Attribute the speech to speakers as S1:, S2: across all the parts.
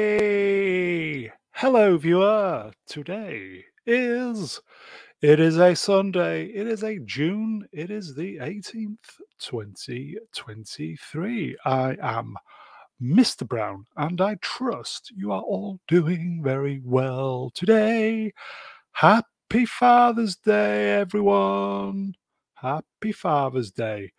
S1: Way! Hello, viewer. Today is. It is a Sunday. It is a June. It is the 18th, 2023. I am Mr. Brown, and I trust you are all doing very well today. Happy Father's Day, everyone. Happy Father's Day.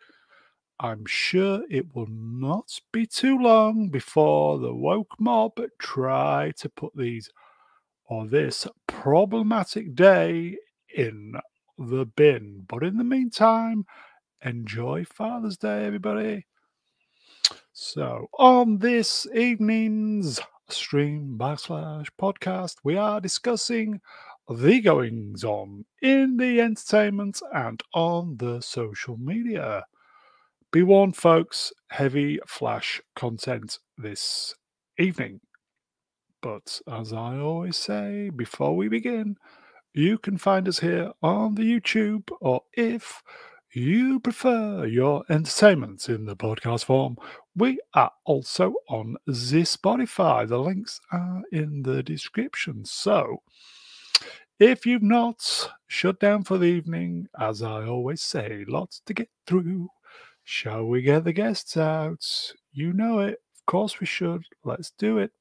S1: I'm sure it will not be too long before the woke mob try to put these or this problematic day in the bin. But in the meantime, enjoy Father's Day, everybody. So, on this evening's stream backslash podcast, we are discussing the goings on in the entertainment and on the social media. Be warned, folks, heavy flash content this evening. But as I always say before we begin, you can find us here on the YouTube, or if you prefer your entertainment in the podcast form, we are also on the Spotify. The links are in the description. So if you've not shut down for the evening, as I always say, lots to get through. Shall we get the guests out? You know it. Of course we should. Let's do it.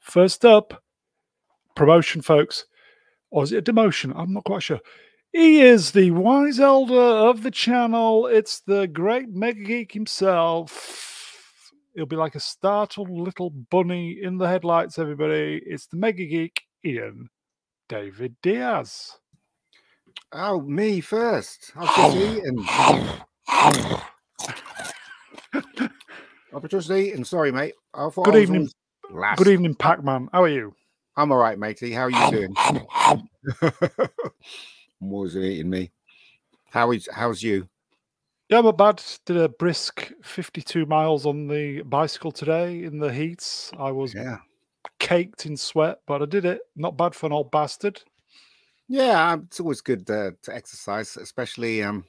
S1: First up, promotion, folks. Or is it a demotion? I'm not quite sure. He is the wise elder of the channel. It's the great mega geek himself. He'll be like a startled little bunny in the headlights, everybody. It's the mega geek, Ian David Diaz.
S2: Oh, me first. I've just eaten. I've just eaten. Sorry, mate. I thought
S1: Good
S2: I was
S1: evening.
S2: always Last.
S1: Good evening, Pac Man. How are you?
S2: I'm all right, matey. How are you doing? More's eating me. How is how's you?
S1: Yeah, but bad. Did a brisk 52 miles on the bicycle today in the heats. I was
S2: Yeah.
S1: caked in sweat, but I did it. Not bad for an old bastard.
S2: Yeah, um, it's always good uh, to exercise, especially um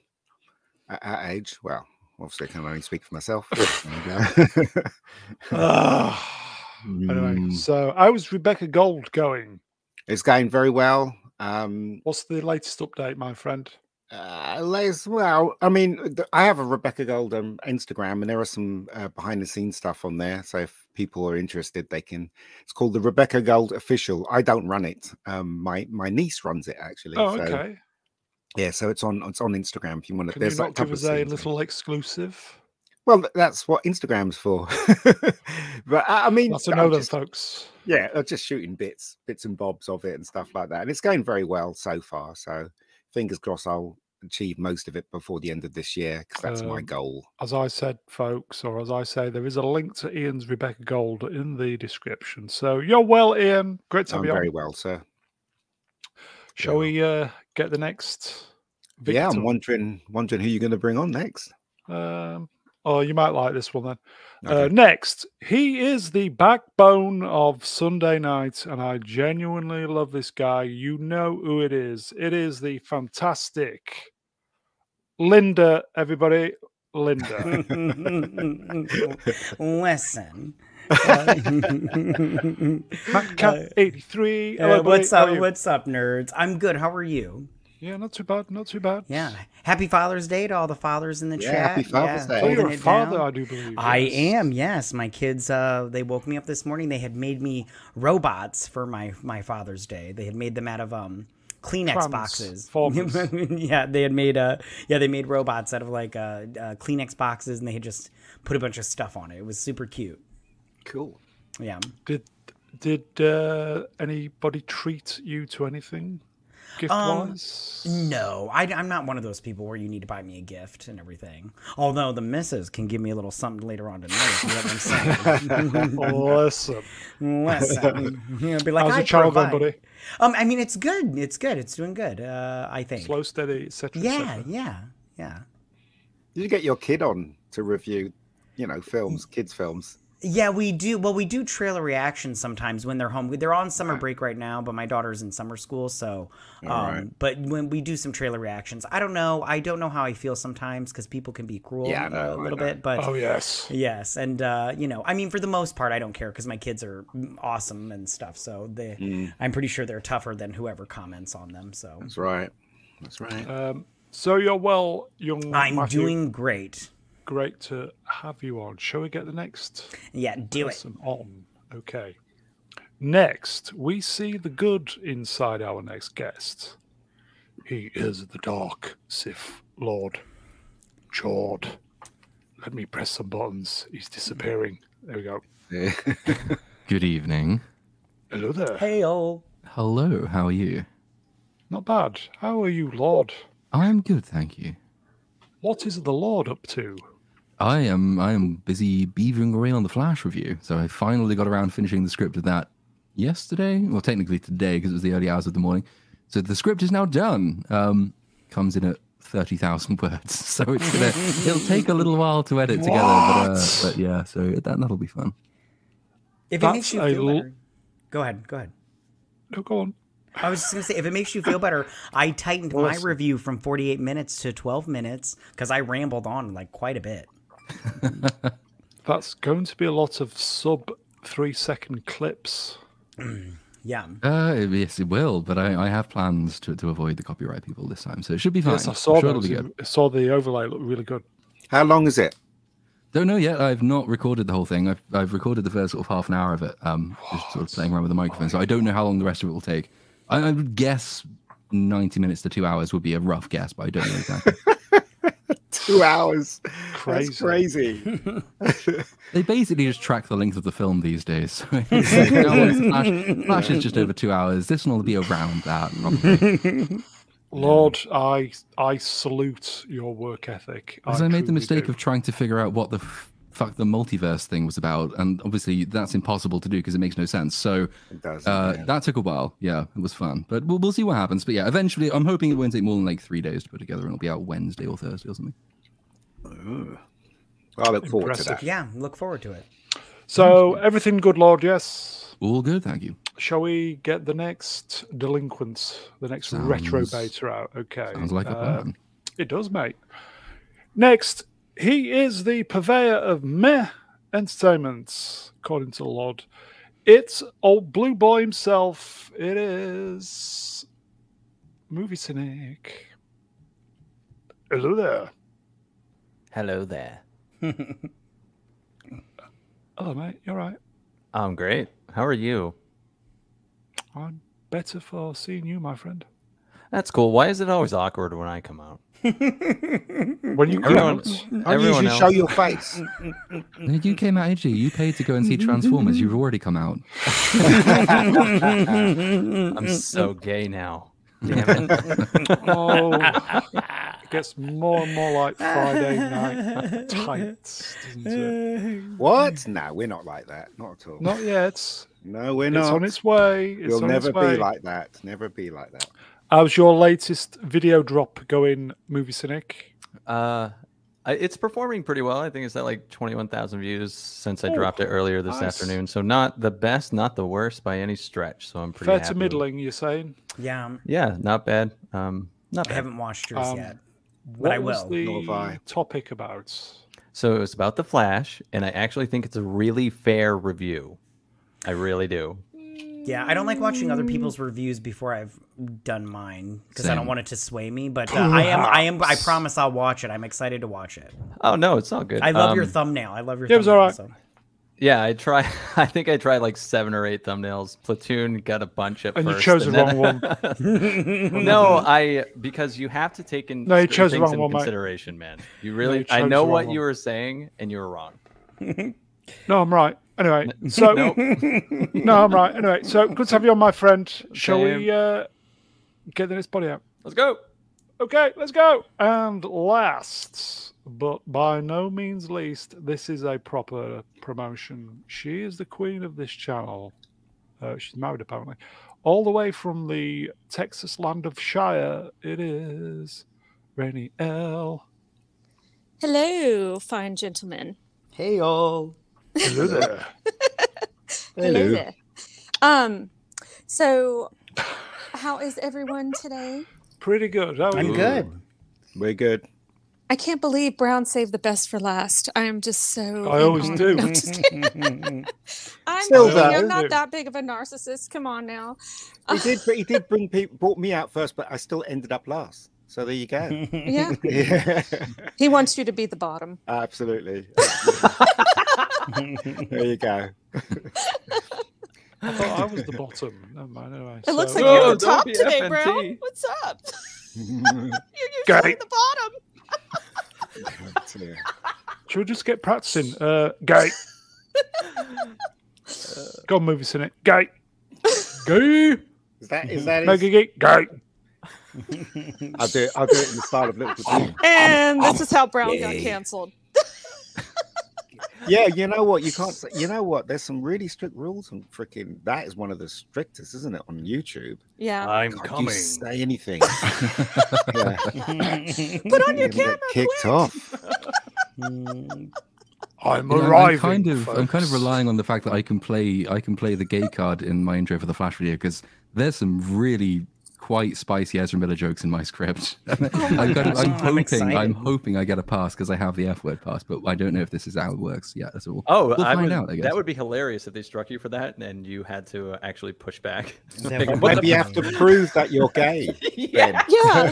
S2: at our age. Well, obviously I can only speak for myself. And, uh,
S1: Ah. anyway,
S2: mm,
S1: so how's Rebecca Gold going?
S2: It's going very well. Um
S1: What's the latest update, my friend?
S2: Uh, Les, well, I mean, th- I have a Rebecca Gold um, Instagram, and there are some uh, behind the scenes stuff on there. So if people are interested, they can. It's called the Rebecca Gold Official. I don't run it. Um, my my niece runs it actually.
S1: Oh,
S2: so,
S1: okay.
S2: Yeah, so it's on it's on Instagram if you want to.
S1: Can you
S2: There's like,
S1: not give
S2: couple
S1: us a
S2: of scenes on it.
S1: little exclusive?
S2: Well, th- that's what Instagram's for. but I I mean,
S1: Not to
S2: I'm
S1: know them,
S2: just-
S1: folks.
S2: yeah, I'm just shooting bits, bits and bobs of it and stuff
S1: Mm-hmm.
S2: like that. And it's going very well so far. So fingers crossed I'll achieve most of it before the end of this year because that's my
S1: Um,
S2: goal.
S1: As I said, folks, or as I say, there is a link to Ian's Rebecca Gold in the description. So you're well, Ian. Great to
S2: I'm
S1: have you on.
S2: very well, sir.
S1: Shall we uh, get the next victim?
S2: Yeah, I'm wondering, wondering who you're going to bring on next.
S1: Um, oh, you might like this one then. Uh,
S2: Okay.
S1: next, he is the backbone of Sunday night, and I genuinely love this guy. You know who it is. It is the fantastic Linda, everybody. Linda.
S3: Listen. uh,
S1: Matt 83.
S3: uh,
S1: Hello, buddy.
S3: what's
S1: How
S3: up?
S1: are you?
S3: What's up, nerds? I'm good. How are you?
S1: Yeah, not too bad. Not too bad.
S3: Yeah. Happy Father's Day to all the fathers in the
S2: Yeah,
S3: chat.
S2: happy Father's Day.
S1: So
S3: holding
S1: Oh, you're a
S3: it
S1: father,
S3: down.
S1: I do believe.
S3: I
S1: yes.
S3: am, yes. My kids, uh, they woke me up this morning. They had made me robots for my my Father's Day. They had made them out of um Kleenex
S1: Crumbs.
S3: boxes.
S1: Formers.
S3: yeah, they had made uh yeah they made robots out of like uh, uh Kleenex boxes, and they had just put a bunch of stuff on it. It was super cute.
S2: Cool.
S3: Yeah.
S1: Did did uh, anybody treat you to
S3: Um,
S1: anything gift wise?
S3: No, I, am not one of those people where you need to buy me a gift and everything. Although the missus can give me a little something later on tonight. You know what I'm saying?
S1: Listen,
S3: Listen, you know, be like,
S1: how's
S3: I
S1: your child going,
S3: provide."
S1: buddy?
S3: Um, I mean, it's good. It's good. It's doing good. Uh, I think.
S1: Slow, steady, etc.
S3: yeah, yeah, yeah.
S1: Mm.
S2: Did you get your kid on to review, you know, films, kids' films?
S3: Yeah, we do. Well, we do trailer reactions sometimes when they're home. They're on summer
S2: Right.
S3: break right now, but my daughter's in summer school, so. Um,
S2: All right.
S3: But when we do some trailer reactions, I don't know. I don't know how I feel sometimes because people can be cruel
S2: Yeah, I know,
S3: a
S2: I
S3: little
S2: know.
S3: bit. But
S1: Oh yes.
S3: yes, and uh, you know, I mean, for the most part, I don't care because my kids are awesome and stuff. So they,
S2: Mm,
S3: I'm pretty sure they're tougher than whoever comments on them. So
S1: Mm-hmm.
S2: that's right. That's right.
S1: Um, so you're well, young
S3: I'm
S1: Matthew.
S3: doing great.
S1: Great to have you on. Shall we get the next
S3: Yeah, do it.
S1: person on? Okay. Next, we see the good inside our next guest. He is the Dark Sith Lord, Jord. Let me press some buttons. He's disappearing. There we go.
S4: Good evening.
S1: Hello there.
S3: Hey, oh.
S4: Hello, how are you?
S1: Not bad. How are you, Lord?
S4: I'm good, thank you.
S1: What is the Lord up to?
S4: I am I am busy beavering away on the Flash review, so I finally got around finishing the script of that yesterday. Well, technically today because it was the early hours of the morning. So the script is now done. Um, comes in at thirty thousand words, so it's gonna it'll take a little while to edit together. But, uh,
S1: What?
S4: but yeah, so that that'll be fun.
S3: If it
S1: That's
S3: makes you
S1: a
S3: feel
S1: l-
S3: better, go ahead. Go ahead.
S1: No, go on.
S3: I was just gonna say, if it makes you feel better, I tightened my review from 48 minutes to 12 minutes because I rambled on like quite a bit.
S1: That's going to be a lot of sub three second clips.
S3: Yeah,
S4: Uh, yes, it will, but I, I have plans to, to avoid the copyright people this time, so it should be fine.
S1: Yes, I
S4: I'm
S1: saw
S4: sure it'll
S1: those.
S4: be good.
S1: I saw the overlay look really good.
S2: How long is it?
S4: Don't know yet. I've not recorded the whole thing. I've, I've recorded the first sort of half an hour of it, um, just sort of playing around with the microphone. So I don't know how long the rest of it will take. I, I would guess 90 minutes to two hours would be a rough guess, but I don't know exactly.
S2: Two hours.
S1: Crazy.
S2: That's crazy.
S4: they basically just track the length of the film these days. So it's like, now it's Flash, Flash is just over two hours. This one will be around that. Probably.
S1: Lord, I I salute your work ethic.
S4: Because I made the
S1: truly
S4: mistake
S1: do.
S4: of trying to figure out what the f- fuck the multiverse thing was about, and obviously that's impossible to do because it makes no sense. So
S2: It does.
S4: Uh,
S2: yeah.
S4: That took a while. Yeah, it was fun, but we'll, we'll see what happens. But yeah, eventually, I'm hoping it won't take more than like three days to put together, and it'll be out Wednesday or Thursday or something.
S2: I look forward
S1: Impressive.
S2: to that.
S3: yeah. Look forward to it.
S1: So everything good, Lord. Yes.
S4: All good, thank you.
S1: Shall we get the next delinquents, the next
S4: Sounds-
S1: retro beta out? Okay.
S4: Sounds like a
S1: Uh,
S4: plan.
S1: It does, mate. Next, he is the purveyor of meh entertainments, according to Lord. It's old blue boy himself. It is movie cynic. Hello there.
S5: Hello there.
S1: Hello, mate. You're right.
S5: I'm great. How are you?
S1: I'm better for seeing you, my friend.
S5: That's cool. Why is it always awkward when I come out?
S1: When you come
S5: Everyone,
S1: out,
S2: I
S5: everyone
S2: usually
S5: else.
S2: show your face.
S4: No, You came out, AJ. You paid to go and see Transformers. You've already come out.
S5: I'm
S3: Mm,
S5: so gay now. Damn it.
S1: oh, it gets more and more like Friday night tights, doesn't it?
S2: What? No, we're not like that. Not at all.
S1: Not yet.
S2: No, we're
S1: It's
S2: not.
S1: on its way. It's
S2: We'll
S1: on
S2: never
S1: its way.
S2: be like that. Never be like that.
S1: How's your latest video drop going, Movie Cynic?
S5: Uh, I, it's performing pretty well. I think it's at like 21,000 views since I
S1: Oh,
S5: dropped it earlier this
S1: nice.
S5: afternoon. So not the best, not the worst by any stretch. So I'm pretty
S1: Fair
S5: happy.
S1: to
S5: with-
S1: middling, you're saying?
S3: yeah,
S5: Yeah, not bad. Um, not
S3: I
S5: bad.
S3: haven't watched yours
S1: Um,
S3: yet.
S1: What
S3: I
S1: was
S3: will.
S1: the
S2: Nor have I.
S1: topic about?
S5: So it was about the Flash, and I actually think it's a really fair review. I really do.
S3: Yeah, I don't like watching other people's reviews before I've done mine because I don't
S4: Same.
S3: want it to sway me. But uh, I am, I am, I promise I'll watch it. I'm excited to watch it.
S5: Oh no, it's all good.
S3: I love your
S5: Um,
S3: thumbnail. I love your.
S1: it was
S3: thumbnail,
S1: alright.
S3: so-
S5: Yeah, I try. I think I tried like seven or eight thumbnails. Platoon got a bunch at
S1: And you
S5: first,
S1: chose the
S5: then-
S1: wrong
S5: no, I because you have to take in
S1: No, you
S5: certain
S1: chose the
S5: things
S1: wrong
S5: in
S1: one, mate.
S5: consideration, man. You really,
S1: you
S5: I
S1: chose
S5: know
S1: the
S5: what
S1: wrong
S5: you
S1: one.
S5: were saying, and you were wrong.
S1: No, I'm right. Anyway, so
S5: Nope.
S1: no, I'm right. Anyway, so good to have you on, my friend. Shall we
S5: Same.
S1: uh, get the next body out?
S5: Let's go.
S1: Okay, let's go. And last, but by no means least, this is a proper promotion. She is the queen of this channel. Uh, she's married, apparently. All the way from the Texas land of Shire, it is Rennie L.
S6: Hello, fine gentlemen.
S5: Hey all.
S1: Hello there.
S2: Hello.
S6: there. Um, so how is everyone today?
S1: Pretty good. How are
S3: I'm
S1: you?
S3: good.
S2: We're good.
S6: I can't believe Brown saved the best for last. I am just so.
S1: I
S6: in
S1: always
S6: awe.
S1: do.
S6: I'm
S2: Still
S6: kidding,
S2: though.
S6: I'm not that big of a narcissist. Come on now.
S2: He did, but he did bring people, brought me out first, but I still ended up last. So there you go.
S6: Yeah,
S2: yeah,
S6: he wants you to be the bottom.
S2: absolutely. there you go.
S1: I thought I was the bottom. Never mind. Anyway,
S6: It looks
S1: so- uh,
S6: like you're
S5: Oh,
S6: the
S5: don't
S6: top
S5: be
S6: today,
S5: FNT.
S6: Brown. What's up? You're
S1: Got
S6: usually
S1: it.
S6: the bottom.
S1: Should we just get practicing? Uh, gay. Go on, movies in it. Gay. Gay.
S2: Is that is that?
S1: Mega
S2: his-
S1: geek. Gay.
S2: I'll do it. I'll do it in the style of Little Platoon.
S6: And this is how Brown got
S5: gay.
S6: canceled.
S2: Yeah, you know what? You can't. Say, you know what? There's some really strict rules on freaking. That is one of the strictest, isn't it, on YouTube?
S6: Yeah.
S5: I'm
S2: Can't you say anything. Yeah.
S6: Put on
S2: You're gonna
S6: your camera.
S2: get kicked off.
S1: I'm
S4: You know, I'm-
S1: arriving.
S4: I'm kind of I'm kind
S1: folks.
S4: of relying on the fact that I can play I can play the gay card in my intro for the Flash video because there's some really quite spicy Ezra Miller jokes in my script. I'm, kind of,
S3: gosh,
S4: Oh
S3: I'm
S4: I'm hoping I'm,
S3: excited.
S4: hoping I get a pass because I have the F word pass, but I don't know if this is how it works yet at all.
S5: Oh,
S4: We'll
S5: I
S4: find
S5: would-
S4: out, I guess.
S5: that would be hilarious if they struck you for that and you had to uh, actually push back.
S3: Yeah,
S5: Like,
S3: but
S5: what the
S2: Maybe you have to prove that you're gay.
S5: yeah.
S1: Ah.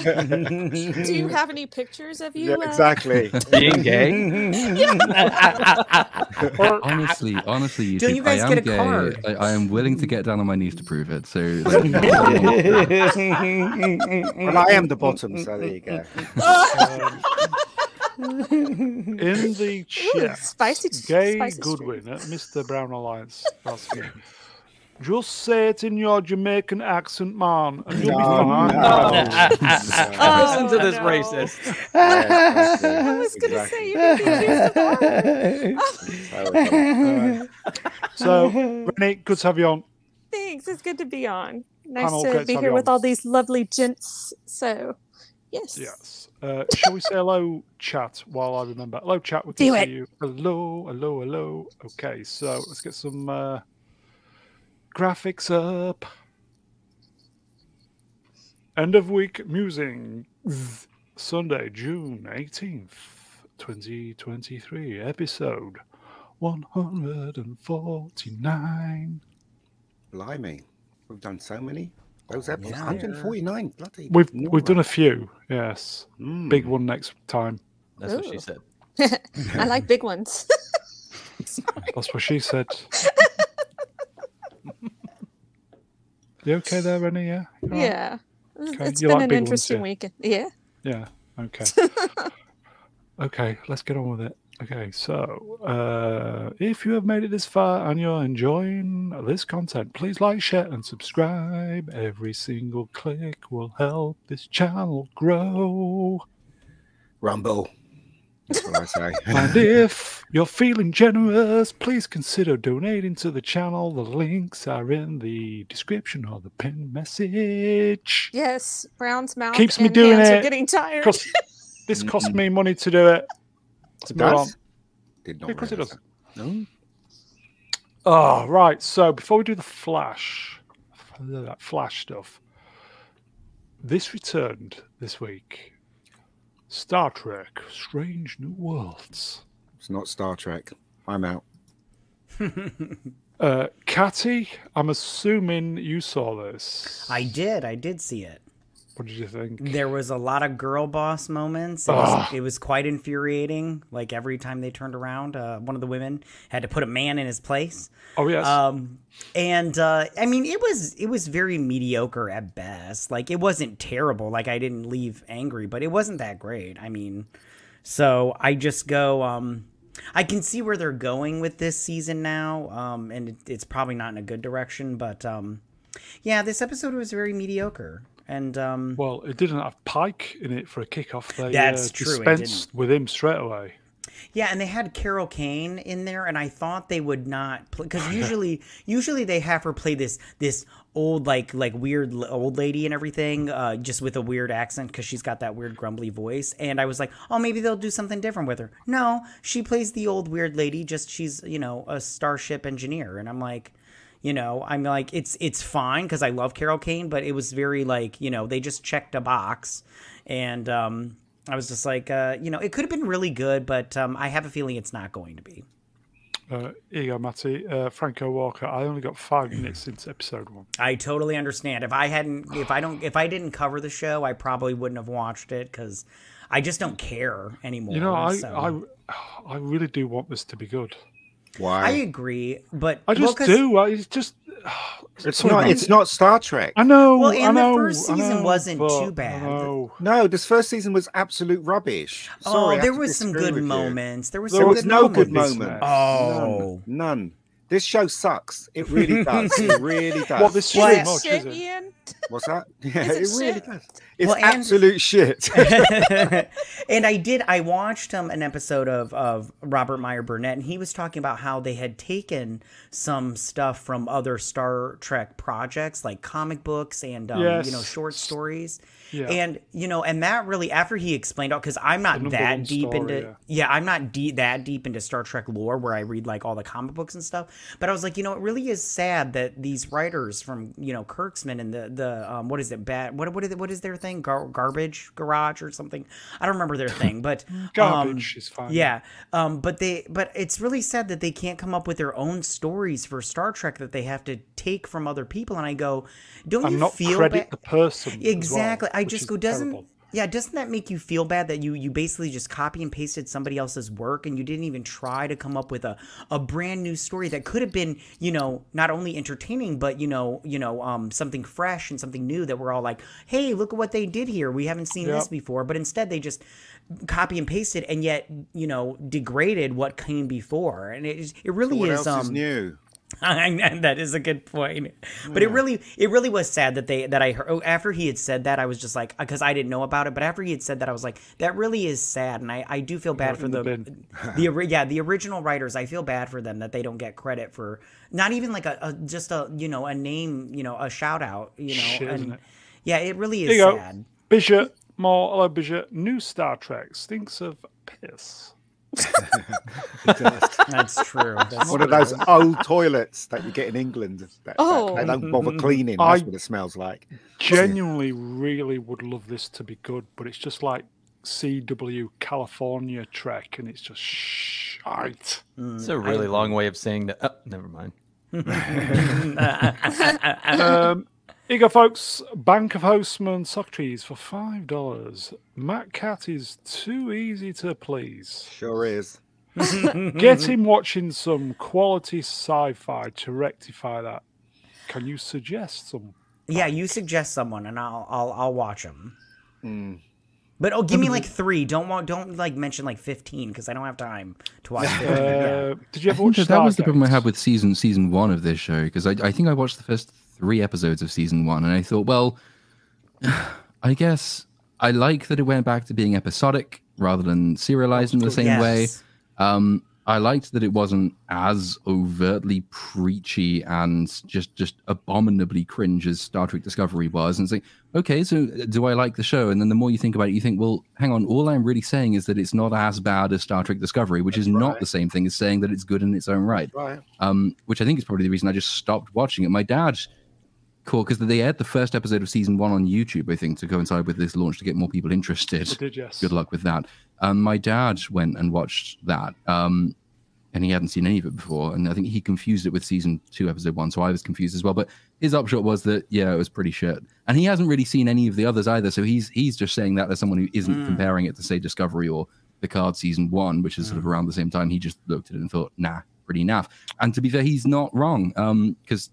S6: Yeah.
S3: Do
S6: Do you have any pictures of you?
S2: yeah,
S6: uh,
S2: exactly.
S5: Being gay?
S4: Honestly, honestly,
S3: Don't
S4: YouTube,
S3: you guys
S4: I am
S3: get a
S4: gay.
S3: card?
S4: I, I am willing to get down on my knees to prove it. So like,
S2: Well, I am the bottom, so there you go.
S1: Um, in the
S6: Ooh,
S1: chat.
S6: spicy,
S1: Gay
S6: spicy
S1: Goodwin at Mr. Brown Alliance. That's me. Just say it in your Jamaican accent, man, and you'll be fine.
S6: Oh,
S5: Oh, Listen to this
S6: no.
S5: racist.
S6: I was going to say, you can be accused of harm.
S1: So, Renee, good to have you on.
S6: Thanks. It's good to be on. Nice
S1: Panel, great
S6: to
S1: to
S6: be
S1: have
S6: here
S1: you
S6: with
S1: on.
S6: all these lovely gents. So, yes.
S1: Yes. Uh, shall we say hello, chat, while I remember? Hello, chat. We can
S6: Do
S1: see
S6: it.
S1: you. Hello, hello, hello. Okay, so let's get some uh, graphics up. End of week musing. Sunday, June 18th, 2023, episode 149.
S2: Blimey, we've done so many. Those episodes,
S3: Yeah.
S2: 149. Bloody. Hmm.
S1: We've we've done a few, yes. Big one next time.
S5: That's what she
S6: Ooh.
S5: said.
S6: I like big ones.
S1: That's what she said. you okay there, Rennie? Yeah. You all right?
S6: yeah. It's
S1: Okay,
S6: it's
S1: you
S6: been
S1: like
S6: an
S1: big ones,
S6: interesting
S1: yeah.
S6: weekend. Yeah.
S1: Yeah. Okay. okay, let's get on with it. Okay, so uh, if you have made it this far and you're enjoying this content, please like, share, and subscribe. Every single click will help this channel grow.
S2: Rumble. That's what I say.
S1: And if you're feeling generous, please consider donating to the channel. The links are in the description or the pinned message.
S6: Yes. Brown's mouth
S1: Keeps me
S6: and
S1: doing
S6: hands
S1: it.
S6: are getting tired.
S1: Cost- this cost me money to do it. Let's
S2: It
S1: move on.
S2: does? Did not
S1: Yeah, of course it
S2: realise
S1: does.
S2: that. No?
S1: Oh, right. So before we do the flash, that flash stuff, this returned this week. Star Trek: Strange New Worlds.
S2: It's not Star Trek. I'm out.
S1: Uh, Catty, I'm assuming you saw this.
S3: I did. I did see it.
S1: What did you think?
S3: There was a lot of girl boss moments. It was, it was quite infuriating. Like every time they turned around, uh, one of the women had to put a man in his place.
S1: Oh yes.
S3: Um, and uh, I mean, it was it was very mediocre at best. Like it wasn't terrible. Like I didn't leave angry, but it wasn't that great. I mean, so I just go. Um, I can see where they're going with this season now, um, and it, it's probably not in a good direction. But um, yeah, this episode was very mediocre, and um,
S1: well, it didn't have Pike in it for a kickoff. They
S3: That's
S1: uh,
S3: true, it didn't.
S1: dispensed with him straight away.
S3: Yeah, and they had Carol Kane in there, and I thought they would not because usually, usually they have her play this this old like like weird l- old lady and everything uh just with a weird accent because she's got that weird grumbly voice and i was like oh maybe they'll do something different with her no she plays the old weird lady just she's you know a starship engineer and i'm like you know i'm like it's it's fine because i love carol kane but it was very like you know they just checked a box and um i was just like uh you know it could have been really good but um i have a feeling it's not going to be
S1: Uh, here you go, Matty. Uh, Franco Walker. I only got five minutes since episode one.
S3: I totally understand. If I hadn't, if I don't, if I didn't cover the show, I probably wouldn't have watched it because I just don't care anymore.
S1: You know, I,
S3: so.
S1: I, I really do want this to be good.
S2: Why?
S3: I agree, but
S1: I
S3: well,
S1: just
S3: 'cause-
S1: do. I, it's just.
S2: it's
S1: sorry,
S2: not.
S1: man.
S2: It's not Star Trek.
S1: I know.
S3: Well,
S1: I
S3: and the
S1: know,
S3: first
S1: I
S3: season
S1: know,
S3: wasn't
S1: but
S3: too bad.
S1: I know.
S2: No, this first season was absolute rubbish. Sorry, I
S3: oh,
S2: have
S3: there
S2: to
S3: was some
S2: disagree
S3: good
S2: with you.
S3: moments. There was
S1: There
S3: some
S1: was
S3: good
S1: no
S3: moments.
S1: good
S2: moments.
S1: moment.
S3: Oh.
S2: None. None. This show sucks. It really does. it really does.
S1: Well, this
S6: Is
S1: too
S6: it
S1: much,
S6: shit,
S1: is it?
S6: Ian?
S2: What's that? Yeah,
S6: Is it
S2: really
S6: shit?
S2: does. It's
S3: Well, and-
S2: absolute shit.
S3: and I did. I watched um, an episode of of Robert Meyer Burnett, and he was talking about how they had taken some stuff from other Star Trek projects, like comic books and um, you know
S1: Yes.
S3: short stories.
S1: Yeah.
S3: And you know, and that really after he explained all because I'm
S1: The
S3: not
S1: number one
S3: that deep
S1: story,
S3: into
S1: yeah.
S3: yeah. I'm not de- that deep into Star Trek lore where I read like all the comic books and stuff. But I was like, you know, it really is sad that these writers from you know Kirksman and the the um, what is it bad what what is, what is their thing Gar- garbage garage or something I don't remember their thing, but um,
S1: Garbage is fine.
S3: yeah, um, but they but it's really sad that they can't come up with their own stories for Star Trek that they have to take from other people. And I go, don't
S1: And
S3: you
S1: not
S3: feel
S1: credit the
S3: ba-
S1: person. as well,
S3: Exactly. I
S1: which
S3: just
S1: is
S3: go doesn't
S1: terrible.
S3: yeah doesn't that make you feel bad that you you basically just copy and pasted somebody else's work and you didn't even try to come up with a a brand new story that could have been you know not only entertaining but you know you know um something fresh and something new that we're all like hey look at what they did here we haven't seen this
S1: Yep.
S3: before but instead they just copy and pasted and yet you know degraded what came before and it is- it really
S2: what
S3: is
S2: else
S3: um
S2: is new?
S3: and that is a good point. But it really, it really was sad that they that I heard after he had said that I was just like because I didn't know about it. But after he had said that, I was like, that really is sad, and I I do feel bad for
S1: in the
S3: the the ori- yeah the original writers. I feel bad for them that they don't get credit for not even like a, a just a you know a name you know a shout out you know
S1: Shit,
S3: and
S1: isn't it?
S3: yeah it really
S1: Here
S3: is
S1: you go.
S3: sad.
S1: Bishop Moore. Hello, Bishop. New Star Trek stinks of piss.
S3: That's true. That's
S2: One of
S3: true.
S2: those old toilets that you get in England. That, that
S6: Oh.
S2: they don't bother cleaning.
S1: I-
S2: That's what it smells like.
S1: Genuinely, really would love this to be good, but it's just like CW California Trek, and it's just shite.
S5: It's a really long way of saying that. Oh, never mind.
S1: um, here you go, folks. Bank of Hostman Socrates for five dollars. Matt Cat is too easy to please.
S2: Sure is.
S1: Get him watching some quality sci-fi to rectify that. Can you suggest some?
S3: Yeah, you suggest someone, and I'll I'll I'll watch them.
S2: Mm.
S3: But oh, give me like three. Don't want don't like mention like fifteen because I don't have time to watch. 15. yeah.
S1: Uh, did you
S4: I
S1: ever
S4: think
S1: watch
S4: that, that was the problem I
S1: Stargate?
S4: had with season season one of this show because I, I think I watched the first three episodes of season one and I thought, well, I guess I like that it went back to being episodic rather than serialized in the same way.
S3: Yes.
S4: Um, I liked that it wasn't as overtly preachy and just just abominably cringe as Star Trek Discovery was. And it's like, okay, so uh, do I like the show? And then the more you think about it, you think, well, hang on, all I'm really saying is that it's not as bad as Star Trek Discovery, which is not the same thing as saying that it's good in its own right
S2: Right.
S4: um, which I think is probably the reason I just stopped watching it. My dad, cool, because they aired the first episode of season one on YouTube, I think, to coincide with this launch to get more people interested.
S1: I did yes.
S4: Good luck with that. Um, my dad went and watched that, um, and he hadn't seen any of it before, and I think he confused it with season two, episode one. So I was confused as well. But his upshot was that yeah, it was pretty shit, and he hasn't really seen any of the others either. So he's he's just saying that as someone who isn't
S3: Mm.
S4: comparing it to say Discovery or Picard season one, which is sort of around the same time. He just looked at it and thought, nah, pretty naff. And to be fair, he's not wrong um, because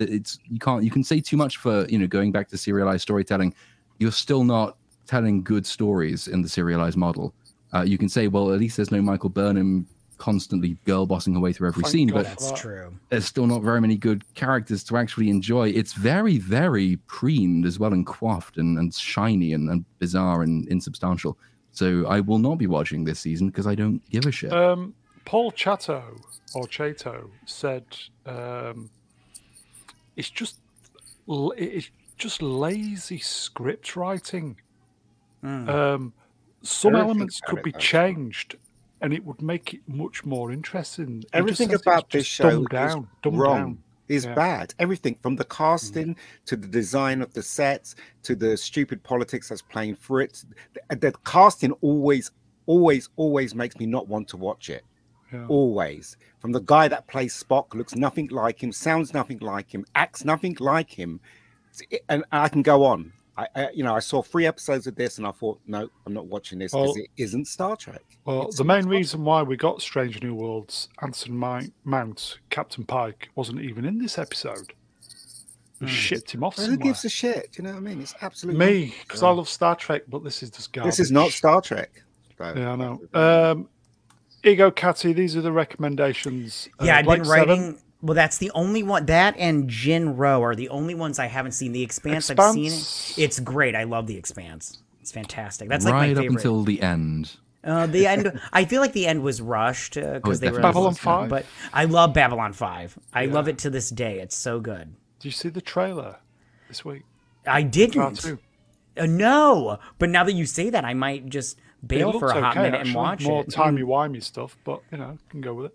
S4: it's you can't you can say too much for you know going back to serialized storytelling. You're still not telling good stories in the serialized model. Uh, you can say, well, at least there's no Michael Burnham constantly girl bossing her way through every
S1: Thank
S4: scene,
S1: God.
S4: but
S3: That's
S1: Well,
S3: true.
S4: there's still not very many good characters to actually enjoy. It's very, very preened as well and quaffed and, and shiny and, and bizarre and insubstantial. So I will not be watching this season because I don't give a shit.
S3: Uh,
S1: Um, Paul Chato or Chato said um, it's just l- it- it's just lazy script writing.
S3: Mm.
S1: Um, some
S2: Everything
S1: elements
S2: about
S1: could
S2: it,
S1: be
S2: though, is fun.
S1: changed, and it would make it much more interesting. It just
S2: Everything
S1: has- it's
S2: about this
S1: just
S2: show
S1: dumbed
S2: is
S1: down, dumbed
S2: wrong
S1: down.
S2: is
S1: Yeah. Mm.
S2: bad. Everything from the casting to the design of the sets to the stupid politics that's playing through it. The, uh, the casting always, always, always makes me not want to watch it.
S1: Yeah.
S2: Always. From the guy that plays Spock, looks nothing like him, sounds nothing like him, acts nothing like him. It's- it- And I can go on. I, I, you know, I saw three episodes of this, and I thought, no, I'm not watching this because
S1: Well-
S2: it isn't Star Trek.
S1: Well,
S2: It's
S1: the main
S2: not-
S1: reason why we got Strange New Worlds, Anson Mi- Mount, Captain Pike wasn't even in this episode. We shipped him off
S2: Hmm. Who
S1: somewhere.
S2: gives a shit? Do you know what I mean? It's absolutely
S1: oh Me, because I love Star Trek, but this is just garbage.
S2: This is not Star Trek. though.
S1: Yeah, I know. Um, Ego Catty, these are the recommendations. Uh,
S3: Yeah, I've been
S1: Blake Seven,
S3: writing. Well, that's the only one. That and Jin Row are the only ones I haven't seen. The Expanse, I've
S1: Expanse.
S3: seen. It's great. I love The Expanse. It's fantastic. That's like
S4: right
S3: my
S4: up
S3: favorite.
S4: until the end.
S3: uh, the end. I feel like the end was rushed because
S4: Oh, it
S3: they were
S4: definitely
S1: Babylon
S4: was, yeah.
S1: 5.
S3: But I love Babylon Five. I love it to this day. It's so good.
S1: Do you see the trailer this week?
S3: I
S1: Part
S3: didn't.
S1: two.
S3: Uh, no, but now that you say that, I might just
S1: It
S3: bail
S1: looks
S3: for a hot
S1: okay,
S3: minute
S1: actually.
S3: and watch
S1: More
S3: it.
S1: timey wimey stuff, but you know, can go with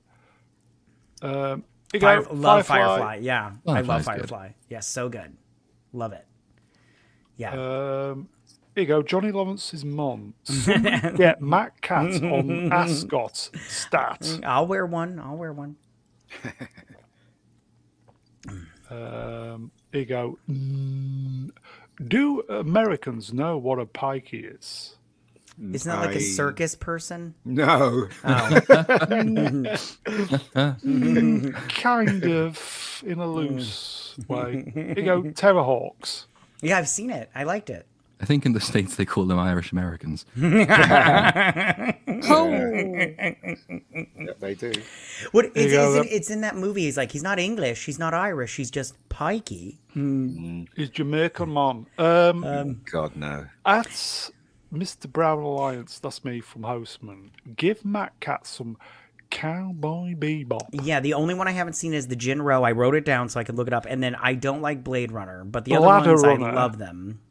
S1: it. Um, Ego,
S3: Fire, love Firefly.
S1: Firefly.
S3: Yeah, I love
S4: Firefly's good.
S3: Firefly. Yes, so good. Love it. Yeah.
S1: Um, here you go, Johnny Lawrence's mom. Somebody Get Matt Cat on Ascot stat.
S3: I'll wear one. I'll wear one.
S1: Um, here you go. Mm, do Americans know what a pikey is?
S3: Isn't that like a
S2: I-
S3: circus person?
S2: No.
S1: Kind of in a loose way. Here you go, Terrorhawks.
S3: Yeah, I've seen it. I liked it.
S4: I think in the states they call them Irish Americans.
S2: Yeah, they do.
S3: What it's,
S1: you go,
S3: it's, in,
S1: that-
S3: it's in that movie. He's like, he's not English. He's not Irish. He's just pikey.
S1: Is Jamaican mom. Um,
S2: God no.
S1: At Mr. Brown Alliance, that's me from Houseman. Give Matt Cat some cowboy bebop.
S3: Yeah, the only one I haven't seen is the Jin Row. I wrote it down so I could look it up. And then I don't like Blade Runner, but the
S1: Blade
S3: other ones I
S1: Runner.
S3: love them.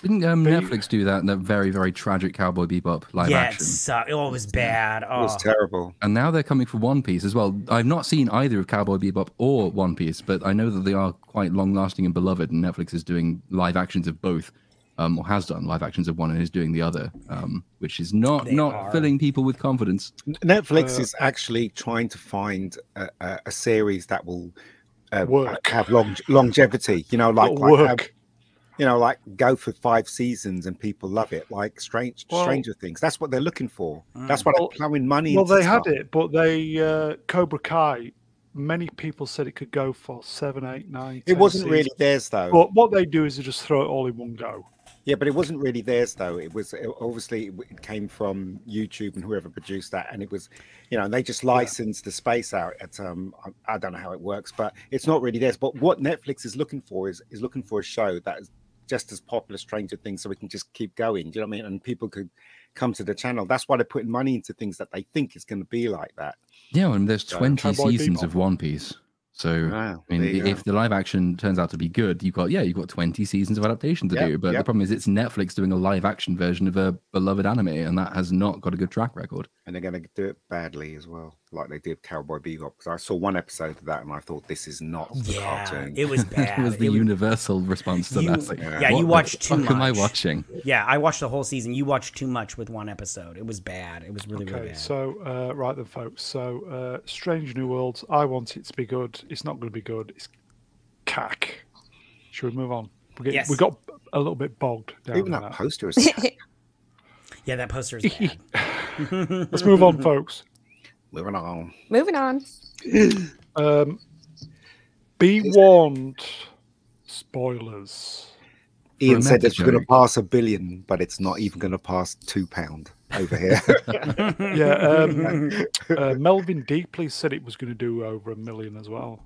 S4: Didn't um, Netflix do that? That very very tragic Cowboy Bebop live
S3: yeah, it
S4: action.
S3: sucked. Oh, it was bad.
S2: It
S3: Oh,
S1: Ah.
S2: was terrible.
S4: And now they're coming for One Piece as well. I've not seen either of Cowboy Bebop or One Piece, but I know that they are quite long lasting and beloved. And Netflix is doing live actions of both, um, or has done live actions of one and is doing the other, um, which is not
S3: They
S4: not
S3: are.
S4: filling people with confidence.
S2: Netflix
S1: Uh.
S2: is actually trying to find a, a, a series that will uh,
S1: Work.
S2: have long, longevity. You know, like,
S1: That'll
S2: like have-
S1: work.
S2: you know, like go for five seasons and people love it, like Strange
S1: Well- mm.
S2: Stranger Things. That's what they're looking for. That's what
S1: Well-
S2: they're plowing money.
S1: Well,
S2: into
S1: they had
S2: stuff.
S1: it, but they uh, Cobra Kai. Many people said it could go for seven, eight, nine.
S2: It
S1: ten
S2: wasn't really
S1: seasons.
S2: theirs though.
S1: But what they do is they just throw it all in one go.
S2: yeah, but it wasn't really theirs though. It was it, obviously it w- it came from YouTube and whoever produced that, and it was, you know, they just licensed the space out at um I, I don't know how it works, but it's not really theirs. But what Netflix is looking for is is looking for a show that is just as popular as Stranger Things, so we can just keep going. Do you know what I mean? And people could come to the channel. That's why they're putting money into things that they think is going to be like that.
S4: Yeah, and there's
S2: So,
S4: 20
S1: Cowboy
S4: seasons
S1: Bebop.
S4: of One Piece. So
S2: Wow,
S4: I mean,
S2: there you
S4: i- if the live action turns out to be good, you've got yeah, you've got 20 seasons of adaptation to
S2: Yep,
S4: do. But the
S2: yep.
S4: problem is, it's Netflix doing a live action version of a beloved anime, and that has not got a good track record.
S2: and they're going to do it badly as well, like they did Cowboy Bebop. Because I saw one episode of that and I thought this is not the
S3: yeah.
S2: cartoon.
S3: It was bad.
S4: That was the
S3: It was-
S4: universal response to
S3: You-
S4: that. It's like,
S3: yeah,
S4: what
S3: you
S4: the
S3: watched too
S4: fuck Am I
S3: much.
S4: watching?
S3: Yeah, I watched the whole season. You watched too much with one episode. It was bad. It was really, really
S1: Okay,
S3: bad.
S1: so uh, right then, folks. So uh, Strange New Worlds. I want it to be good. It's not going to be good. It's cack. Should we move on? We, get,
S3: Yes.
S1: we got a little bit bogged down.
S2: Even
S1: in
S2: that
S1: that.
S2: poster is
S3: yeah, that poster is bad.
S1: Let's move on, folks.
S2: moving on.
S6: Moving on.
S1: Um, be warned. Spoilers.
S2: Ian said
S4: Romantic
S2: it's going to
S4: joke.
S2: pass a billion, but it's not even going to pass two pound over here.
S1: Yeah, um, uh, Melvin Deeply said it was going to do over a million as well.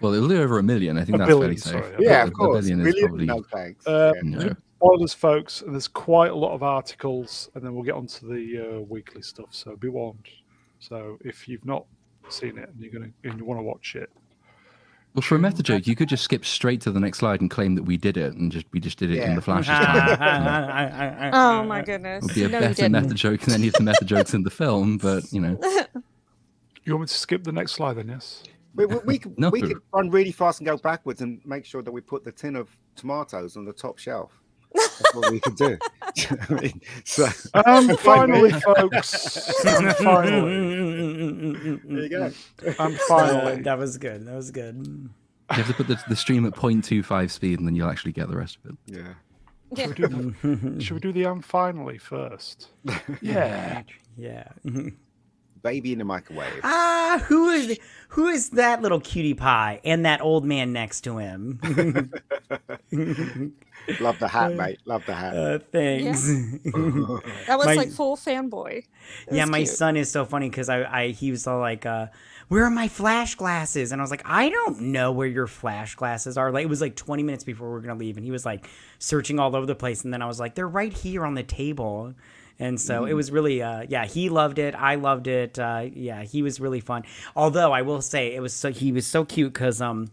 S4: Well, it'll do over a million. I think
S1: A
S4: that's
S1: billion,
S4: fairly safe.
S1: sorry, a billion.
S2: yeah,
S4: A bi-
S2: of
S4: a
S2: course.
S4: billion is
S2: Billion?
S4: probably-
S2: No thanks.
S1: Uh,
S2: Yeah.
S4: no.
S1: Spoilers, folks, and there's quite a lot of articles, and then we'll get onto the uh, weekly stuff. So be warned. So if you've not seen it and you're gonna and you want to watch it,
S4: Well, for a meta joke, you could just skip straight to the next slide and claim that we did it, and just we just did it in
S2: Yeah.
S4: the Flash's time.
S6: Oh my goodness.
S4: It would be a
S6: no, you
S4: better
S6: didn't.
S4: meta joke than any of the meta jokes in the film, but you know,
S1: You want me to skip the next slide then, yes?
S2: We, we, we, could,
S4: No.
S2: we could run really fast and go backwards and make sure that we put the tin of tomatoes on the top shelf. That's what we could do. Do you know what I mean? so
S1: And Um, finally, folks, and finally,
S2: there you go.
S1: and
S3: Uh,
S1: finally,
S3: that was good. That was good.
S4: you have to put the, the stream at 0.25 speed, and then you'll actually get the rest of it.
S2: Yeah.
S1: should we do the, should we do the and finally first? Yeah.
S3: Yeah.
S2: Baby in the microwave.
S3: ah, who is who is that little cutie pie and that old man next to him?
S2: Love the hat, mate. Love the hat.
S3: uh, thanks.
S6: That was
S3: My-
S6: like full fanboy. It
S3: yeah,
S6: was
S3: my
S6: cute.
S3: son is so funny because I, I he was all like, uh, "Where are my flash glasses?" And I was like, "I don't know where your flash glasses are." Like it was like 20 minutes before we were gonna leave, and he was like searching all over the place. And then I was like, "They're right here on the table." And so it was really, uh, yeah, he loved it. I loved it. Uh, yeah, he was really fun. Although I will say, it was so he was so cute because um,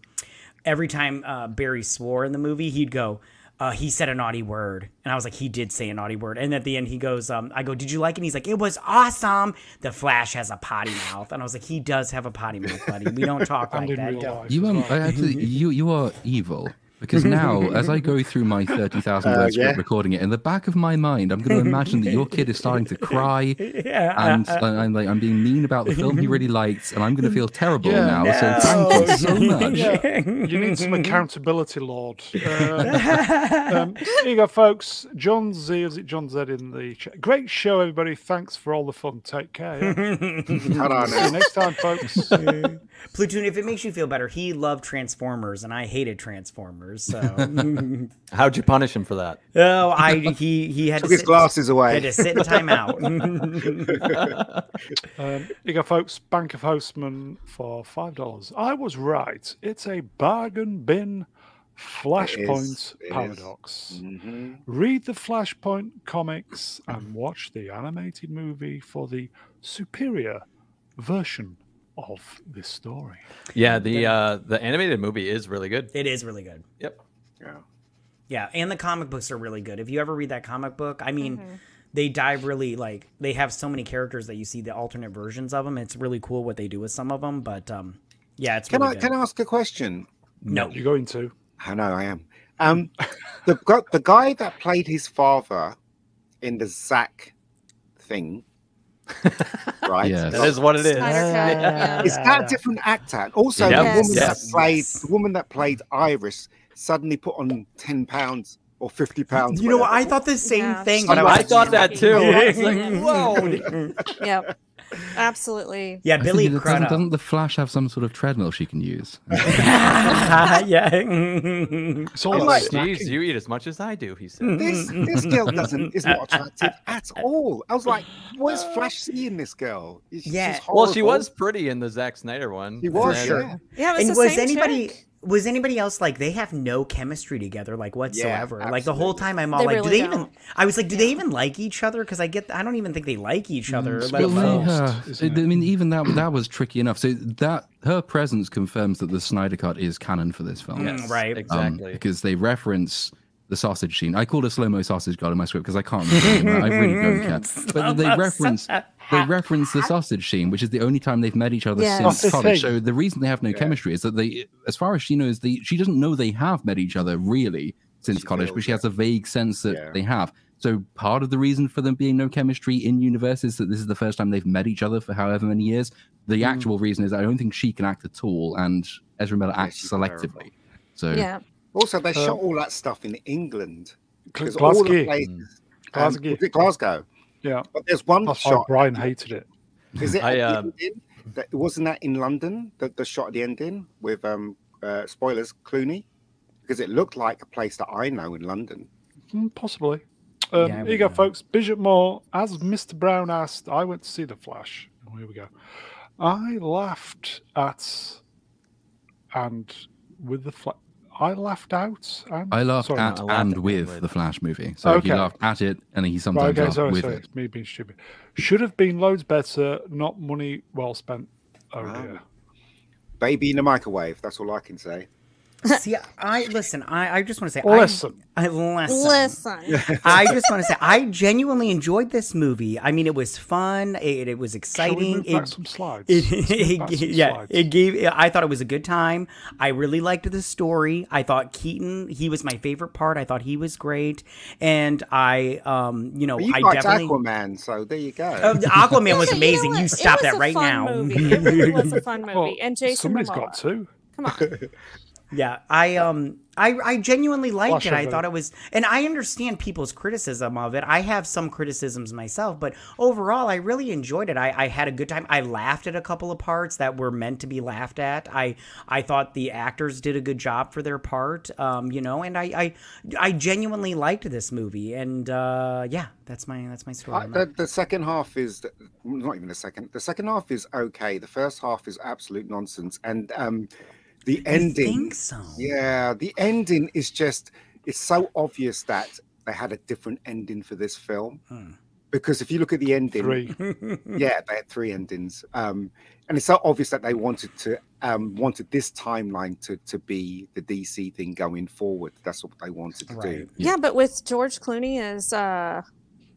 S3: every time uh, Barry swore in the movie, he'd go, uh, he said a naughty word. And I was like, he did say a naughty word. And at the end, he goes, um, I go, did you like it? And he's like, it was awesome. The Flash has a potty mouth. And I was like, he does have a potty mouth, buddy. We don't talk
S1: And
S3: like
S1: in
S3: that.
S1: real
S3: Don't.
S1: life.
S4: You
S1: as
S4: um,
S1: well.
S4: I actually, you you are evil because now, as I go through my thirty thousand
S2: Uh,
S4: word script
S2: yeah.
S4: recording it, in the back of my mind, I'm going to imagine that your kid is starting to cry, and, and I'm like, I'm being mean about the film he really liked, and I'm going to feel terrible
S1: Yeah.
S4: now. So thank you so much.
S1: You need some accountability, Lord. Uh, um, here you go, folks. John Z, is it John Z in the chat? Great show, everybody. Thanks for all the fun. Take care. yeah?
S2: Hold on.
S1: See you next time, folks.
S3: Platoon, if it makes you feel better, he loved Transformers and I hated Transformers. So,
S5: How'd you punish him for that?
S3: oh, I, he, he had
S2: Took
S3: to
S2: his
S3: sit,
S2: glasses
S3: Had
S2: away.
S3: to sit in timeout.
S1: Um, here you go, folks. Bank of Hostman for five dollars. I was right. It's a bargain bin flashpoint
S2: It is.
S1: paradox.
S2: Mhm.
S1: Read the flashpoint comics
S2: Mm.
S1: and watch the animated movie for the superior version of this story.
S5: Yeah, the uh, the animated movie is really good.
S3: it is really good.
S5: Yep.
S2: Yeah.
S3: Yeah, and the comic books are really good. If you ever read that comic book, I
S6: Mm-hmm.
S3: mean, they dive really like they have so many characters that you see the alternate versions of them. It's really cool what they do with some of them, but um, yeah, it's
S2: Can
S3: really
S2: I
S3: good.
S2: can I ask a question?
S3: no,
S1: You're going to.
S2: I know I am. Um, the gu- the guy that played his father in the Zack thing, right?
S4: Yes.
S5: That is what it is.
S6: Snyder Cut, yeah.
S2: Is that a different actor? And Also,
S5: Yeah.
S2: the woman
S5: Yes.
S2: that played
S3: Yes.
S2: the woman that played Iris suddenly put on ten pounds or fifty pounds.
S3: you know what?
S2: whatever.
S3: I thought the same
S6: Yeah.
S3: thing.
S2: I
S3: But I, was
S5: I thought that too. I was like, whoa.
S6: Yep. Absolutely.
S3: yeah,
S4: I
S3: Billy
S4: think it- doesn't,
S3: Crudup.
S4: doesn't the Flash have some sort of treadmill she can use?
S3: yeah,
S1: It's all
S2: I'm
S1: that
S2: like- Hmm.
S5: Jeez,
S1: snacking.
S5: Oh, you eat as much as I do, he said.
S2: This this girl doesn't is not attractive at all. I was like, where's Flash seeing this girl? She's- she's
S3: Yeah.
S5: Well, she
S2: horrible.
S5: was pretty in the Zack Snyder one.
S2: She was.
S5: And
S2: Sure.
S5: then-
S2: Yeah.
S6: Yeah, it was
S3: and
S6: the
S3: was
S6: same
S3: anybody
S6: chick.
S3: was anybody else like they have no chemistry together like whatsoever like the whole
S2: absolutely.
S3: time i'm all
S6: They
S3: like do
S6: really
S3: they even
S6: don't.
S3: i was like do they even like each other because i get i don't even think they like each other let
S1: Well,
S3: alone
S1: yeah.
S4: Uh, I
S1: isn't it?
S4: mean, even that that was tricky enough. So that her presence confirms that the Snyder Cut is canon for this film.
S5: Yes,
S3: right.
S4: um,
S5: Exactly.
S4: because they reference the sausage scene. I called a slow mo sausage god in my script because I can't remember. it. I really don't care. But they reference they reference the sausage scene, which is the only time they've met each other
S6: Yes.
S1: That's the
S4: since college.
S1: thing.
S4: So the reason they have no chemistry is that they, as far as she knows, they she doesn't know they have met each other really since
S2: She
S4: college, but
S2: feels
S4: she has a vague sense that
S2: Yeah.
S4: they have. So part of the reason for them being no chemistry in universe is that this is the first time they've met each other for however many years.
S2: Mm.
S4: The actual reason is I don't think she can act at all, and Ezra Miller
S2: Yeah,
S4: acts
S2: she's
S4: selectively.
S2: terrible.
S4: So
S6: Yeah.
S2: Also, they
S1: Uh,
S2: shot all that stuff in England. Because all the
S1: Glasgow.
S5: Hmm.
S2: places, um,
S1: Glasgow.
S2: was it Glasgow?
S1: Yeah.
S2: But there's one
S1: That's why
S2: shot.
S1: Brian hated it.
S2: Is it? at
S5: I,
S2: the
S5: um,
S2: ending? That- wasn't that in London? The, the shot at the ending with um uh, spoilers Clooney, because it looked like a place that I know in London.
S1: Mm, possibly. Um,
S3: Yeah,
S1: here
S3: I
S1: you go,
S3: wouldn't know.
S1: folks. Bishop Moore, as Mr. Brown asked, I went to see The Flash. Oh, here we go. I laughed at and with the flash. I laughed out and
S4: I laughed
S1: sorry,
S4: at
S5: I laughed
S4: and
S5: at it
S4: with
S5: with-
S4: the Flash movie. So
S1: Okay.
S4: he laughed at it, and he
S1: Right,
S4: sometimes
S1: okay,
S4: laughed
S1: sorry,
S4: with
S1: sorry.
S4: it.
S1: It's me being stupid. Should have been loads better, not money well spent. Oh,
S2: Wow.
S1: dear.
S2: Baby in the microwave. That's all I can say.
S3: See, I listen. I, I just want to say,
S1: Listen.
S3: I, I listen.
S6: Listen.
S3: I just want to say, I genuinely enjoyed this movie. I mean, it was fun. It, it was
S1: Shall we
S3: exciting.
S1: move back
S3: It-
S1: some slides?
S3: it,
S1: Let's
S3: it-
S1: move back some
S3: yeah,
S1: slides.
S3: it gave. I thought it was a good time. I really liked the story. I thought Keaton, he was my favorite part. I thought he was great, and I, um, you know,
S2: But you
S3: I
S2: liked
S3: definitely.
S2: Aquaman, so there you go.
S3: Oh, Aquaman was
S6: Yeah, you know
S3: amazing.
S6: what?
S3: You,
S6: It
S3: stop
S6: was
S3: that
S6: a
S3: right
S6: fun
S3: now.
S6: Movie. It really was a fun movie.
S1: Well,
S6: and Jason
S1: somebody's
S6: Momoa.
S1: got to.
S6: Come on.
S3: Yeah, I um I I genuinely liked
S1: Flush
S3: it. I
S1: over
S3: thought
S1: it.
S3: it was and I understand people's criticism of it. I have some criticisms myself, but overall I really enjoyed it. I, I had a good time. I laughed at a couple of parts that were meant to be laughed at. I I thought the actors did a good job for their part. Um, you know, and I I, I genuinely liked this movie and uh yeah, that's my that's my story.
S2: I,
S3: on that.
S2: the, the second half is not even the second. The second half is okay. The first half is absolute nonsense, and um, the
S3: You
S2: ending.
S3: think so.
S2: Yeah, the ending is just it's so obvious that they had a different ending for this film.
S3: Hmm.
S2: Because if you look at the ending,
S1: Three.
S2: yeah, they had three endings. Um, and it's so obvious that they wanted to um wanted this timeline to to be the DC thing going forward. That's what they wanted to
S3: Right.
S2: do.
S4: Yeah.
S6: Yeah, but with George Clooney as uh,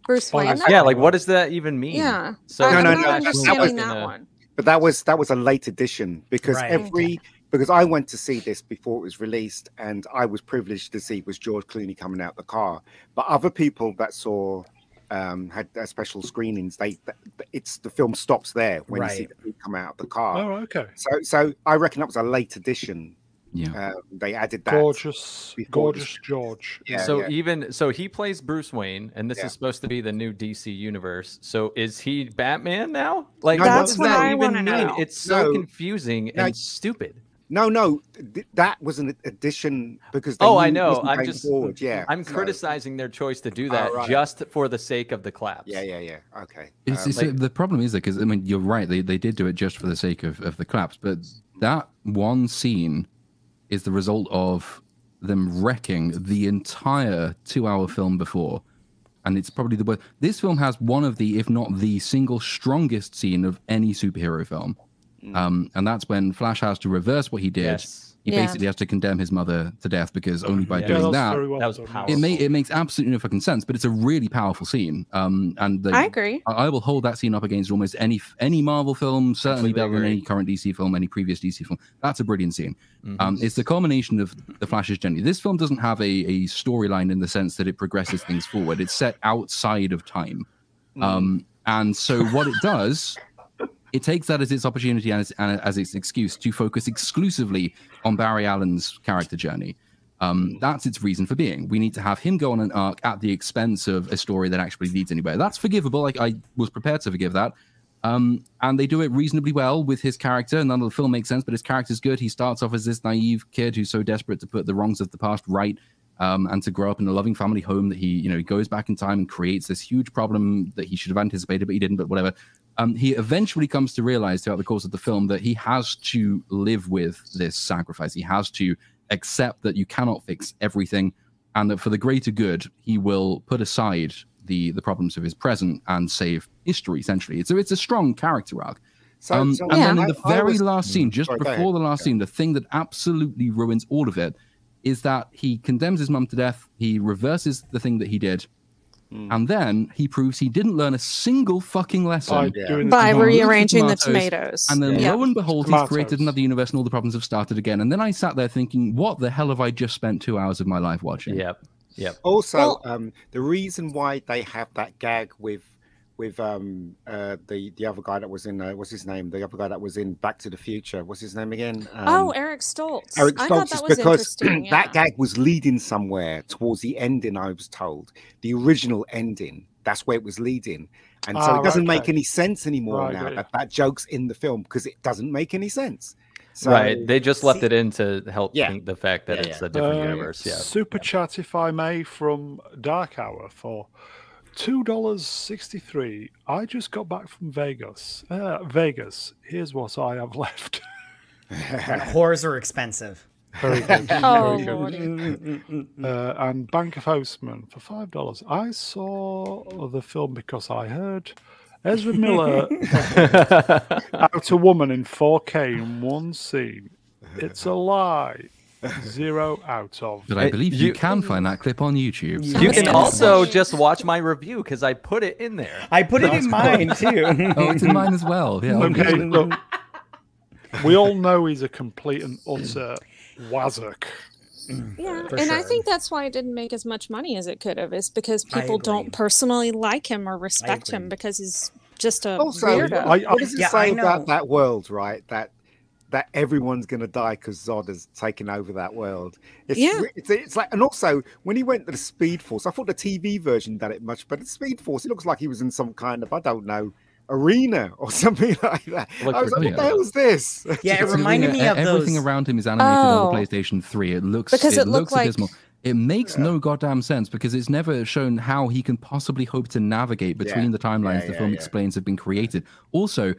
S6: Bruce
S1: Oh,
S6: Wayne.
S1: that's-
S6: that-
S5: Yeah, like what does that even mean?
S6: yeah.
S5: So
S2: No,
S6: I'm
S2: no,
S6: not
S2: no, that- that
S6: understanding
S5: was-
S6: that
S5: uh,
S6: one.
S2: But that was that was a late edition because
S3: Right.
S2: every because I went to see this before it was released, and I was privileged to see was George Clooney coming out the car. But other people that saw um, had uh, special screenings. They th- th- it's the film stops there when you see
S3: Right.
S2: the people come out the car.
S1: Oh, okay.
S2: So so I reckon that was a late edition.
S1: Uh,
S4: Yeah.
S2: Um, they added that.
S1: Gorgeous,
S2: before it was
S1: gorgeous George.
S2: Yeah,
S5: so
S2: yeah.
S5: even so, he plays Bruce Wayne, and this
S2: Yeah.
S5: is supposed to be the new DC universe. So is he Batman now? Like
S2: No,
S5: what
S2: that's
S5: does
S2: what
S5: that
S6: I
S5: even
S6: wanna
S5: mean?
S6: know.
S5: It's so
S2: No.
S5: confusing
S2: No.
S5: and stupid.
S2: No, no, th- that was an addition because they
S5: Oh,
S2: knew
S5: I
S2: it
S5: know.
S2: wasn't
S5: I'm
S2: going
S5: just
S2: forward. Yeah,
S5: I'm
S2: so-
S5: criticizing their choice to do that
S2: Oh, right.
S5: just for the sake of the claps.
S2: Yeah, yeah, yeah. Okay.
S4: It's,
S1: uh,
S2: Um,
S4: it's,
S5: like-
S4: the problem is because I mean you're right. They they did do it just for the sake of of the claps, but that one scene is the result of them wrecking the entire two hour film before, and it's probably the worst. This film has one of the, if not the single strongest scene of any superhero film,
S1: Mm.
S4: um, and that's when Flash has to reverse what he did.
S5: Yes.
S4: He
S6: Yeah.
S4: basically has to condemn his mother to death because only by
S5: Yeah,
S1: Yeah,
S4: doing
S1: that's
S4: that,
S1: very well
S5: that was
S1: done.
S5: powerful.
S4: it may it makes absolutely no fucking sense. But it's a really powerful scene, um, and the,
S6: I agree.
S4: I I will hold that scene up against almost any any Marvel film, certainly
S5: Completely
S4: better than
S5: agree.
S4: any current DC film, any previous DC film. That's a brilliant scene.
S5: Mhm.
S4: Um, it's the culmination of the Flash's journey. This film doesn't have a, a storyline in the sense that it progresses things forward. It's set outside of time, um, and so what it does, it takes that as its opportunity and as, and as its excuse to focus exclusively on Barry Allen's character journey. Um, that's its reason for being. We need to have him go on an arc at the expense of a story that actually leads anywhere. That's forgivable. Like I was prepared to forgive that. Um, and they do it reasonably well with his character. None of the film makes sense, but his character's good. He starts off as this naive kid who's so desperate to put the wrongs of the past right um, and to grow up in a loving family home that he, you know, goes back in time and creates this huge problem that he should have anticipated, but he didn't. But whatever. Um, he eventually comes to realize throughout the course of the film that he has to live with this sacrifice. He has to accept that you cannot fix everything, and that for the greater good, he will put aside the the problems of his present and save history. Essentially, so it's a strong character arc.
S2: so-
S4: Um,
S2: so
S4: and then
S2: I-
S4: in the
S2: I
S4: very
S2: was- Mm-hmm.
S4: last scene, just
S2: Sorry, go ahead.
S4: before the last scene, the thing that absolutely ruins all of it is that he condemns his mum to death. He reverses the thing that he did, and then he proves he didn't learn a single fucking lesson.
S1: By
S2: Yeah.
S1: doing the
S6: By
S4: Come on,
S1: tomorrow.
S4: re-
S6: rearranging the
S4: tomatoes,
S6: tomatoes.
S4: And then
S6: yeah.
S4: lo and behold, he's
S1: Tomatoes.
S4: created another universe and all the problems have started again. And then I sat there thinking, what the hell have I just spent two hours of my life watching?
S5: Yep. Yep.
S2: Also,
S6: Well-
S2: um, the reason why they have that gag with with um uh the the other guy that was in uh, what's his name the other guy that was in Back to the Future what's his name again um,
S6: oh, Eric Stoltz.
S2: Eric
S6: I
S2: Stoltz
S6: thought that
S2: is
S6: was
S2: because
S6: interesting.
S2: that
S6: yeah.
S2: gag was leading somewhere towards the ending I was told the original ending that's where it was leading and so
S1: Ah,
S2: it doesn't
S1: right,
S2: make
S1: okay.
S2: any sense anymore
S1: Right,
S2: now
S1: got you.
S2: that that joke's in the film because it doesn't make any sense so
S5: right. They just left
S3: See-
S5: it in to help
S2: Yeah.
S5: paint the fact that
S2: Yeah,
S5: it's
S2: yeah.
S5: a different
S1: Uh,
S5: universe. Yeah.
S1: Super chat, if I may, from Dark Hour for two dollars sixty-three. I just got back from Vegas. Uh, Vegas. Here's what I have left.
S3: Whores are expensive.
S1: Very good.
S6: Oh,
S1: very good.
S6: Lordy.
S1: Uh, and Bank of Houseman for five dollars. I saw the film because I heard Ezra Miller out a woman in 4K in one scene. It's a lie. Zero out of.
S4: But I
S2: Uh,
S5: Hey,
S4: believe you,
S5: you-
S4: can find that clip on YouTube. so
S5: You
S4: it's
S5: can
S4: not-
S5: also just watch my review because I put it in there.
S3: I put it in mine too.
S4: Oh, it's in mine as well. Yeah.
S1: Okay,
S4: okay.
S1: look. We all know he's a complete and utter wazzock.
S6: Yeah,
S3: For
S6: and I
S3: sure.
S6: think that's why it didn't make as much money as it could have, is because
S3: I
S6: people
S3: agree.
S6: don't personally like him or respect
S3: agree.
S6: him because he's just a
S2: Also,
S6: weirdo.
S1: I- I-
S2: what does it
S3: Yeah, I
S2: say
S3: know.
S2: about that world, right? That that everyone's going to die because Zod has taken over that world. It's,
S6: Yeah.
S2: re- it's, it's like, and also when he went to the Speed Force, I thought the TV version did it much better. Speed Force, it looks like he was in some kind of I don't know arena or something like that.
S5: Looked
S2: I was like, what the
S5: ridiculous.
S2: hell's this?
S3: Yeah, it reminded me of
S4: Everything
S3: those.
S4: around him is animated on
S6: Oh.
S4: the PlayStation 3. It looks
S6: Because
S4: it
S6: it looked
S4: looks
S6: like-
S4: abysmal. It makes no goddamn sense because it's never shown how he can possibly hope to navigate between the timelines
S2: Yeah,
S4: the
S2: yeah,
S4: film
S2: yeah.
S4: explains have been created. Also,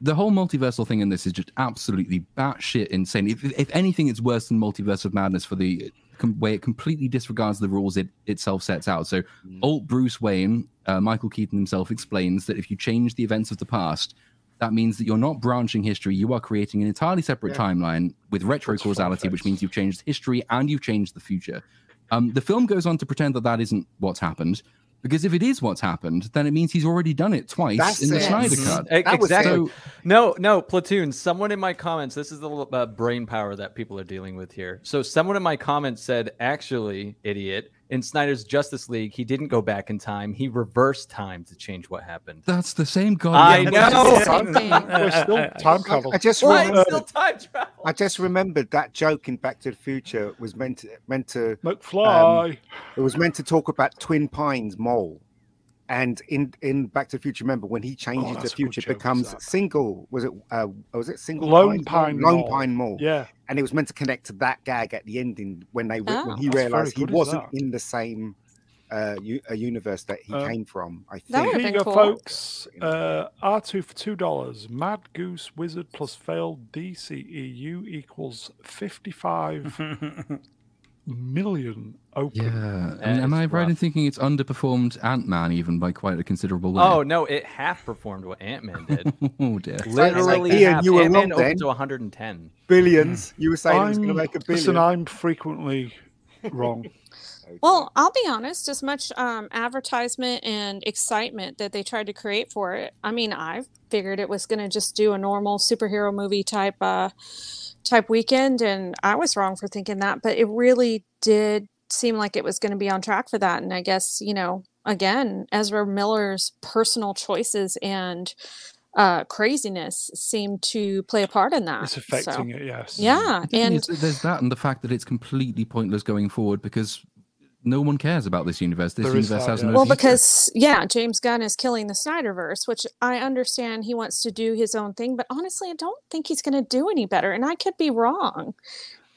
S4: the whole multiversal thing in this is just absolutely batshit insane. If, if anything, it's worse than Multiverse of Madness for the com- way it completely disregards the rules it itself sets out. So, old Bruce Wayne, uh, Michael Keaton himself explains that if you change the events of the past, that means that you're not branching history. You are creating an entirely separate
S2: Yeah.
S4: timeline with retro
S1: That's fun
S4: causality,
S1: facts.
S4: which means you've changed history and you've changed the future. Um, the film goes on to pretend that that isn't what's happened, because if it is what's happened, then it means he's already done it twice
S2: That's
S4: in the
S2: it.
S4: Snyder
S2: Mhm.
S4: Cut.
S5: E-
S2: That was
S5: exactly.
S4: So
S5: No, no, platoon. Someone in my comments. This is the l- uh, brain power that people are dealing with here. So someone in my comments said, "Actually, idiot." In Snyder's Justice League, he didn't go back in time. He reversed time to change what happened.
S4: that's the same
S5: I
S4: goddamn.
S3: Oh,
S5: know.
S1: We're
S3: Uh,
S1: still time
S2: I,
S1: travel.
S2: I just
S5: Why
S2: remember,
S5: it's still time travel?
S2: I just remembered that joke in Back to the Future was meant to, meant to
S1: McFly.
S2: It was meant to talk about Twin Pines Mole. And in, in Back to the Future, remember when he
S1: Oh,
S2: changes
S1: that's
S2: the
S1: a good
S2: future, it
S1: joke,
S2: becomes
S1: that.
S2: single. Was it uh, was it single?
S1: Lone
S2: Pines Mole?
S1: Pine
S2: Lone
S1: Mole.
S2: Pine Mall.
S1: yeah.
S2: And it was meant to connect to that gag at the ending when they re-
S6: Oh.
S2: when he
S1: That's very
S2: realized he
S1: good, is
S2: wasn't
S1: that?
S2: in the same uh, u- uh, universe that he
S1: Uh,
S2: came from. I think.
S6: That would've
S1: Here
S6: been
S1: you go,
S6: cool.
S1: folks. Uh, R2 for $2. Mad Goose Wizard plus failed DCEU equals 55
S3: uh,
S1: million open.
S4: Yeah, I
S5: That
S4: mean, am
S5: is
S4: I right in
S5: rough.
S4: thinking it's underperformed Ant Man even by quite a considerable way?
S5: Oh no, it half performed what Ant Man did.
S4: oh dear.
S5: Literally,
S2: Ian,
S5: half.
S2: you were
S5: Ant-Man
S2: wrong
S5: opened
S2: then.
S5: to 110.
S2: Billions. You were saying it was going to
S1: Mm. I'm-
S2: make a billion.
S1: Listen, I'm frequently wrong.
S6: Well, I'll be honest, as much um, advertisement and excitement that they tried to create for it, I mean, I figured it was going to just do a normal superhero movie type uh, type weekend, and I was wrong for thinking that, but it really did seem like it was going to be on track for that. And I guess, you know, again, Ezra Miller's personal choices and uh, craziness seem to play a part in that.
S1: It's
S6: Ah, So,
S1: affecting it, yes.
S6: Yeah,
S4: The thing
S6: and
S4: is that there's that, and the fact that it's completely pointless going forward because no one cares about this universe. This
S1: There is
S4: universe
S1: that,
S4: has
S1: yeah.
S4: no.
S6: Well,
S4: future.
S6: because yeah, James Gunn is killing the Snyderverse, which I understand he wants to do his own thing, but honestly, I don't think he's going to do any better, and I could be wrong.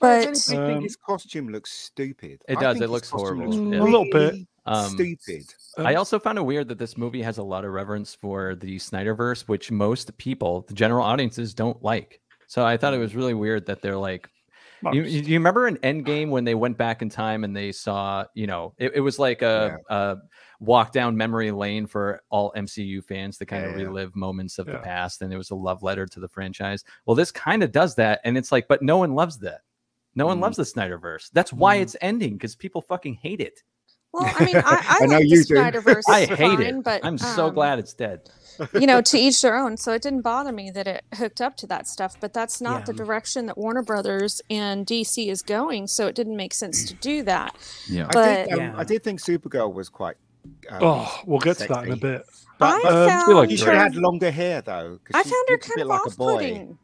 S2: Does
S6: But
S2: anybody think
S1: Um,
S2: his costume looks stupid.
S5: It
S2: I
S5: does,
S2: think
S5: it
S2: his
S5: looks
S2: costume
S5: horrible,
S2: looks
S1: yeah. A little bit.
S2: really
S5: Um,
S2: Stupid.
S5: I
S1: Um,
S5: also found it weird that this movie has a lot of reverence for the Snyderverse, which most people, the general audiences, don't like. So I thought it was really weird that they're like, you,
S1: most.
S5: you you remember in Endgame when they went back in time and they saw, you know, it, it was like a, a walk down memory lane for all MCU fans to kind
S2: Yeah,
S5: of
S2: yeah.
S5: relive moments of
S1: Yeah.
S5: the past. And it was a love letter to the franchise. Well, this kind of does that. And it's like, but no one loves that. No one
S2: Mm.
S5: loves the Snyderverse. That's why
S4: Mm.
S5: it's ending because people fucking hate it.
S6: well, I mean, I,
S2: I
S6: I,
S2: know
S6: like
S2: you do.
S6: the Snyderverse.
S5: I hate
S6: fine,
S5: it.
S6: but
S5: I'm so
S6: um,
S5: glad it's dead.
S6: you know, to each their own. So it didn't bother me that it hooked up to that stuff, but that's not the
S3: Yeah.
S6: direction that Warner Brothers and DC is going. So it didn't make sense to do that.
S4: yeah,
S2: I did,
S6: But-
S2: um, I
S3: Yeah.
S2: did think Supergirl was quite. Um,
S1: oh, we'll get to that in a
S2: sexy.
S1: bit.
S6: I
S5: uh,
S1: um,
S6: found
S2: She should
S6: her-
S2: have had longer hair though. 'cause
S6: I
S2: she
S6: found her
S2: looks a
S6: kind
S2: bit
S6: of
S2: like a boy.
S6: off-putting.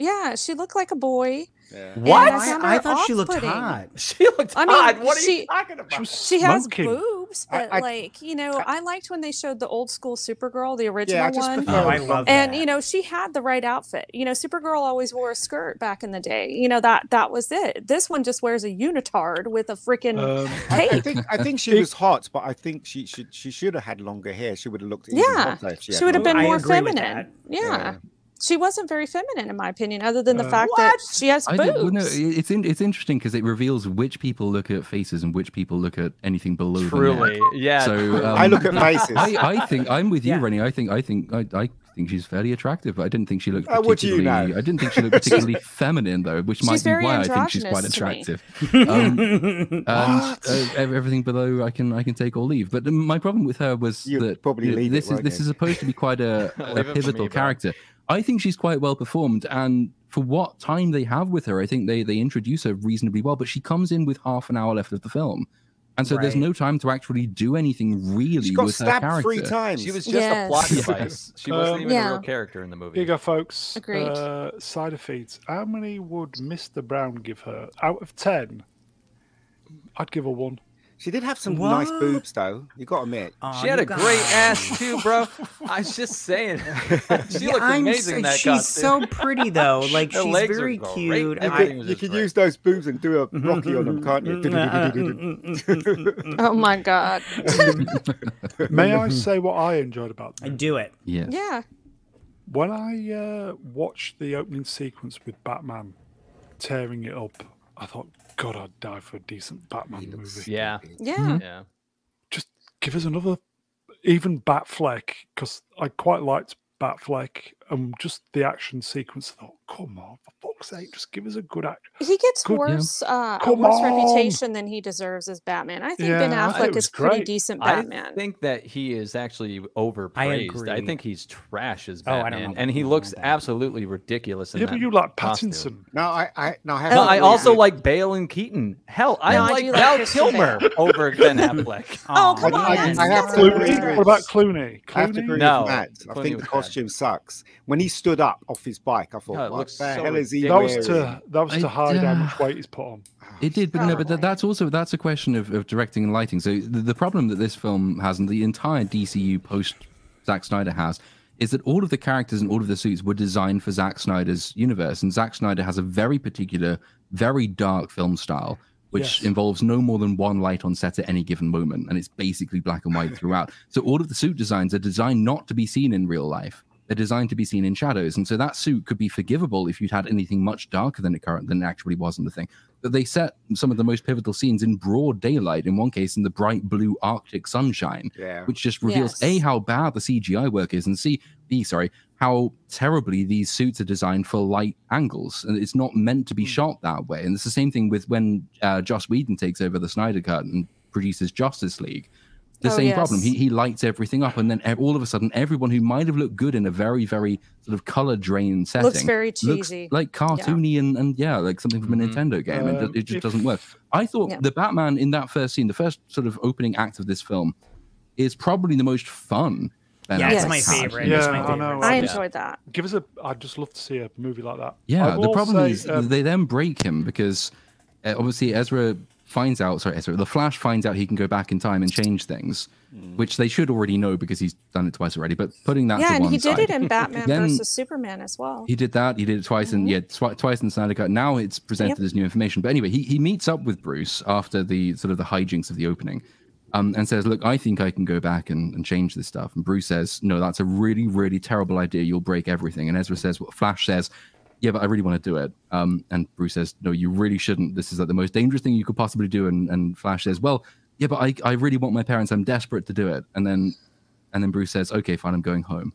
S6: Yeah, she looked like a boy.
S2: Yeah.
S5: What?
S6: And I found
S3: I, I
S6: her
S3: thought she looked
S6: off-putting.
S3: hot.
S5: She looked
S6: I mean,
S5: odd. Ah, What are you
S6: she-
S5: talking about?
S1: She was
S6: She has
S1: smoking.
S6: boobs,
S2: I-
S6: but
S2: I-
S6: like you know, I, liked when they showed the old school Supergirl, the original
S2: Yeah, I just
S6: one.
S2: prefer
S3: Oh, I
S2: her.
S3: love
S6: And
S3: that.
S6: you know, she had the right outfit. You know, Supergirl always wore a skirt back in the day. You know that that was it. This one just wears a unitard with a freaking
S1: Um,
S2: I, I
S6: cape.
S2: think I think she was hot, but I think she should she should have had longer hair. She would have looked even
S6: Yeah,
S2: hotter if she, had
S6: she would have
S2: longer
S3: Oh, I
S6: been more
S3: agree with
S6: feminine.
S2: hair.
S6: Yeah. she wasn't very feminine in my opinion other than the
S1: Uh,
S6: fact that she has
S4: I
S6: boobs
S4: did- well, no, it- it's in, it's interesting because it reveals which people look at faces and which people look at anything below. the neck.
S5: Truly, yeah.
S4: So, um,
S2: I look at faces.
S4: I, I think I'm with you,
S3: Yeah.
S4: Rennie. I think I think I, I think she's fairly attractive, but I didn't think she looked
S2: How
S4: particularly.
S2: would you know?
S4: I didn't think she looked particularly feminine, though, which might
S6: She's
S4: be
S6: very
S4: why I think she's quite
S6: androgynous to me.
S4: attractive. Um, and uh, ev- everything below I can I can take or leave. But my problem with her was
S2: You'll
S4: that
S2: probably
S4: you know,
S2: leave it,
S4: this is
S2: won't
S4: this
S2: you?
S4: is supposed to be quite a, a
S5: Leave it for me,
S4: pivotal
S5: bro.
S4: character. I think she's quite well performed, and for what time they have with her, I think they they introduce her reasonably well. But she comes in with half an hour left of the film, and so there's
S3: Right.
S4: no time to actually do anything really
S2: She got
S4: with her
S2: stabbed
S4: character.
S2: three times.
S5: She was just a
S6: Yes.
S5: plot device. She wasn't
S1: Um,
S5: even
S6: Yeah.
S5: a real character in the
S1: Here
S5: movie.
S1: you go, folks.
S6: Agreed.
S1: Uh, side effects. How many would Mr. Brown give her out of ten? I'd give her one.
S2: She did have some
S3: What?
S2: nice boobs, though. You got to admit.
S3: Aw,
S5: She had
S3: you
S5: a great
S3: guys.
S5: ass too, bro. I was just saying, she
S3: Yeah,
S5: looked
S3: I'm
S5: amazing in
S3: so-
S5: that
S3: she's
S5: costume.
S3: so pretty though. Like
S5: Her
S3: she's
S5: legs are
S3: very
S5: great.
S3: cute.
S5: Everything
S3: I-
S5: think it was
S2: you
S5: just
S2: could
S5: great.
S2: use those boobs and do a Rocky on them, can't
S3: Uh,
S2: you?
S3: Mm-hmm.
S6: oh my god
S1: May I say what I enjoyed about
S3: I
S1: them?
S3: do it.
S4: Yes.
S6: yeah
S1: When I uh, watched the opening sequence with Batman tearing it up, I thought, God, I'd die for a decent Batman movie.
S5: Yeah.
S6: yeah
S5: Yeah.
S1: Just give us another, even Batfleck, because I quite liked Batfleck and just the action sequence. I thought, come on, for fuck's sake, just give us a good act.
S6: he gets
S1: Good-
S6: worse uh a
S1: Come
S6: worse
S1: on.
S6: reputation than he deserves as batman i think ben
S1: Yeah, I thought it
S6: affleck
S1: was
S6: is pretty
S1: great.
S6: decent
S5: I
S6: batman
S5: think that he is actually overpraised. I,
S3: agree.
S5: think he's trash as
S3: Oh, I don't
S5: Batman,
S3: know about
S5: and he
S3: that.
S5: looks
S3: I don't-
S5: absolutely ridiculous. In
S1: yeah,
S5: that
S1: but you like
S5: costume.
S1: Pattinson.
S2: No, I, I, no, I,
S5: No,
S6: Oh,
S2: haven't
S5: I
S6: yeah.
S5: also like Bale and Keaton. Hell, I
S6: No, I
S5: like
S6: do like
S5: Val
S6: Christian
S5: Kilmer over Ben Affleck.
S3: Aw,
S6: come
S2: on,
S3: man.
S2: I- I have to
S1: Clooney?
S2: agree.
S1: What about Clooney? Clooney?
S2: I have to agree
S5: No,
S2: with Matt. I
S5: Clooney
S2: think
S5: was
S2: the
S5: bad.
S2: costume sucks. When he stood up off his bike, I thought,
S5: No, it
S2: what
S5: looks
S2: the
S5: so
S2: hell is he
S1: That was
S5: ridiculous.
S2: wearing?
S1: to that was
S4: I-
S1: to hide how
S4: yeah.
S1: much weight he's put on.
S4: It did, but no, but that,
S6: Probably.
S4: that's also that's a question of, of directing and lighting. So the, the problem that this film has, and the entire DCU post Zack Snyder has, is that all of the characters and all of the suits were designed for Zack Snyder's universe, and Zack Snyder has a very particular, very dark film style, which
S1: Yes.
S4: involves no more than one light on set at any given moment, and it's basically black and white throughout. so all of the suit designs are designed not to be seen in real life. They're designed to be seen in shadows, and so that suit could be forgivable if you'd had anything much darker than it current than it actually was in the thing. But they set some of the most pivotal scenes in broad daylight. In one case, in the bright blue Arctic sunshine,
S2: Yeah.
S4: which just reveals
S6: Yes.
S4: a how bad the CGI work is, and c b sorry how terribly these suits are designed for light angles, and it's not meant to be shot that way. And it's the same thing with when uh, Joss Whedon takes over the Snyder Cut and produces Justice League. The
S6: Oh,
S4: same problem.
S6: yes.
S4: He, he lights everything up, and then ev- all of a sudden, everyone who might have looked good in a very, very sort of color drain setting
S6: looks very
S4: looks
S6: cheesy
S4: like cartoony and, and yeah, like something from a
S3: Mm-hmm.
S5: Mhm.
S4: Nintendo game. and
S1: Um,
S4: it, it just
S1: if-
S4: doesn't work. I thought
S6: Yeah.
S4: the Batman in that first scene, the first sort of opening act of this film, is probably the most fun. Ben
S3: Yeah, it's
S4: Affleck's
S3: my
S4: had.
S3: favorite.
S1: Yeah,
S3: it's
S1: I
S3: my favorite.
S1: know.
S6: i
S1: Yeah.
S6: enjoyed that
S1: Give us a. I'd just love to see a movie like that.
S4: Yeah,
S1: I
S4: the
S1: will
S4: problem
S1: say,
S4: is
S1: um,
S4: they then break him because uh, obviously Ezra finds out. Sorry, Ezra. The Flash finds out he can go back in time and change things,
S3: Mm.
S4: which they should already know because he's done it twice already. But putting that
S6: yeah
S4: to
S6: and
S4: one
S6: he did
S4: side,
S6: it in batman
S4: Then-
S6: versus superman as well
S4: He did that. He did it twice, and yeah, twi- twice in the Snyder Cut. Now it's presented
S6: Yep.
S4: as new information. But anyway, he, he meets up with Bruce after the sort of the hijinks of the opening, um, and says, "Look, I think I can go back and, and change this stuff." And Bruce says, "No, that's a really, really terrible idea. You'll break everything." And Ezra says, "What Flash says." Yeah, but I really want to do it. Um, and Bruce says, "No, you really shouldn't. This is like the most dangerous thing you could possibly do." And, and Flash says, "Well, yeah, but I, I really want my parents. I'm desperate to do it." And then, and then Bruce says, "Okay, fine. I'm going home."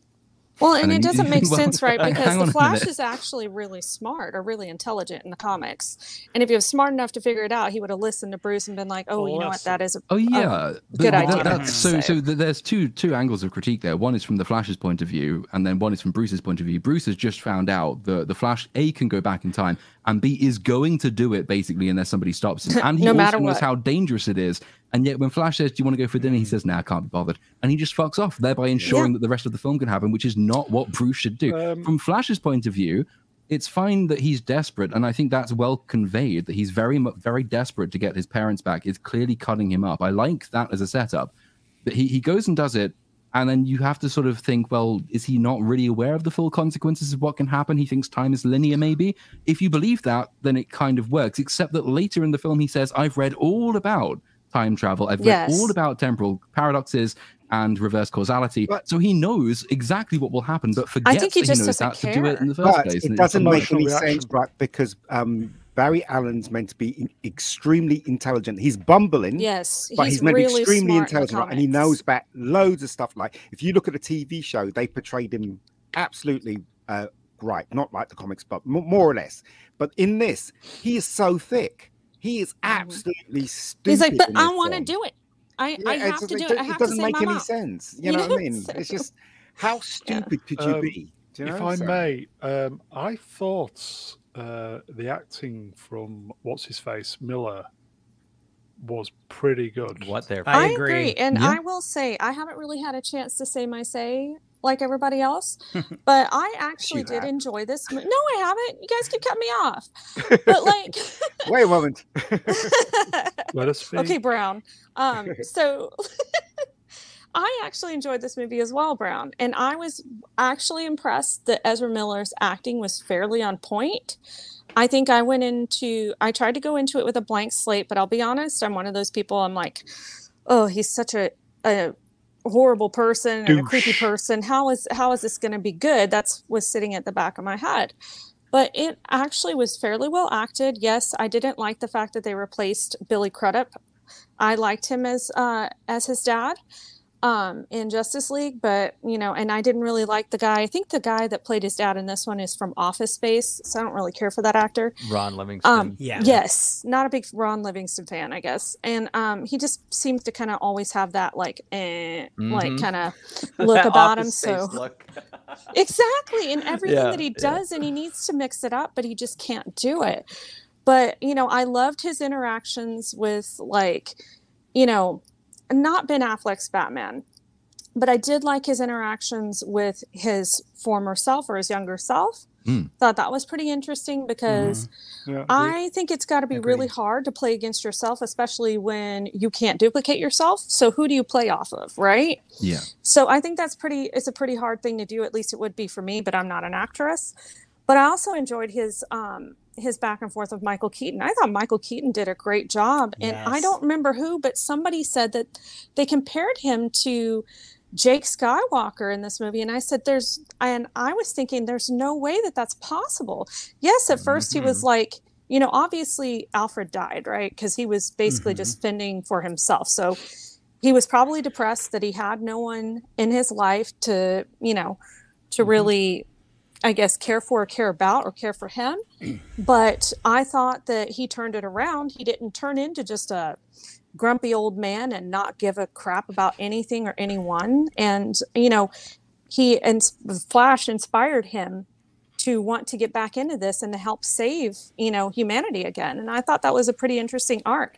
S6: Well, and
S4: then
S6: it
S4: you-
S6: doesn't make
S4: well,
S6: sense, right?
S4: hang
S6: Because
S4: on a
S6: the
S4: minute.
S6: Flash is actually really smart or really intelligent in the comics. And if he was smart enough to figure it out, he would have listened to Bruce and been like, "Oh, you know what?
S1: Awesome.
S6: That is a
S4: Oh yeah, but-
S6: good
S4: but
S6: idea.
S4: that's, so,
S6: So-
S4: so th- there's two two angles of critique there. One is from the Flash's point of view, and then one is from Bruce's point of view. Bruce has just found out that the Flash A can go back in time, and B is going to do it basically unless somebody stops him. And he
S6: No
S4: also
S6: matter
S4: knows
S6: what. Mm.
S4: how dangerous it is. And yet, when Flash says, "Do you want to go for dinner?" he says, "Nah, I can't be bothered," and he just fucks off, thereby ensuring that the rest of the film can happen, which is not what Bruce should do.
S1: Um,
S4: from Flash's point of view. It's fine that he's desperate, and I think that's well conveyed. That he's very, mu- very desperate to get his parents back. It's clearly cutting him up. I like that as a setup. But he, he goes and does it, and then you have to sort of think, well, is he not really aware of the full consequences of what can happen? He thinks time is linear, maybe. If you believe that, then it kind of works. Except that later in the film, he says, "I've read all about time travel. I've read
S6: Yes.
S4: all about temporal paradoxes." and reverse causality.
S2: But-
S4: so he knows exactly what will happen, but forgets
S6: think he
S4: that
S6: just
S4: knows
S6: doesn't
S4: that to do it
S6: care.
S4: in the first
S2: But
S4: place.
S2: it
S4: and
S2: doesn't make
S1: emotional
S2: any
S1: reaction.
S2: sense, right? Because um, Barry Allen's meant to be in- extremely intelligent. He's bumbling,
S6: Yes,
S2: but he's, meant to be
S6: really
S2: extremely
S6: smart in the
S2: intelligent, right? and he
S6: comics.
S2: knows about loads of stuff. Like if you look at the TV show, they portrayed him absolutely uh, right, not like the comics, but mo- more or less. But in this, he is so thick. He is absolutely stupid.
S6: Mm. He's like, but
S2: in
S6: I
S2: this
S6: want to
S2: film."
S6: do it. I,
S2: Yeah,
S6: I
S2: it's
S6: have to
S2: just-
S6: do it. I have
S2: It
S6: to say
S2: doesn't
S6: my
S2: make any
S6: mom.
S2: sense. You know what I mean?
S6: Yes.
S2: It's just how stupid could you
S1: Um,
S2: be? Do you
S1: if
S2: know?
S1: I
S2: So-
S1: may, um, I thought uh, the acting from what's his face Miller was pretty good.
S5: What there?
S3: I
S6: agree.
S3: agree.
S6: And
S4: Yeah.
S6: I will say, I haven't really had a chance to say my say like everybody else, but I actually
S2: you
S6: did
S2: have.
S6: enjoy this. mo- No, I haven't. You guys keep cutting me off. But like,
S2: Wait a moment.
S1: Let us see.
S6: okay, Brown. Um, so I actually enjoyed this movie as well, Brown. And I was actually impressed that Ezra Miller's acting was fairly on point. I think I went into, I tried to go into it with a blank slate, but I'll be honest, I'm one of those people, I'm like, oh, he's such a, a horrible person and a creepy
S1: Douche.
S6: person. How is, how is this going to be good? That's was sitting at the back of my head but it actually was fairly well acted. Yes, I didn't like the fact that they replaced Billy Crudup. I liked him as uh, as his dad um, in Justice League, but you know, and I didn't really like the guy. I think the guy that played his dad in this one is from Office Space, so I don't really care for that actor.
S5: Ron Livingston.
S6: Um,
S3: Yeah.
S6: Yes, not a big Ron Livingston fan, I guess, and um, he just seems to kind of always have that like, eh, like
S5: Mhm.
S6: kind of look
S5: That
S6: about him,
S5: office space
S6: so-
S5: look.
S6: exactly in everything
S5: Yeah,
S6: that he
S5: yeah.
S6: does and he needs to mix it up but he just can't do it but you know i loved his interactions with like you know not ben affleck's batman but i did like his interactions with his former self or his younger self
S4: Hmm.
S6: thought that was pretty interesting because
S1: Yeah.
S6: I think it's got to be really
S5: Agreed.
S6: hard to play against yourself, especially when you can't duplicate yourself. So who do you play off of, right?
S4: Yeah.
S6: So I think that's pretty. It's a pretty hard thing to do. At least it would be for me, but I'm not an actress. But I also enjoyed his um, his back and forth with Michael Keaton. I thought Michael Keaton did a great job, and I
S3: Yes.
S6: don't remember who, but somebody said that they compared him to Jake Skywalker in this movie, and I said, "There's," and I was thinking, "There's no way that that's possible." Yes, at 1st he was like, you know, obviously Alfred died, right? Because he was basically
S3: Mhm.
S6: just fending for himself, so he was probably depressed that he had no one in his life to, you know, to
S1: Mhm.
S6: really, I guess, care for, or care about, or care for him. but I thought that he turned it around. He didn't turn into just a grumpy old man and not give a crap about anything or anyone. And, you know, he and Flash inspired him to want to get back into this and to help save, you know, humanity again. And I thought that was a pretty interesting arc.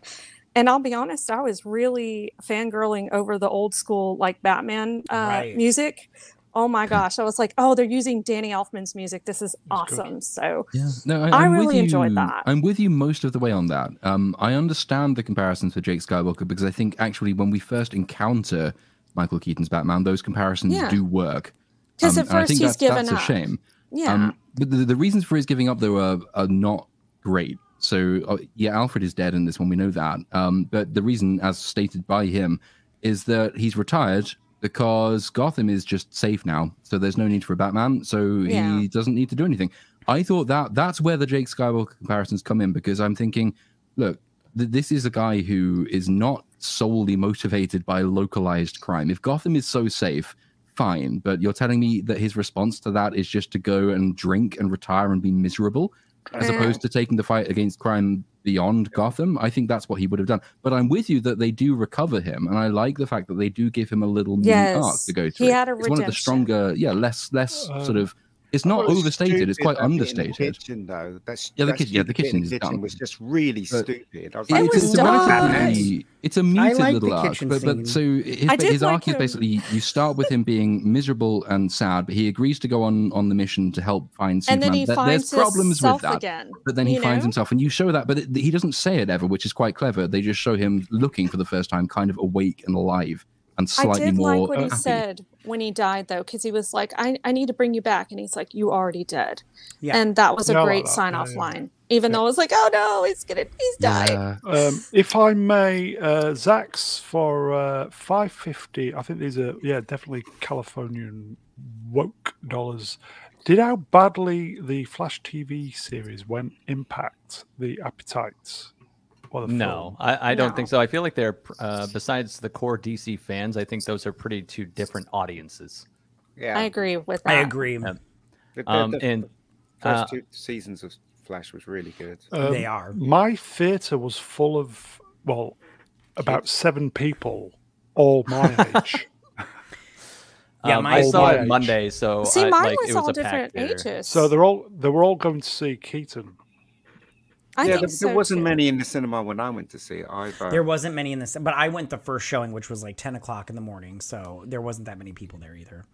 S6: And I'll be honest, I was really fangirling over the old school like Batman uh,
S3: Right.
S6: music. Oh my gosh. I was like, oh, they're using Danny Elfman's music. This is
S1: That's good.
S6: awesome. So,
S4: Yeah, no, I,
S6: I
S4: I'm with
S6: really enjoyed
S4: you-
S6: that.
S4: I'm with you most of the way on that. Um, I understand the comparisons with Jake Skywalker because I think actually when we first encounter Michael Keaton's Batman, those comparisons
S6: Yeah.
S4: do work.
S6: because
S4: Um,
S6: at
S4: and I
S6: first
S4: think
S6: he's
S4: that's,
S6: given
S4: that's
S6: up.
S4: a shame.
S6: Yeah.
S4: Um, but the, the reasons for his giving up though are, are not great. So uh, yeah, Alfred is dead in this one. We know that. Um, but the reason, as stated by him, is that he's retired because Gotham is just safe now. So there's no need for a Batman. So
S6: Yeah.
S4: he doesn't need to do anything. I thought that that's where the Jake Skywalker comparisons come in because I'm thinking, look, th- this is a guy who is not solely motivated by localized crime. If Gotham is so safe, fine. But you're telling me that his response to that is just to go and drink and retire and be miserable, as
S6: Yeah.
S4: opposed to taking the fight against crime beyond Gotham. I think that's what he would have done. But I'm with you that they do recover him, and I like the fact that they do give him a little mini arc
S6: yes.
S4: to go through.
S6: He had a
S4: it's
S6: redemption.
S4: one of the stronger, yeah, less less
S2: Uh,
S4: sort
S1: Um,
S4: of. It's not
S2: Well, it's
S4: overstated. It's
S2: stupid
S4: quite
S2: that bit in the
S4: understated.
S2: Kitchen though, that's
S4: Yeah, the
S2: that
S4: kitchen- yeah, the
S2: stupid bit in
S4: kitchen is
S2: kitchen
S4: dumb.
S2: was just really
S4: But
S2: stupid. I was
S6: It
S2: like,
S4: It's-
S6: was
S4: it's
S2: "This is
S6: dumb.
S2: ridiculous."
S4: relatively- It's a muted
S3: like the
S4: little arc,
S3: kitchen
S4: but, but
S3: scene.
S4: so his,
S6: I
S4: ba-
S6: did
S4: his
S6: like
S4: arc is
S6: him.
S4: basically you start with him being miserable and sad, but he agrees to go on on the mission to help find
S6: and
S4: Superman.
S6: then he
S4: There-
S6: finds
S4: There's problems with
S6: himself
S4: that,
S6: again.
S4: but then he
S6: you
S4: finds
S6: know?
S4: himself, and you show that, but it, he doesn't say it ever, which is quite clever. They just show him looking for the first time, kind of awake and alive. and slightly
S6: I did
S4: more. uh,
S6: like what he
S4: happy.
S6: said when he died, though, because he was like, I, I need to bring you back. And he's like, You already did.
S3: Yeah.
S6: And that was a
S1: Yeah, I like
S6: great
S1: that.
S6: sign off
S1: Yeah, yeah.
S6: line, even
S1: Yeah.
S6: though I was like, Oh no, he's gonna, he's dying.
S4: Yeah.
S1: Um, if I may, uh, Zach's for uh, five fifty. I think these are yeah, definitely Californian woke dollars. Did how badly the Flash TV series went impact the appetites? Or the
S5: No, I, I don't think
S6: No.
S5: so. I feel like they're uh, besides the core DC fans. I think those are pretty two different audiences.
S2: Yeah,
S6: I agree with that.
S3: I agree.
S5: Yeah.
S2: The, the-
S5: Um,
S2: the
S5: and
S2: first
S5: uh,
S2: two seasons of Flash was really good.
S1: film? Um,
S3: they are.
S1: My theatre was full of well, about seven people, all my age.
S3: Yeah,
S5: um,
S3: my
S5: I saw
S1: my
S5: it
S1: age.
S5: Monday, so
S6: See,
S5: I,
S6: mine
S5: Uh, like,
S6: was,
S5: it was
S6: all
S5: a packed
S6: different
S5: theater.
S6: ages.
S1: So they're all they were all going to see Keaton.
S6: I
S2: yeah,
S6: think
S2: there,
S6: so,
S2: there wasn't
S6: too.
S2: many in the cinema when I went to see it either.
S3: There wasn't many in this, but I went the first showing, which was like 10 o'clock in the morning. So there wasn't that many people there either.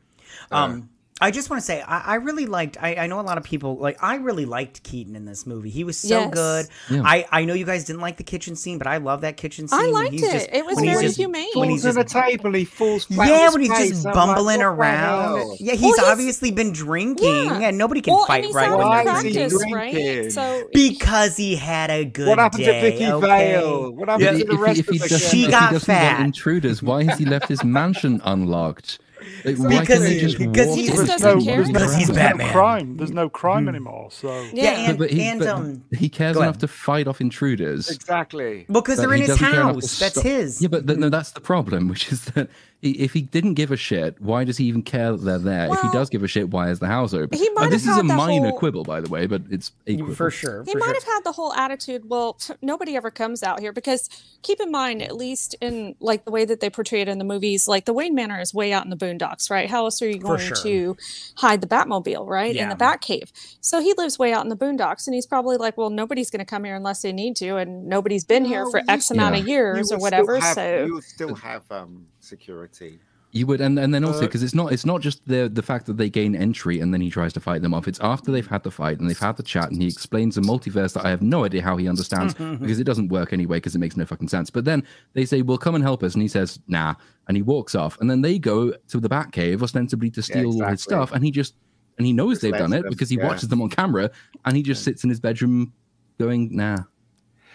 S3: Um, I just want to say, I, I really liked, I, I know a lot of people, like, I really liked Keaton in this movie. He was so
S6: Yes.
S3: good.
S4: Yeah.
S3: I, I know you guys didn't like the kitchen scene, but I love that kitchen scene.
S6: I
S3: when
S6: liked
S3: he's
S6: it.
S3: just-
S6: it was
S3: when he's
S6: very
S3: just-
S6: humane.
S3: when he's
S2: falls on the
S3: just-
S2: table, he falls flat.
S3: yeah,
S2: on
S3: when
S2: his
S3: he's
S2: face.
S3: just
S2: I'm like,
S3: bumbling
S2: what the
S3: around.
S2: hell?
S3: Yeah, he's
S6: Well, he's-
S3: obviously been drinking,
S6: Yeah.
S3: and nobody can
S6: well,
S3: fight
S6: and he's
S3: right
S6: out of
S2: Why
S3: when they're
S2: is he
S6: practice,
S3: drinking.
S2: drinking?
S6: right? So
S3: Because he had a good
S2: What happened
S3: day.
S2: to Vicky
S3: okay?
S2: Vale? What happened
S4: But
S2: to
S4: he-
S2: the rest
S4: if he,
S2: of the
S4: if he doesn't,
S3: She
S4: if he
S3: got
S4: doesn't
S3: fat.
S4: want intruders, why has he left his mansion unlocked? Like, why can
S3: Because
S4: they
S3: he-
S4: just
S3: because
S4: walk
S3: he
S4: in
S6: just
S4: and
S6: doesn't
S4: grab
S6: care.
S4: him?
S1: there's no,
S3: Because he's
S1: there's
S3: Batman.
S1: no crime. There's no
S3: Hmm.
S1: crime anymore. So
S3: Yeah,
S6: Yeah.
S3: and,
S4: but, he,
S3: and
S4: but
S3: um,
S4: he cares
S3: go
S4: enough
S3: ahead.
S4: to fight off intruders.
S2: Exactly.
S3: because
S4: But
S3: they're in
S4: he
S3: his
S4: doesn't care enough to
S3: house. That's
S4: stop-
S3: his.
S4: Yeah, but th- no, that's the problem, which is that i- if he didn't give a shit, why does he even care that they're there? if he
S6: Well,
S4: does give a shit, why is the house open?
S6: he
S4: Uh,
S6: might have
S4: this is a
S6: had the
S4: minor
S6: whole-
S4: quibble, by the way, but it's a quibble.
S3: for sure.
S6: They
S3: for
S6: might
S3: sure.
S6: have had the whole attitude. Well, pff, nobody ever comes out here because keep in mind, at least in like the way that they portray it in the movies, like the Wayne Manor is way out in the boondocks, right? How else are you
S3: For
S6: going
S3: sure.
S6: to hide the Batmobile, right? In
S3: Yeah.
S6: the Batcave. So he lives way out in the boondocks, and he's probably like, well, nobody's going to come here unless they need to, and nobody's been here
S2: No,
S6: for
S2: you-
S6: X amount of
S2: You
S6: years or
S2: would still
S6: whatever.
S2: have-
S6: so
S2: you would still have um, security.
S4: You would, and, and then also
S1: Uh,
S4: because it's not it's not just the the fact that they gain entry and then he tries to fight them off. It's after they've had the fight and they've had the chat and he explains a multiverse that I have no idea how he understands because it doesn't work anyway because it makes no fucking sense. But then they say, "Well, come and help us," and he says, "Nah," and he walks off. And then they go to the Batcave ostensibly to steal all
S2: exactly.
S4: his stuff, and he just and he knows
S2: Just
S4: they've
S2: lets
S4: done it
S2: them,
S4: because he
S2: yeah.
S4: watches them on camera, and he just sits in his bedroom going, "Nah."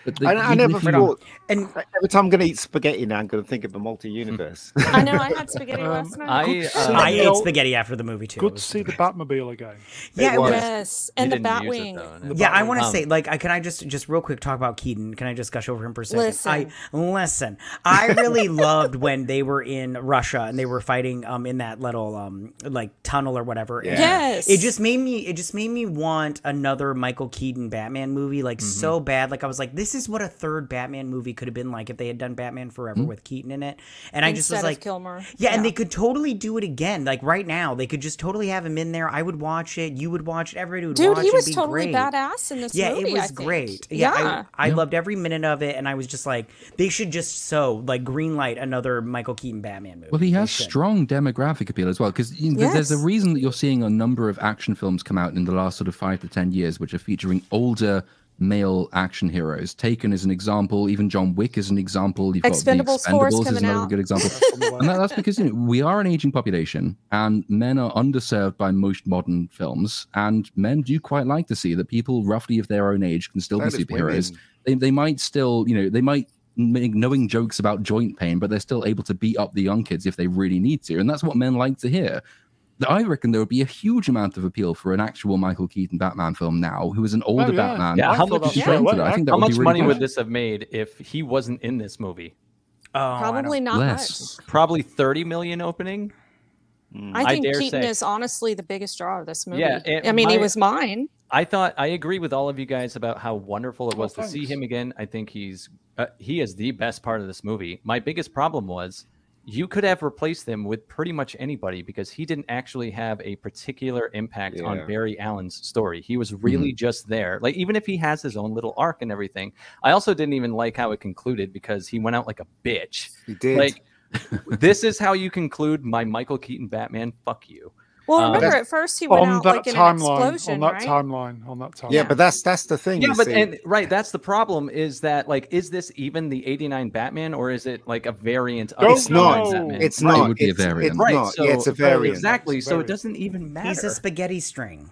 S4: But they-
S2: I, I
S4: even
S2: never
S4: if you-
S2: thought.
S3: And
S2: Every time I'm going to eat spaghetti now, I'm going to think of a multi-universe.
S6: I know I had spaghetti
S1: Um,
S6: last night.
S5: I,
S1: Good
S5: uh,
S1: scene.
S3: I
S1: Well,
S3: ate spaghetti after the movie too. It
S1: good to
S3: was-
S1: see the Batmobile again.
S3: Yeah, it
S2: It
S3: was.
S2: was.
S6: yes,
S5: You
S6: and the
S5: didn't use it,
S6: Batwing.
S5: though, and
S1: The
S5: it-
S3: Yeah, I want to
S5: Um,
S3: say, like, I can I just just real quick talk about Keaton? Can I just gush over him for a second? I listen. I really loved when they were in Russia and they were fighting um in that little um like tunnel or whatever. and
S6: Yes.
S3: It just made me. It just made me want another Michael Keaton Batman movie, like so bad. Like I was like, this is what a third Batman movie could have been like if they had done Batman Forever with Keaton in it. And I just
S6: Instead
S3: was
S6: of
S3: like,
S6: Kilmer.
S3: yeah, and they could totally do it again. Like right now, they could just totally have him in there. I would watch it. You would watch it. Everybody would
S6: Dude,
S3: watch
S6: he
S3: it.
S6: was
S3: It'd be
S6: totally
S3: great.
S6: badass in this
S3: Yeah, it
S6: movie. I
S3: was
S6: think.
S3: great. Yeah,
S6: Yeah.
S3: I, I loved every minute of it, and I was just like, they should just so like greenlight another Michael Keaton Batman movie.
S4: Well, he
S3: They
S4: has
S3: should.
S4: strong demographic appeal as well, because there's a
S6: Yes.
S4: reason that you're seeing a number of action films come out in the last sort of five to ten years, which are featuring older male action heroes. Taken is an example. Even John Wick is an example. You've
S6: Expendables 4
S4: got the
S6: is
S4: Expendables is
S6: coming
S4: another
S6: out.
S4: good example.
S1: On the way.
S4: And that, that's because you know, we are an aging population, and men are underserved by most modern films. And men do quite like to see that people, roughly of their own age, can still
S2: So
S4: be
S2: does
S4: superheroes
S2: women.
S4: they, they might still, you know, they might make knowing jokes about joint pain, but they're still able to beat up the young kids if they really need to. And that's what men like to hear. I reckon there would be a huge amount of appeal for an actual Michael Keaton Batman film now, who is an older
S1: Oh, yeah.
S4: Batman.
S5: Yeah,
S1: I
S5: how
S1: thought
S5: much-
S1: that was-
S4: Straight into that. I think that
S5: How
S4: would be
S5: much
S4: really
S5: money
S4: good.
S5: would this have made if he wasn't in this movie?
S3: Oh, I don't-
S6: Probably not
S4: Less.
S5: Probably 30 million opening.
S2: Mm.
S6: much.
S5: I
S6: I think
S5: dare
S6: Keaton
S5: say.
S6: is honestly the biggest draw of this movie.
S5: Yeah, it
S6: I mean, he
S5: might-
S6: was mine.
S5: I thought I agree with all of you guys about how wonderful it was to see
S1: thanks.
S5: him again. I think he's uh, he is the best part of this movie. My biggest problem was you could have replaced him with pretty much anybody because he didn't actually have a particular impact
S2: Yeah.
S5: on Barry Allen's story. He was really just there. Like even if he has his own little arc and everything, I also didn't even like how it concluded because he went out like a bitch.
S2: He did.
S5: Like this is how you conclude my Michael Keaton Batman. Fuck you.
S6: Well,
S5: Um,
S6: remember at first he went
S1: on
S6: out
S1: that
S6: like in an
S1: timeline, on
S6: explosion,
S1: that
S6: right?
S1: timeline, on that timeline.
S2: Yeah, but that's that's the thing.
S5: Yeah,
S2: you
S5: but
S2: see.
S5: and right, that's the problem. Is that like, is this even the '89 Batman, or is it like a variant of
S1: Don't
S5: the 89
S1: know.
S5: Batman?
S2: it's
S4: Right. It
S2: not.
S4: would be a
S2: it's,
S4: variant.
S2: It's
S5: right.
S2: not.
S5: so,
S2: yeah, it's a
S5: right,
S2: variant.
S5: Exactly. So it
S1: Variant.
S5: doesn't even matter.
S3: He's a spaghetti string.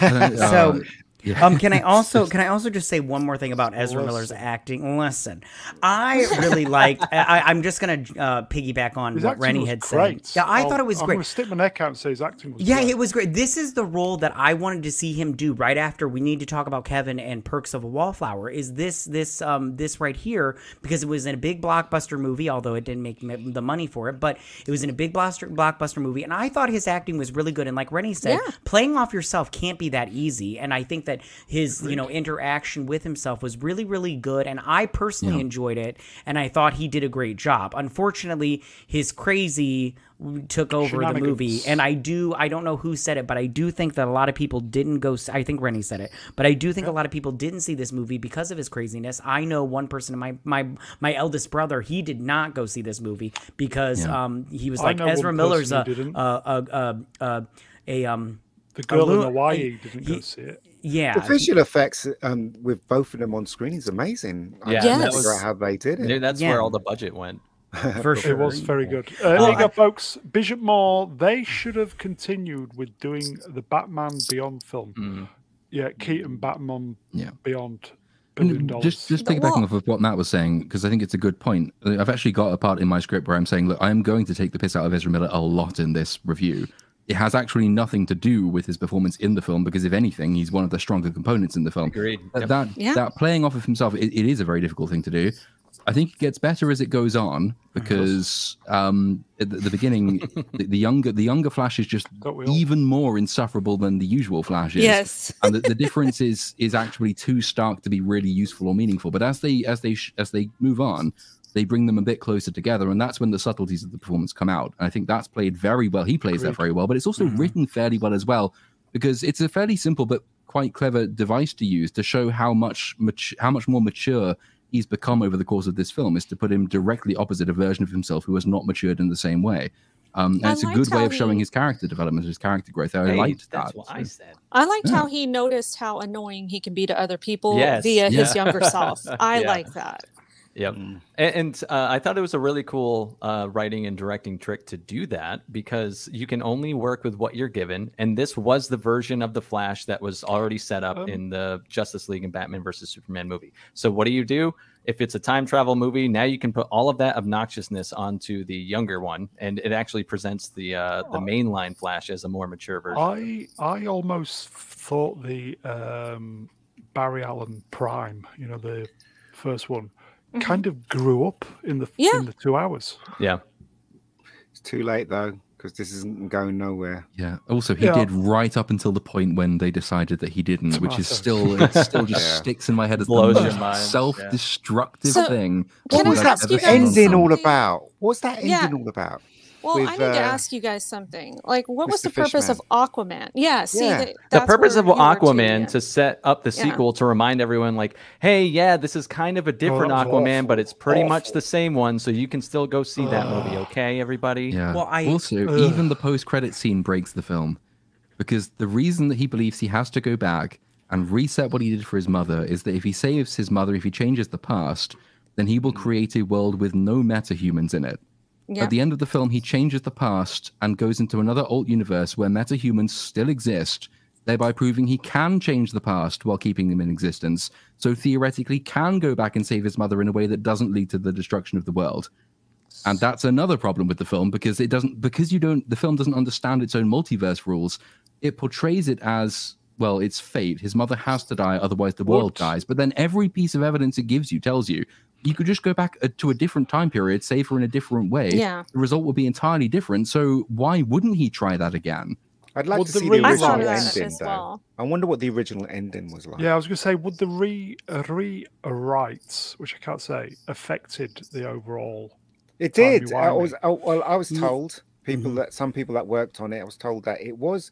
S4: And,
S3: So,
S4: yeah.
S3: Um, can I also can I also just say one more thing about Ezra Miller's
S1: Listen.
S3: acting? Listen, I really liked. I, I- I'm just gonna uh, piggyback on
S1: His
S3: what
S1: acting
S3: Rennie
S1: was
S3: had
S1: great.
S3: said. Yeah, I
S1: I'll-
S3: thought it was
S1: I'm
S3: great.
S1: gonna stick my neck out and say his acting was
S3: Yeah,
S1: great.
S3: it was great. This is the role that I wanted to see him do right after we need to talk about Kevin and Perks of a Wallflower. Is this this um this right here because it was in a big blockbuster movie, although it didn't make m- the money for it, but it was in a big blockbuster blockbuster movie, and I thought his acting was really good. And like Rennie said,
S6: Yeah.
S3: playing off yourself can't be that easy, and I think that his you know interaction with himself was really really good, and I personally enjoyed it, and I thought he did a great job. Unfortunately, his crazy took over the
S1: Shenanigans.
S3: movie and I do I don't know who said it, but I do think that a lot of people didn't go. s- I think Rennie said it, but I do think a lot of people didn't see this movie because of his craziness. I know one person, my my my eldest brother, he did not go see this movie because um he was
S1: I
S3: like
S1: know one
S3: Ezra
S1: person
S3: Miller's
S1: who
S3: a
S1: didn't.
S3: a a, a, a, a um
S1: the girl
S3: little-
S1: in Hawaii didn't go
S3: he-
S1: see it.
S3: yeah.
S2: the visual effects um, with both of them on screen is amazing. I
S5: Yeah,
S2: can't
S6: that
S2: figure out
S5: was-
S2: how they did it.
S5: Dude, that's
S3: Yeah.
S5: where all the budget went.
S3: for sure.
S1: It was very good. Uh, there you go, folks. Bishop Moore. They should have continued with doing the Batman Beyond film.
S5: Mm.
S1: Yeah, Keaton Batman
S4: Hmm. Yeah.
S1: Beyond billion
S4: And
S1: dollars.
S4: Just, just
S6: The
S4: piggybacking
S6: wall.
S4: off of what Matt was saying, because I think it's a good point. I've actually got a part in my script where I'm saying, look, I am going to take the piss out of Ezra Miller a lot in this review. It has actually nothing to do with his performance in the film, because if anything, he's one of the stronger components in the film.
S5: Agreed.
S4: That
S5: Yep.
S4: that,
S6: Yeah.
S4: that playing off of himself, it, it is a very difficult thing to do. I think it gets better as it goes on because um, at the, the beginning, the, the younger the younger Flash is just
S1: Don't we all?
S4: even more insufferable than the usual Flash is
S6: Yes.
S4: and the, the difference is is actually too stark to be really useful or meaningful but as they as they sh- as they move on they bring them a bit closer together and that's when the subtleties of the performance come out and i think that's played very well he plays that
S1: Agreed.
S4: very well but it's also
S5: Mm-hmm.
S3: Mhm.
S4: written fairly well as well because it's a fairly simple but quite clever device to use to show how much mat- how much more mature he's become over the course of this film is to put him directly opposite a version of himself who has not matured in the same way um, and
S6: I
S4: it's a
S6: liked
S4: good way
S6: how
S4: of showing
S6: he-
S4: his character development, his character growth. I
S5: Hey,
S4: liked
S5: That's
S4: that.
S5: what I said.
S6: I liked
S4: Yeah.
S6: how he noticed how annoying he can be to other people
S5: Yes.
S6: via his
S5: Yeah.
S6: younger self. I
S5: Yeah.
S6: like that.
S5: Yep. And, and uh, I thought it was a really cool uh, writing and directing trick to do that because you can only work with what you're given. And this was the version of the Flash that was already set up
S1: Um,
S5: in the Justice League and Batman versus Superman movie. So what do you do? If it's a time travel movie, now you can put all of that obnoxiousness onto the younger one, and it actually presents the uh, the
S1: Uh,
S5: mainline Flash as a more mature version.
S1: I I almost thought the um, Barry Allen Prime, you know, the first one,
S6: Mhm.
S1: kind of grew up in the
S6: Yeah.
S1: in the two hours.
S5: yeah,
S2: It's too late though, because this isn't going nowhere.
S4: Yeah. Also, he
S1: Yeah.
S4: did right up until the point when they decided that he didn't, which is
S1: Tomatoes.
S4: still it still just
S2: Yeah.
S4: sticks in my head as
S5: Blows
S4: the
S5: your
S4: most
S5: mind, yeah.
S4: self-destructive
S6: So,
S4: thing.
S6: Can
S2: What
S6: I
S2: was
S4: I've
S2: that
S6: ask you
S4: ever
S6: guys
S4: seen on
S2: ending
S4: film.
S2: all
S6: something?
S2: about? What's that ending
S6: Yeah.
S2: all about?
S6: Well,
S2: With,
S6: I need
S2: uh,
S6: to ask you guys something. Like, what was
S2: Mr.
S6: the purpose
S2: Fishman.
S6: of Aquaman? Yeah, see,
S2: Yeah.
S6: th-
S5: the
S6: that's
S5: purpose
S6: where
S5: of
S6: you were
S5: Aquaman
S6: too,
S5: to set up the
S6: Yeah.
S5: sequel to remind everyone, like, hey, yeah, this is kind of a different
S1: Oh, was
S5: Aquaman, but
S1: awful.
S5: it's pretty much
S1: Awful.
S5: the same one, so you can still go see that movie, okay, everybody?
S4: Yeah.
S3: Well, I-
S4: also
S1: Ugh.
S4: even the post-credit scene breaks the film because the reason that he believes he has to go back and reset what he did for his mother is that if he saves his mother, if he changes the past, then he
S5: Mm.
S4: will create a world with no metahumans in it.
S6: yeah.
S4: At the end of the film, he changes the past and goes into another alt universe where metahumans still exist, thereby proving he can change the past while keeping them in existence. So theoretically, can go back and save his mother in a way that doesn't lead to the destruction of the world. And that's another problem with the film because it doesn't because you don't the film doesn't understand its own multiverse rules. It portrays it as well, it's fate. His mother has to die, otherwise the world
S1: What?
S4: dies. But then every piece of evidence it gives you tells you you could just go back uh, to a different time period, save her in a different way
S6: Yeah.
S4: the result would be entirely different. So why wouldn't he try that again?
S2: I'd like
S1: Well,
S2: to
S1: the
S2: see the
S1: reason-
S6: I thought
S2: original
S1: original
S6: of that
S2: ending
S6: as
S2: though.
S6: well.
S2: I wonder what the original ending was like.
S1: Yeah, I was going to say, would the re uh, rewrites, which I can't say, affected the overall?
S2: It
S1: Time
S2: did. I
S1: rewinding.
S2: was I, well, I was
S1: Mm-hmm.
S4: Mm.
S2: told people that some people that worked on it, I was told that it was,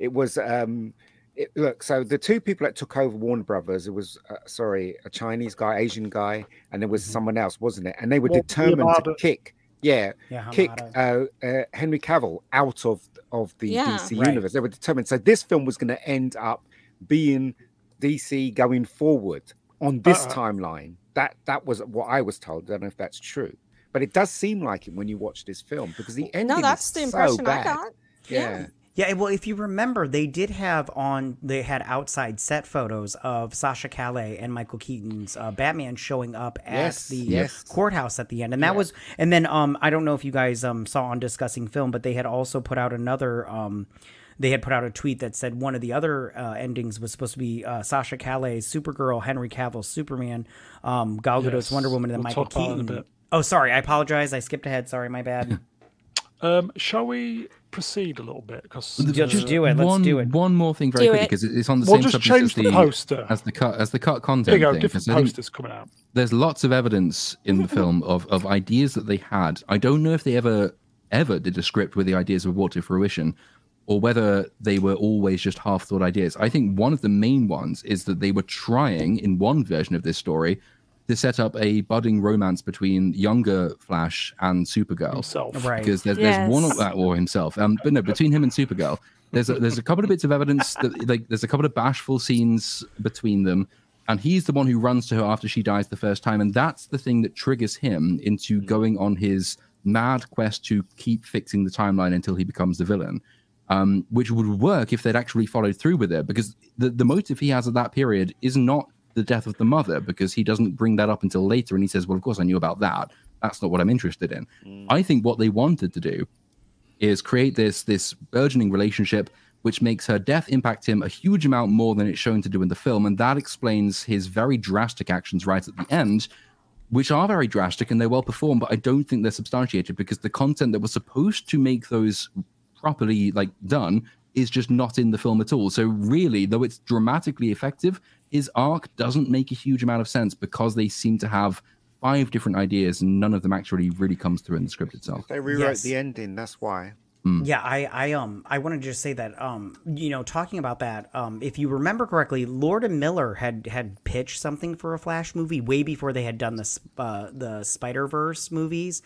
S2: it was. um it, Look, so the two people that took over Warner Brothers, it was uh, sorry, a Chinese guy, Asian guy, and there was someone else, wasn't it? And they were
S1: Mm-hmm. Well,
S2: determined
S1: Leonardo-
S2: to kick yeah,
S3: Yeah,
S2: kick
S3: Hamada.
S2: uh, uh, Henry Cavill out of of the
S6: Yeah.
S2: DC
S3: Right.
S2: universe. They were determined. So this film was going to end up being DC going forward on this
S1: Uh-uh.
S2: timeline. That that was what I was told. I don't know if that's true, but it does seem like it when you watch this film because the ending.
S6: No,
S2: is
S6: that's the
S2: so
S6: impression I
S2: bad.
S6: got.
S2: Yeah.
S3: Yeah, well, if you remember, they did have on they had outside set photos of Sasha Calais and Michael Keaton's uh, Batman showing up at
S2: Yes.
S3: the
S2: Yes.
S3: courthouse at the end, and that
S2: Yeah.
S3: was and then um I don't know if you guys um saw on discussing film, but they had also put out another um they had put out a tweet that said one of the other uh, endings was supposed to be uh, Sasha Calais, Supergirl, Henry Cavill, Superman, um, Gal Gadot's
S1: Yes.
S3: Wonder Woman, and then
S1: We'll
S3: Michael
S1: talk about it in a
S3: Keaton.
S1: bit.
S3: Oh, sorry, I apologize, I skipped ahead. Sorry, my bad.
S1: Um, shall we proceed a little bit? Because
S3: Just do it. Let's
S4: one,
S3: do it.
S4: One more thing very
S6: Do
S4: quickly
S6: it.
S4: because it's on the
S1: We'll
S4: same
S1: just
S4: subject as
S1: change the,
S4: the,
S1: poster.
S4: as the cut as the cut content
S1: There you go.
S4: thing,
S1: Different
S4: 'cause I think-
S1: posters coming out.
S4: there's lots of evidence in the film of, of ideas that they had. I don't know if they ever ever did a script where the ideas were brought to fruition or whether they were always just half thought ideas. I think one of the main ones is that they were trying in one version of this story to set up a budding romance between younger Flash and Supergirl
S1: Himself.
S3: right.
S4: because there's, there's one
S6: Yes.
S4: of that or himself um but no between him and supergirl there's a, there's a couple of bits of evidence that like there's a couple of bashful scenes between them and he's the one who runs to her after she dies the first time and that's the thing that triggers him into going on his mad quest to keep fixing the timeline until he becomes the villain um, which would work if they'd actually followed through with it because the, the motive he has at that period is not the death of the mother because he doesn't bring that up until later and he says well of course i knew about that that's not what i'm interested in i think what they wanted to do is create this this burgeoning relationship which makes her death impact him a huge amount more than it's shown to do in the film and that explains his very drastic actions right at the end which are very drastic and they're well performed but i don't think they're substantiated because the content that was supposed to make those properly like done is just not in the film at all so really though it's dramatically effective his arc doesn't make a huge amount of sense because they seem to have five different ideas and none of them actually really comes through in the script itself
S2: They rewrote
S3: Yes.
S2: the ending. That's why.
S3: Yeah, I, I um I want to just say that um you know talking about that um if you remember correctly, Lord and Miller had had pitched something for a Flash movie way before they had done the sp- uh, the Spider Verse movies.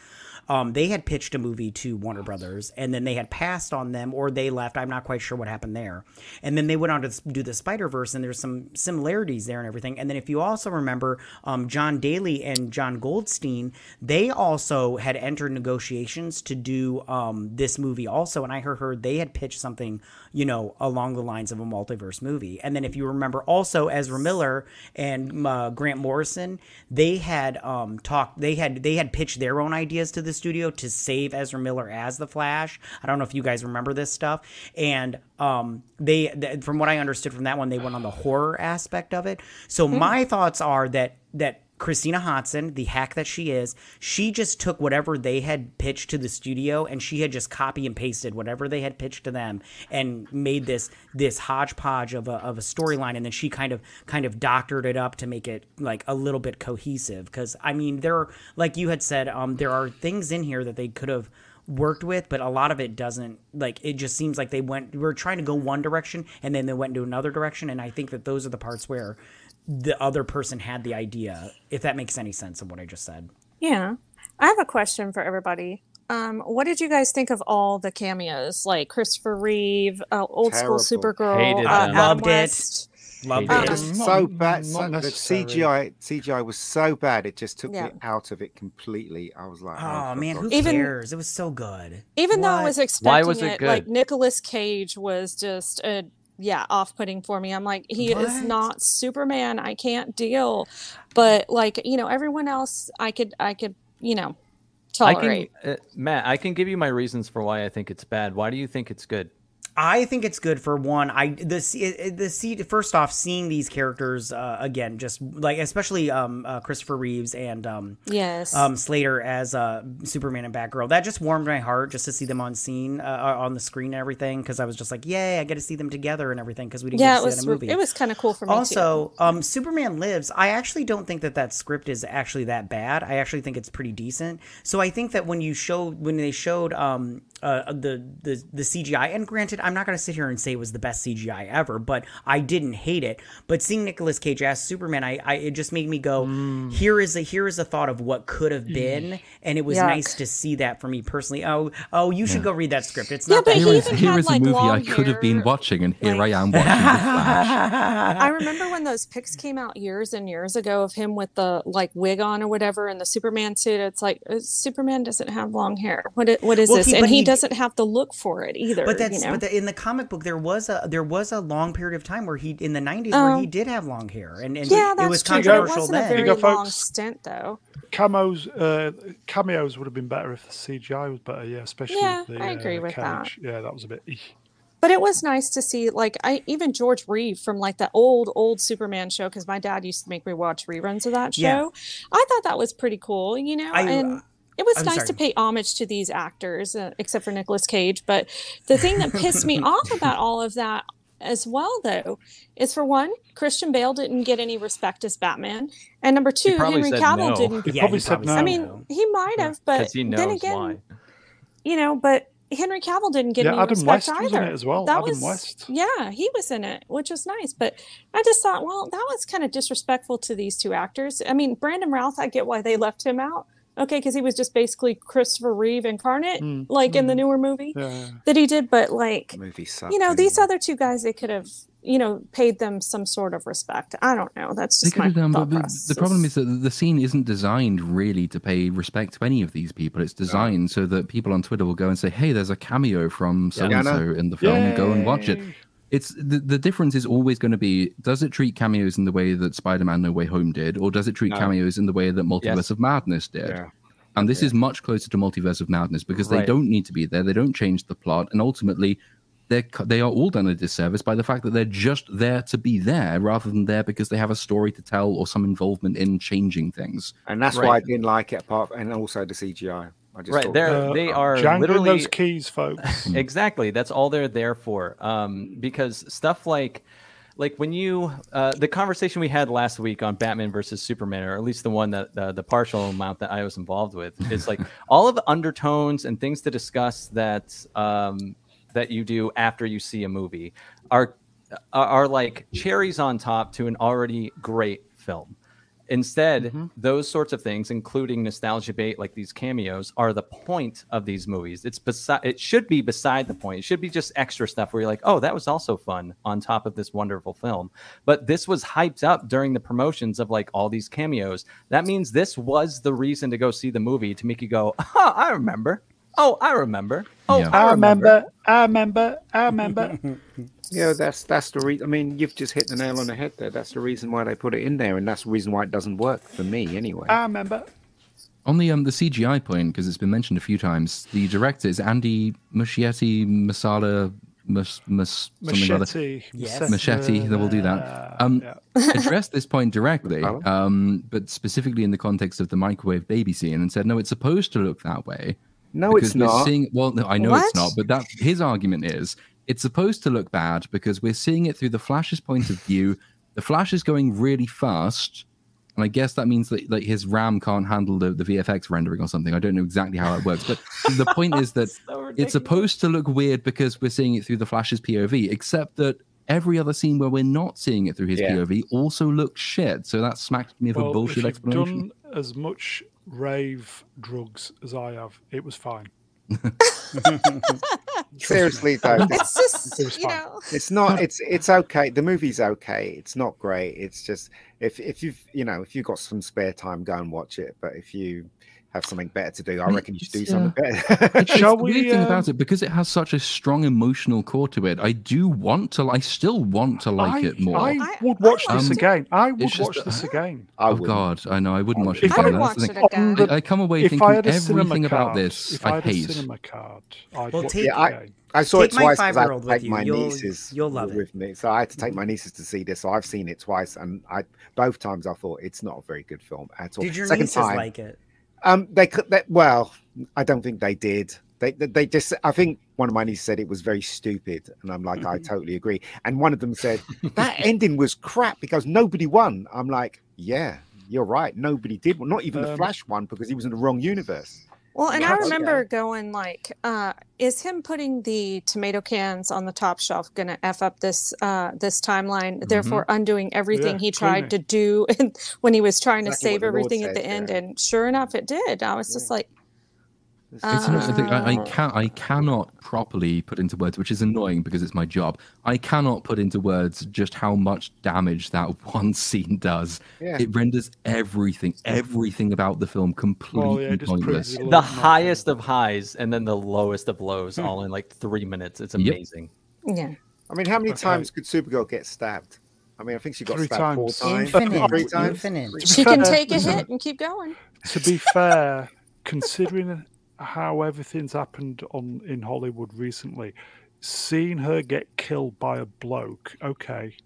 S3: Um, they had pitched a movie to Warner Brothers, and then they had passed on them, or they left. I'm not quite sure what happened there. And then they went on to s- do the Spider Verse, and there's some similarities there and everything. And then if you also remember, um, John Daly and John Goldstein, they also had entered negotiations to do um, this movie also. And I heard, heard they had pitched something, you know, along the lines of a multiverse movie. And then if you remember, also Ezra Miller and uh, Grant Morrison, they had um, talked, they had they had pitched their own ideas to the studio to save Ezra Miller as the Flash. I don't know if you guys remember this stuff. And um, they, th- from what I understood from that one, they went on the horror aspect of it. So my thoughts are that that Christina Hodson, the hack that she is, she just took whatever they had pitched to the studio and she had just copy and pasted whatever they had pitched to them and made this this hodgepodge of a of a storyline and then she kind of kind of doctored it up to make it like a little bit cohesive cuz I mean there are like you had said um there are things in here that they could have worked with, but a lot of it doesn't. Like it just seems like they went. We were trying to go one direction, and then they went into another direction. And I think that those are the parts where the other person had the idea. If that makes any sense of what I just said.
S6: Yeah. I have a question for everybody. Um, what did you guys think of all the cameos, like Christopher Reeve, uh, old
S2: Terrible.
S6: school Supergirl,
S5: Hated
S6: uh,
S5: them.
S6: Adam
S3: Loved it.
S6: West?
S3: Love
S5: Yeah.
S3: it.
S2: Just
S1: Um, Not-
S2: so bad.
S1: not
S2: So, the
S1: necessary.
S2: CGI CGI was so bad. It just took
S6: Yeah.
S2: me out of it completely. I was like,
S3: Oh
S2: for
S3: man,
S2: God's
S3: who
S6: Even-
S3: cares? It was so good.
S6: Even though I
S3: What?
S6: was expecting
S5: Why was it
S6: it,
S5: good?
S6: like Nicolas Cage was just a yeah, off-putting for me. I'm like, he is
S3: What?
S6: not Superman. I can't deal. But like, you know, everyone else, I could, I could, you know, tolerate.
S5: I can, uh, Matt, I can give you my reasons for why I think it's bad. Why do you think it's good?
S3: I think it's good for one. I the se- the se- first off seeing these characters uh, again, just like especially um, uh, Christopher Reeves and um,
S6: Yes.
S3: um, Slater as uh, Superman and Batgirl. That just warmed my heart just to see them on scene, uh, uh, on the screen and everything, because I was just like, yay, I get to see them together and everything, because we didn't get
S6: yeah, it
S3: to see
S6: was
S3: that in a movie.
S6: it was kind of cool for me too.
S3: also, um, Superman Lives, I actually don't think that that script is actually that bad. I actually think it's pretty decent. So I think that when you showed, when they showed um, uh, the, the the CGI, and granted, I'm not gonna sit here and say it was the best CGI ever, but I didn't hate it. But seeing Nicolas Cage as Superman, I, I it just made me go,
S6: Mm.
S3: here is a here is a thought of what could have been, and it was
S6: Yuck.
S3: nice to see that for me personally. Oh oh, you should go read that script. It's
S6: Yeah,
S3: not
S6: but
S3: that
S6: he
S4: Here
S6: even
S4: is, here
S6: had,
S4: is a
S6: like,
S4: movie I
S6: long
S4: could have been
S6: hair,
S4: watching, and here I
S6: like-
S4: am watching The Flash.
S6: I remember when those pics came out years and years ago of him with the like wig on or whatever and the Superman suit. It's like uh, Superman doesn't have long hair. What i- what is
S3: Well,
S6: this?
S3: he-
S6: and
S3: but
S6: he,
S3: he-
S6: doesn't have the look for it either.
S3: But that's
S6: you know?
S3: but the, in the comic book there was a there was a long period of time where he in the 90s where
S6: Oh.
S3: he did have long hair and, and
S6: yeah, that's
S3: it was
S6: true. but It
S3: controversial
S6: wasn't
S3: then.
S6: a very
S1: You go,
S6: long
S1: folks.
S6: stint though.
S1: Camos, uh, cameos would have been better if the CGI was better. Yeah, especially
S6: Yeah,
S1: the,
S6: I agree
S1: uh,
S6: with that.
S1: Cage. Yeah, that was a bit. eeh.
S6: But it was nice to see, like, I even George Reeve from like the old old Superman show because my dad used to make me watch reruns of that show.
S3: Yeah.
S6: I thought that was pretty cool, you know.
S3: I-
S6: and it was
S3: I'm
S6: nice
S3: sorry.
S6: to pay homage to these actors, uh, except for Nicolas Cage. But the thing that pissed me off about all of that, as well, though, is for one, Christian Bale didn't get any respect as Batman, and number two,
S5: probably
S6: Henry
S5: said
S6: Cavill
S5: no.
S6: didn't.
S1: He
S3: Yeah,
S1: probably
S3: he
S1: said
S3: probably
S1: no.
S3: said
S6: I
S3: no.
S6: mean, he might
S1: Yeah.
S6: have, but
S5: because he knows
S6: Uh, then again,
S5: why.
S6: you know, but Henry Cavill didn't get
S1: Yeah,
S6: any
S1: Adam West
S6: respect
S1: was in
S6: either.
S1: it as
S4: Oh,
S1: well.
S6: That
S1: Adam
S6: was,
S1: West.
S6: Yeah, he was in it, which was nice. But I just thought, well, that was kind of disrespectful to these two actors. I mean, Brandon Routh, I get why they left him out. Okay, because he was just basically Christopher Reeve incarnate,
S1: Mm,
S6: like in the
S1: mm,
S6: newer movie
S1: Yeah.
S6: that he did. But like,
S2: movie sucked.
S6: you know,
S2: and-
S6: these other two guys, they could have, you know, paid them some sort of respect. I don't know. That's
S4: They
S6: just
S4: could
S6: my
S4: have done, but
S6: thought
S4: but
S6: process.
S4: the problem is that the scene isn't designed really to pay respect to any of these people. It's designed so that people on Twitter will go and say, "Hey, there's a cameo from so
S2: Yeah, I
S4: and
S2: know.
S4: so in the film. Go and watch it."
S1: Yay.
S4: It's the, the difference is always going to be: does it treat cameos in the way that Spider-Man: No Way Home did, or does it treat
S2: No.
S4: cameos in the way that Multiverse
S5: Yes.
S4: of Madness did?
S2: Yeah.
S4: And this is much closer to Multiverse of Madness because they
S5: Right.
S4: don't need to be there. They don't change the plot, and ultimately, they're cu- they are all done a disservice by the fact that they're just there to be there rather than there because they have a story to tell or some involvement in changing things.
S2: And that's why I
S5: Right.
S2: didn't like it, apart and also the CGI. I just
S5: Right
S2: thought,
S5: there,
S1: Uh,
S5: they are
S1: Jangling
S5: literally
S1: those keys, folks.
S5: exactly that's all they're there for um, because stuff like like when you uh, the conversation we had last week on batman versus superman or at least the one that uh, the partial amount that i was involved with is like all of the undertones and things to discuss that um, that you do after you see a movie are are are like cherries on top to an already great film Instead, those sorts of things, including nostalgia bait, like these cameos, are the point of these movies. It's beside, it should be beside the point. It should be just extra stuff where you're like, oh, that was also fun on top of this wonderful film. But this was hyped up during the promotions of like all these cameos. That means this was the reason to go see the movie to make you go, oh, I remember. Oh, I remember. Oh,
S4: Yeah.
S5: I
S1: I
S5: remember.
S1: remember. I remember. I remember.
S2: Yeah, that's that's the reason. I mean, you've just hit the nail on the head there. That's the reason why they put it in there, and that's the reason why it doesn't work for me anyway.
S1: I remember.
S4: On the um the CGI point, because it's been mentioned a few times, the director is Andy Muschietti Masala Mus, Mus something or other.
S1: Machete.
S3: Yes.
S4: Machete, then we'll do that. Um,
S1: yeah.
S4: addressed this point directly,
S2: Alan?
S4: um, but specifically in the context of the microwave baby scene, and said, "No, it's supposed to look that way."
S2: No,
S4: because
S2: it's
S4: we're
S2: not.
S4: Seeing, well, no, I know
S6: What?
S4: it's not, but that his argument is it's supposed to look bad because we're seeing it through the Flash's point of view. The Flash is going really fast, and I guess that means that like his RAM can't handle the, the VFX rendering or something. I don't know exactly how that works, but the point is that it's supposed to look weird because we're seeing it through the Flash's POV, except that every other scene where we're not seeing it through his
S2: Yeah.
S4: POV also looks shit. So that smacked me of
S1: Well,
S4: a
S1: if
S4: bullshit
S1: you've
S4: explanation.
S1: Done as much rave drugs as I have. It was fine.
S2: Seriously though, it's,
S6: It's just,
S1: It was
S6: you
S1: fine.
S6: know,
S2: it's not. It's it's okay. The movie's okay. It's not great. It's just if if you've you know if you've got some spare time, go and watch it. But if you have something better to do, I
S4: mean,
S2: reckon you should do
S4: it's,
S2: something better.
S4: It's, it's
S1: Shall
S4: the weird
S1: we,
S4: thing about
S1: um,
S4: it because it has such a strong emotional core to it. I do want to. I still want to like
S1: I,
S4: it more.
S1: I
S6: I-
S1: would watch
S4: I
S1: this
S4: liked it.
S1: again. I would
S4: just
S1: watch
S4: that-
S1: this again.
S2: I
S4: oh
S2: would.
S4: God, I know. I wouldn't watch it
S1: If I
S4: again.
S1: didn't
S4: That's
S6: watch
S4: the thing.
S6: it again.
S1: On the-
S4: I, I come away
S1: If
S4: thinking
S1: I had a cinema
S4: everything about
S1: card,
S4: this.
S1: if I
S4: I
S1: had a
S4: hate.
S1: cinema card, I'd
S3: Well,
S1: watch
S3: take-
S1: it
S2: Yeah, I-
S1: again.
S2: I saw
S3: Take
S2: it
S3: my
S2: twice. 'cause I
S3: five-year-old with
S2: had
S3: you.
S2: my
S3: You'll-
S2: nieces
S3: you'll love Mm-hmm.
S2: with me, so I had to take my nieces to see this. So I've seen it twice, and I both times I thought it's not a very good film at all.
S3: Did your
S2: Second
S3: nieces
S2: time,
S3: like it?
S2: Um, they could. They, well, I don't think they did. They, they, they just. I think one of my nieces said it was very stupid, and I'm like,
S3: Mm-hmm.
S2: I totally agree. And one of them said that ending was crap because nobody won. I'm like, yeah, you're right. Nobody did. Well, not even the
S1: Um,
S2: Flash won because he was in the wrong universe.
S6: Well, and I
S5: Lots,
S6: remember
S5: yeah.
S6: going like, uh, is him putting the tomato cans on the top shelf gonna f up this uh, this timeline? Therefore, undoing everything
S1: Mm-hmm. Yeah,
S6: he tried to
S1: totally.
S6: do and when he was trying
S2: Exactly what
S6: to save
S2: the Lord
S6: everything at
S2: said,
S6: the end,
S2: yeah.
S6: and sure enough, it did. I was just
S2: Yeah.
S6: like,
S2: It's
S4: It's annoying. I, think I, I can
S6: Ah.
S4: I cannot properly put into words, which is annoying because it's my job. I cannot put into words just how much damage that one scene does.
S2: Yeah.
S4: It renders everything, everything about the film completely
S1: Well, yeah, it just proves
S4: pointless.
S1: it a
S5: The
S1: lot more.
S5: highest of highs and then the lowest of lows, all in like three minutes. It's
S4: Yep.
S5: amazing.
S6: yeah,
S2: I mean, how many
S1: Okay.
S2: times could Supergirl get stabbed? I mean, I think she got
S1: Three
S2: stabbed
S1: times.
S2: four times.
S3: Infinite,
S2: Three times.
S3: infinite.
S2: Three
S6: she can
S1: Fair.
S6: take a hit and keep going.
S1: to be fair, considering how everything's happened on in Hollywood recently, seeing her get killed by a bloke, okay.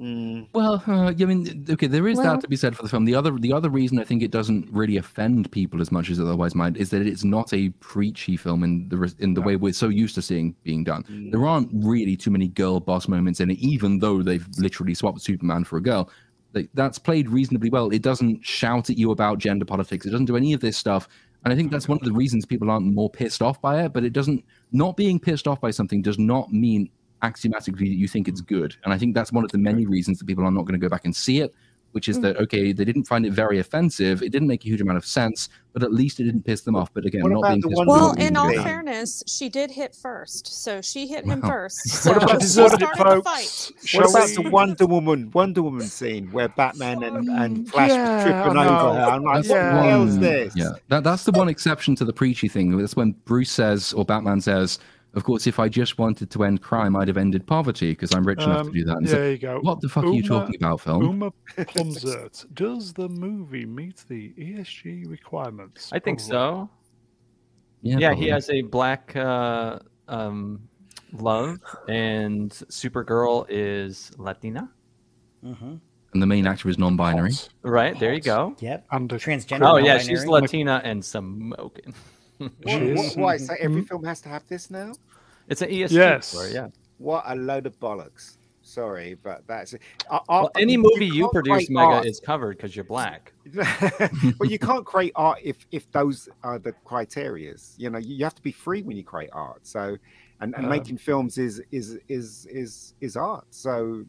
S2: Mm,
S4: Well, uh, I mean, okay, there is
S6: Well-
S4: that to be said for the film. The other, the other reason I think it doesn't really offend people as much as it otherwise might is that it's not a preachy film in the res- in the way we're so used to seeing being done. There aren't really too many girl boss moments in it, even though they've literally swapped Superman for a girl. Like, that's played reasonably well. It doesn't shout at you about gender politics. It doesn't do any of this stuff. And I think that's one of the reasons people aren't more pissed off by it. But it doesn't. Not being pissed off by something does not mean axiomatically that you think
S1: Mm.
S4: it's good. And I think that's one of the many reasons that people are not going to go back and see it, which
S1: Mm.
S4: is that okay, they didn't find it very offensive. It didn't make a huge amount of sense, but at least it didn't piss them off. But again,
S2: What
S4: not
S2: about
S4: being
S2: the
S4: pissed
S2: one
S4: off
S6: Well,
S4: doesn't mean
S6: in
S4: it's
S6: all
S4: bad.
S6: fairness, she did hit first, so she hit him
S4: Wow.
S6: first. So
S1: What about
S6: she
S1: deserted it,
S6: started the
S1: folks?
S6: fight.
S2: What
S1: Shall
S2: about
S1: we-
S2: the Wonder Woman Wonder Woman scene where Batman and, and
S1: Mm,
S2: Flash
S1: yeah,
S2: was tripping
S1: I
S2: over
S1: know.
S2: her? I'm like,
S4: That's
S2: what
S1: Yeah.
S2: the
S4: the
S2: hell is
S4: one-
S2: this?
S4: Yeah, that, that's the one exception to the preachy thing. That's when Bruce says, or Batman says, "Of course, if I just wanted to end crime, I'd have ended poverty because I'm rich enough to
S1: Um,
S4: do that." And
S1: yeah,
S4: so,
S1: there you go.
S4: what the fuck are you
S1: Uma-
S4: talking about, film?
S1: Uma Plumzert, does the movie meet the ESG requirements?
S5: I think
S1: Probably.
S5: so. Yeah, he
S4: probably.
S5: has a black uh, um, love, and Supergirl is Latina.
S3: Mm-hmm.
S4: And the main actor is non-binary.
S5: Right there, you go.
S3: Yep.
S1: And a
S3: Transgender.
S5: Oh
S3: non-binary.
S5: yeah, she's Latina and smoking.
S1: She
S2: Wh-
S1: is.
S2: wh- Why? So every film has to have this now?
S5: It's an ESG.
S1: Yes.
S5: story, yeah.
S2: What a load of bollocks. Sorry, but that's I- I-
S5: Well, any movie you
S2: can't
S5: produce,
S2: create
S5: Mega,
S2: art-
S5: is covered because you're black.
S2: well, you can't create art if if those are the criterias. You know, you, you have to be free when you create art. So, and, and
S1: Um,
S2: making films is is is is is art. So,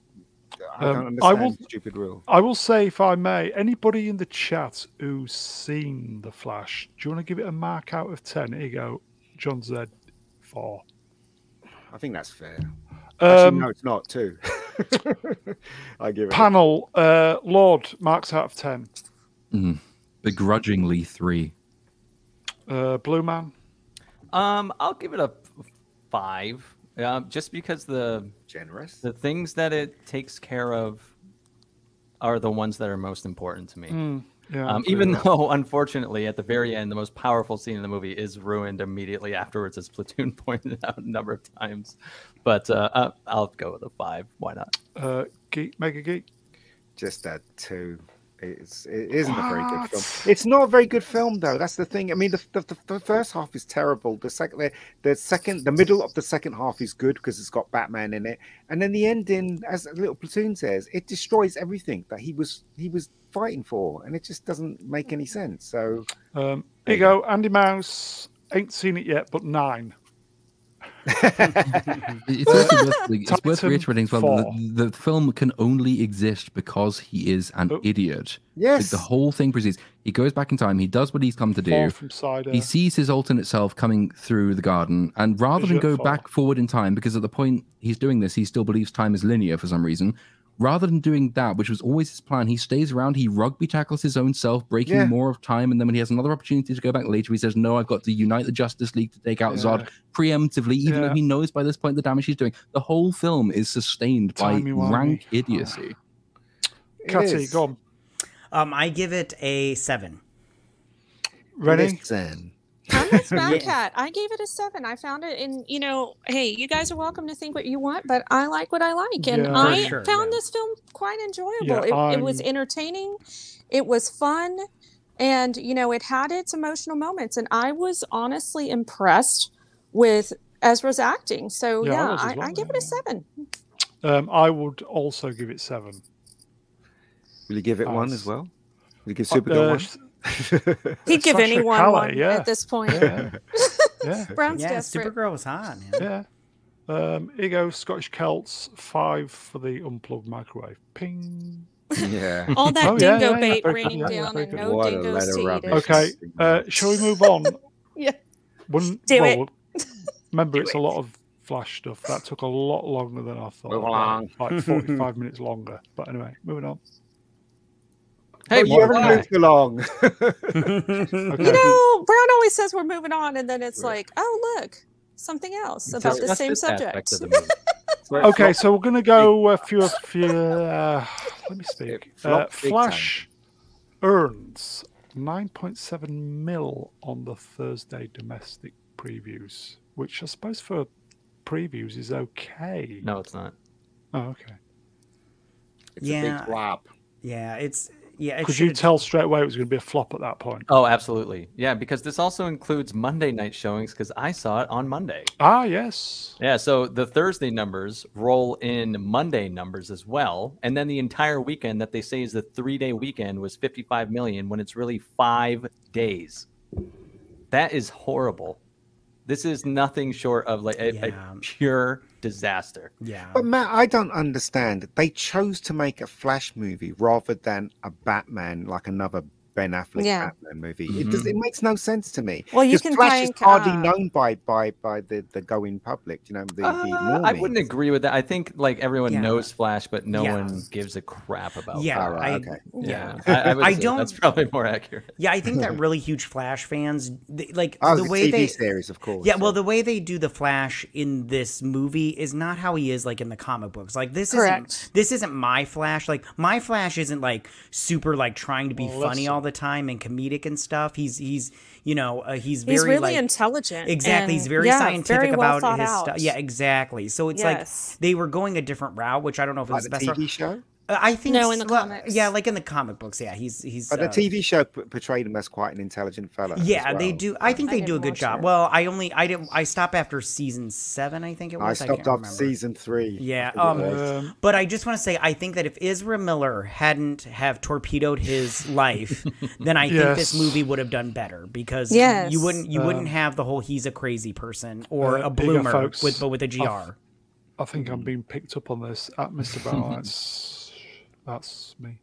S2: I
S1: Um,
S2: don't
S1: I
S2: understand
S1: will-
S2: the stupid rule.
S1: I will say, if I may, anybody in the chat who's seen The Flash, do you want to give it a mark out of 10? Here you go, John Z, 4.
S2: I think that's fair. Actually,
S1: Um,
S2: no, it's not too. I give it.
S1: Panel, uh, Lord, marks out of 10.
S4: Begrudgingly three.
S1: Uh, Blue Man,
S5: Um, I'll give it a f- five, um, just because the
S2: generous.
S5: the things that it takes care of are the ones that are most important
S1: Mm.
S5: to me.
S1: hmm, yeah, Uh,
S5: Um, even though, unfortunately, at the very end, the most powerful scene in the movie is ruined immediately afterwards, as Platoon pointed out a number of times. But uh, uh, I'll go with a five. Why not?
S1: uh, Geek, Mega Geek.
S2: just a two. It's, it isn't a very good
S1: What?
S2: film. It's not a very good film, though. That's the thing. I mean, the, the, the first half is terrible. The second, the, the second, the middle of the second half is good because it's got Batman in it, and then the ending, as Little Platoon says, it destroys everything that he was he was fighting for, and it just doesn't make any sense. So
S1: Um, here you go, Andy Mouse, ain't seen it yet, but 9.
S4: It's also worth, like, it's worth
S1: Titan
S4: reiterating as well. that
S1: four.
S4: The, the film can only exist because he is an
S1: Oh.
S4: idiot. Like,
S2: yes,
S4: the whole thing proceeds. He goes back in time. He does what he's come to do.
S1: 4 from Cider.
S4: He sees his alternate self coming through the garden, and rather
S1: Is
S4: than
S1: it
S4: go
S1: far?
S4: back forward in time, because at the point he's doing this, he still believes time is linear for some reason. Rather than doing that, which was always his plan, he stays around. He rugby tackles his own self, breaking
S2: Yeah.
S4: more of time. And then when he has another opportunity to go back later, he says, "No, I've got to unite the Justice League to take out Zod preemptively." Even though
S1: Yeah.
S4: he knows by this point the damage he's doing. The whole film is sustained by
S1: Timey-wimey.
S4: rank idiocy.
S2: it
S1: Catty,
S2: is.
S1: go on.
S3: Um, I give it a seven.
S1: Rennie,
S2: Listen.
S6: I'm with Mad
S2: Yeah.
S6: Cat. I gave it a seven. I found it in, you know, hey, you guys are welcome to think what you want, but I like what I like.
S1: Yeah.
S6: And
S1: For
S6: I
S3: sure,
S6: found
S3: yeah.
S6: this film quite
S1: Yeah,
S6: enjoyable. it, it was
S1: I'm-
S6: entertaining, it was fun, and, you know, it had its emotional moments. And I was honestly impressed with Ezra's acting. So,
S1: Yeah,
S6: yeah,
S1: I was as
S6: I,
S1: well,
S6: I give
S1: yeah.
S6: it a seven.
S1: um, I would also give it 7.
S2: Will you give it one
S1: Nice.
S2: as well? Will you give
S1: Uh,
S2: Supergirl one?
S1: th-
S6: He'd give
S1: Sasha
S6: anyone
S1: Kalle,
S6: one
S1: yeah.
S6: at this point.
S1: Yeah. uh, yeah.
S6: Brown's
S3: yeah,
S6: desperate.
S3: Supergirl was hot, man.
S1: Yeah. Um, here you go, Scottish Celts, five for the unplugged microwave. Ping.
S2: Yeah.
S6: All that
S1: Oh, yeah, yeah,
S6: dingo
S1: yeah,
S6: bait
S1: very good,
S6: raining
S1: yeah, yeah,
S6: down
S1: very
S6: and
S1: good.
S6: no
S2: What a
S6: dingoes
S2: load of
S6: to eat it.
S2: rubbish.
S1: Okay, uh, shall we move on?
S6: Yeah.
S1: One,
S6: Do
S1: well,
S6: it.
S1: we'll- remember, it's a lot of flash stuff. That took a lot longer than I thought.
S2: Move along.
S1: Like 45 minutes longer. But anyway, moving on.
S5: Hey,
S2: you haven't
S5: Mordecai.
S2: moved along.
S1: Okay.
S6: You know, Brown always says we're moving on, and then it's
S2: Right.
S6: like, oh look, something else about the
S5: Discuss
S6: same
S5: this
S6: subject.
S5: aspect of the movie.
S1: okay, so we're going to go a few, a few. Uh, let me speak.
S2: It
S1: Uh,
S2: flopped big time.
S1: Flash earns 9.7 mil on the Thursday domestic previews, which I suppose for previews is okay.
S5: No, it's not.
S1: Oh, okay.
S2: It's a
S3: Yeah.
S2: big flop.
S3: Yeah, it's yeah. It
S1: Could you
S3: should've-
S1: tell straight away it was going to be a flop at that point?
S5: Oh, absolutely. Yeah, because this also includes Monday night showings because I saw it on Monday.
S1: Ah, yes.
S5: Yeah, so the Thursday numbers roll in Monday numbers as well, and then the entire weekend that they say is the three-day weekend was 55 million when it's really five days. That is horrible. This is nothing short of like a, a
S3: Yeah.
S5: pure disaster.
S3: Yeah.
S2: But Matt, I don't understand. They chose to make a Flash movie rather than a Batman, like another Ben Affleck
S6: Yeah.
S2: Batman movie. It does.
S3: Mm-hmm.
S2: It makes no sense to me.
S6: Well, you
S2: Because
S6: can
S2: Flash is
S6: thank.
S2: hardly
S6: uh,
S2: known by by by the the going public. You know, the, the
S5: Uh, I
S2: normies.
S5: wouldn't agree with that. I think like everyone
S3: Yeah.
S5: knows Flash, but no
S3: Yeah.
S5: one gives a crap about.
S3: yeah,
S2: All Oh, right,
S3: I,
S2: okay.
S3: yeah,
S5: I, I, would
S3: I
S5: say
S3: don't-
S5: That's probably more accurate.
S3: yeah. I think that really huge Flash fans, they, like
S2: Oh,
S3: the
S2: it's a
S3: way
S2: TV
S3: they,
S2: series, of course.
S3: Yeah, well, the way they do the Flash in this movie is not how he is like in the comic books. Like this
S6: Correct.
S3: isn't this isn't my Flash. Like my Flash isn't like super like trying to be
S1: Well,
S3: funny
S1: listen.
S3: all the time and comedic and stuff. He's he's you know uh, he's very
S6: he's really
S3: like
S6: intelligent.
S3: exactly. He's
S6: and-
S3: very
S6: yeah,
S3: scientific
S6: very well
S3: about
S6: thought
S3: his
S6: out.
S3: stuff. Yeah, exactly. So it's
S6: Yes.
S3: like they were going a different route, which I don't know if it
S2: like
S3: was
S2: the
S3: the best. route.
S2: TV show.
S3: Uh, I think
S6: No,
S3: s-
S6: in the
S3: well,
S6: comics.
S3: Yeah, like in the comic books. Yeah, he's he's.
S2: But
S3: uh,
S2: the TV show p- portrayed him as quite an intelligent fellow. as
S3: yeah, they
S2: well.
S3: do. I think
S6: I
S3: they
S6: didn't
S3: do a good
S6: watch
S3: job.
S6: it.
S3: Well, I only I didn't I stopped after season seven. I think it was.
S2: I
S3: can't
S2: stopped off
S3: remember.
S2: season three.
S3: Yeah,
S2: I
S3: um,
S2: think it was.
S1: Um,
S3: But I just want to say, I think that if Ezra Miller hadn't have torpedoed his life, then I think this
S1: Yes.
S3: movie would have done better because
S6: Yes.
S3: you wouldn't you wouldn't
S1: Um,
S3: have the whole he's a crazy person
S1: uh, here
S3: or a
S1: you go,
S3: bloomer
S1: folks.
S3: with but with a gr.
S1: I think I'm being picked up on this at Mr. Brown. That's, that's me.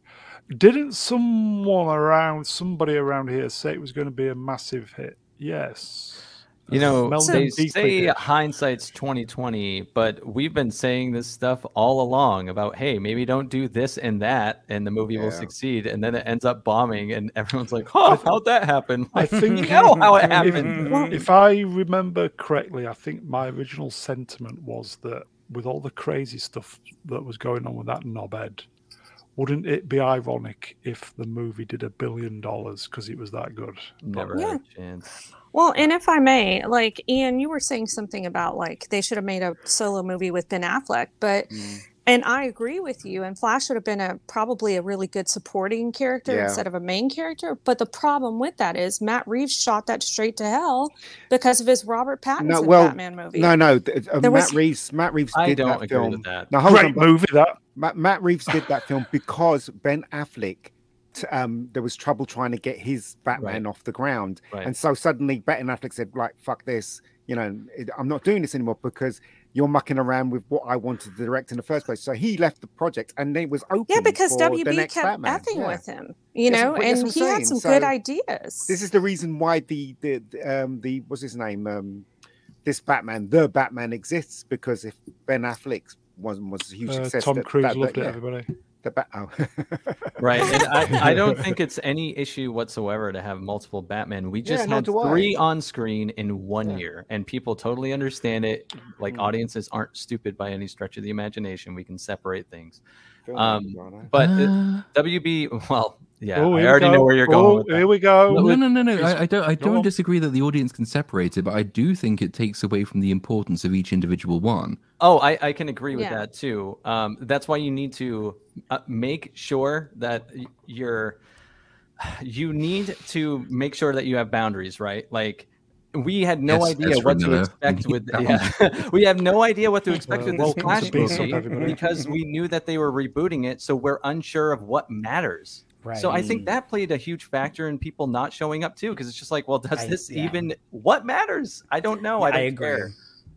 S1: Didn't someone around, somebody around here say it was going to be a massive hit? Yes.
S5: You know,
S1: Mel
S5: they
S1: Gibson
S5: say
S1: did.
S5: hindsight's twenty twenty, but we've been saying this stuff all along about hey, maybe don't do this and that, and the movie
S2: Yeah.
S5: will succeed, and then it ends up bombing, and everyone's like, "Huh, how'd that happen?"
S1: I
S5: you
S1: think
S5: know how it
S1: if,
S5: happened.
S1: if I remember correctly, I think my original sentiment was that with all the crazy stuff that was going on with that knobhead, wouldn't it be ironic if the movie did a billion dollars because it was that good?
S5: Never
S6: Yeah.
S5: had a chance.
S6: Well, and if I may, like Ian, you were saying something about like they should have made a solo movie with Ben Affleck, but
S2: Mm.
S6: and I agree with you. And Flash would have been a probably a really good supporting character
S2: Yeah.
S6: instead of a main character. But the problem with that is Matt Reeves shot that straight to hell because of his Robert Pattinson
S2: No, well,
S6: Batman movie.
S2: No, no. th- uh,
S6: There
S2: Matt
S6: was-
S2: Reeves. Matt Reeves
S5: I
S2: did
S5: don't
S2: that
S5: agree
S2: film.
S5: with that.
S2: Now hold on,
S1: Great
S2: but
S1: movie, that.
S2: Matt, Matt Reeves did that film because Ben Affleck. t- Um, there was trouble trying to get his Batman off the ground,
S5: Right.
S2: and so suddenly Ben Affleck said, "Like fuck this, you know, it- I'm not doing this anymore because you're mucking around with what I wanted to direct in the first place." So he left the project, and it was open.
S6: yeah, because
S2: for the
S6: WB
S2: next
S6: kept
S2: Batman.
S6: effing
S2: Yeah.
S6: with him, you
S2: That's
S6: know,
S2: what- that's
S6: and
S2: what
S6: he
S2: I'm
S6: had
S2: saying.
S6: some good
S2: So,
S6: ideas.
S2: This is the reason why the the the, um the what's his name um this Batman the Batman exists because if Ben Affleck wasn't was a huge
S1: Uh,
S2: success,
S1: Tom
S2: that-
S1: Cruise
S2: that-
S1: loved
S2: that-
S1: it,
S2: yeah,
S1: everybody.
S2: The Bat. Oh.
S5: Right. And I, I don't think it's any issue whatsoever to have multiple Batman. We just
S2: Yeah, nor
S5: had
S2: do I.
S5: three on screen in one
S2: Yeah.
S5: year, and people totally understand it. Like
S2: Mhm.
S5: audiences aren't stupid by any stretch of the imagination. We can separate things.
S2: Film
S5: Um,
S2: genre.
S5: But it-
S4: Uh,
S5: WB, well, yeah,
S1: Oh,
S5: I
S1: here we
S5: already know
S1: go.
S5: where you're going.
S1: Oh,
S5: with that.
S1: here we go.
S4: no, no, no, no.
S1: is-
S4: I, I don't. I
S1: go
S4: don't
S1: on.
S4: disagree that the audience can separate it, but I do think it takes away from the importance of each individual one.
S5: Oh, I, I can agree with
S6: Yeah.
S5: that too. Um, that's why you need to uh, make sure that y- you're, you need to make sure that you have boundaries, right? Like, we had no
S4: Yes,
S5: idea
S4: Ezra
S5: what to
S4: Miller.
S5: expect
S4: Keep
S5: with.
S4: that
S5: Yeah. we have no idea what to expect with this
S1: welcome to
S5: Flash
S1: Beast,
S5: movie
S1: everybody.
S5: because we knew that they were rebooting it, so we're unsure of what matters.
S3: Right.
S5: So I
S2: Mm.
S5: think that played a huge factor in people not showing up too, because it's just like, well, does
S3: I-
S5: this
S3: yeah.
S5: even what matters? I don't know. I don't
S3: agree.
S5: care.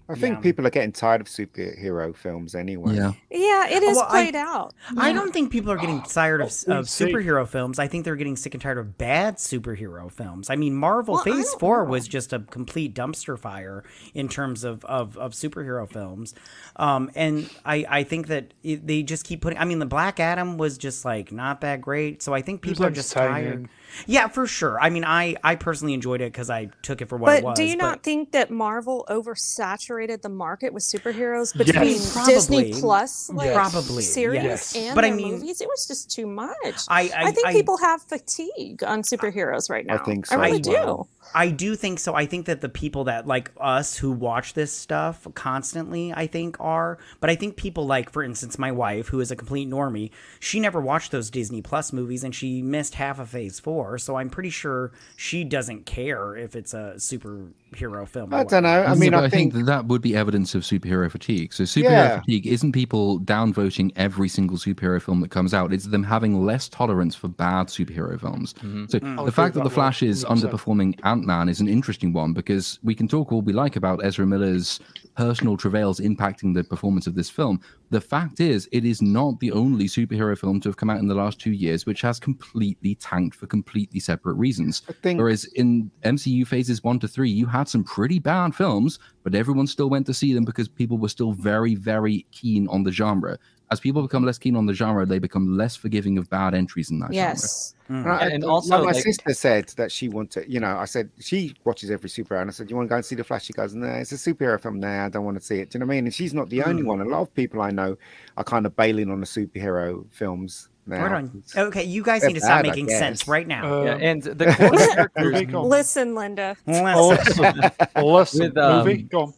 S2: I think
S3: Yeah.
S2: people are getting tired of superhero films anyway.
S4: Yeah.
S6: Yeah, it is
S3: Well, I-
S6: played out.
S3: I don't think people are getting tired of,
S1: Oh, we
S3: of
S1: see.
S3: superhero films. I think they're getting sick and tired of bad superhero films. I mean, Marvel
S6: Well, I
S3: Phase
S6: don't
S3: Four
S6: know.
S3: was just a complete dumpster fire in terms of of, of superhero films, um, and I I think that it, they just keep putting. I mean, the Black Adam was just like not that great. So I think
S1: It was
S3: people are just tired.
S1: entertaining.
S3: Yeah, for sure. I mean, I I personally enjoyed it because I took it for what
S6: But
S3: it was.
S6: do you not think that Marvel oversaturated the market with superheroes between
S1: Yes.
S6: Disney
S3: Probably.
S6: Plus like,
S1: Yes.
S3: Probably,
S6: series
S1: yes.
S6: and
S3: But I
S6: their
S3: mean-
S6: movies? It was just too much. I,
S3: I, I,
S6: think
S3: I-
S6: people have fatigue on superheroes right
S2: I
S6: now.
S2: think so
S6: I really
S3: as
S6: do.
S2: well.
S3: I do think so. I think that the people that like us who watch this stuff constantly, I think are. But I think people like, for instance, my wife, who is a complete normie, she never watched those Disney Plus movies and she missed half of Phase Four. So I'm pretty sure she doesn't care if it's a superhero film. or
S2: I don't know.
S3: whatever.
S2: I mean,
S4: but
S2: I think,
S4: that that would be evidence of superhero fatigue. So superhero
S2: Yeah.
S4: fatigue isn't people downvoting every single superhero film that comes out. It's them having less tolerance for bad superhero films. So
S3: Mm.
S1: I'll
S4: the fact
S1: agree
S4: that the
S1: with that
S4: Flash is
S1: 100%.
S4: underperforming Ant Man is an interesting one because we can talk all we like about Ezra Miller's personal travails impacting the performance of this film. The fact is, it is not the only superhero film to have come out in the last two years which has completely tanked for completely separate reasons.
S2: I think
S4: Whereas in MCU phases one to three, you had some pretty bad films, but everyone still went to see them because people were still very, very keen on the genre. As people become less keen on the genre, they become less forgiving of bad entries in that
S6: Yes.
S3: Mm.
S2: I-
S5: And- and
S2: I-
S5: also,
S2: my
S5: like-
S2: sister said that she wanted, you know, I said she watches every superhero, and I said, "You want to go and see the Flash?" She goes, "No, it's a superhero film. Nah, I don't want to see it." Do you know what I mean? And she's not the only one. A lot of people I know are kind of bailing on the superhero films now.
S3: Right on. Okay, you guys
S2: They're
S3: need to stop
S2: bad, I
S3: making sense
S2: guess.
S3: right now.
S5: Yeah,
S1: Um,
S5: and the core characters
S1: Movie, go on.
S6: Listen, Linda.
S3: Listen.
S1: Awesome. Awesome.
S5: With, um,
S1: movie, go on.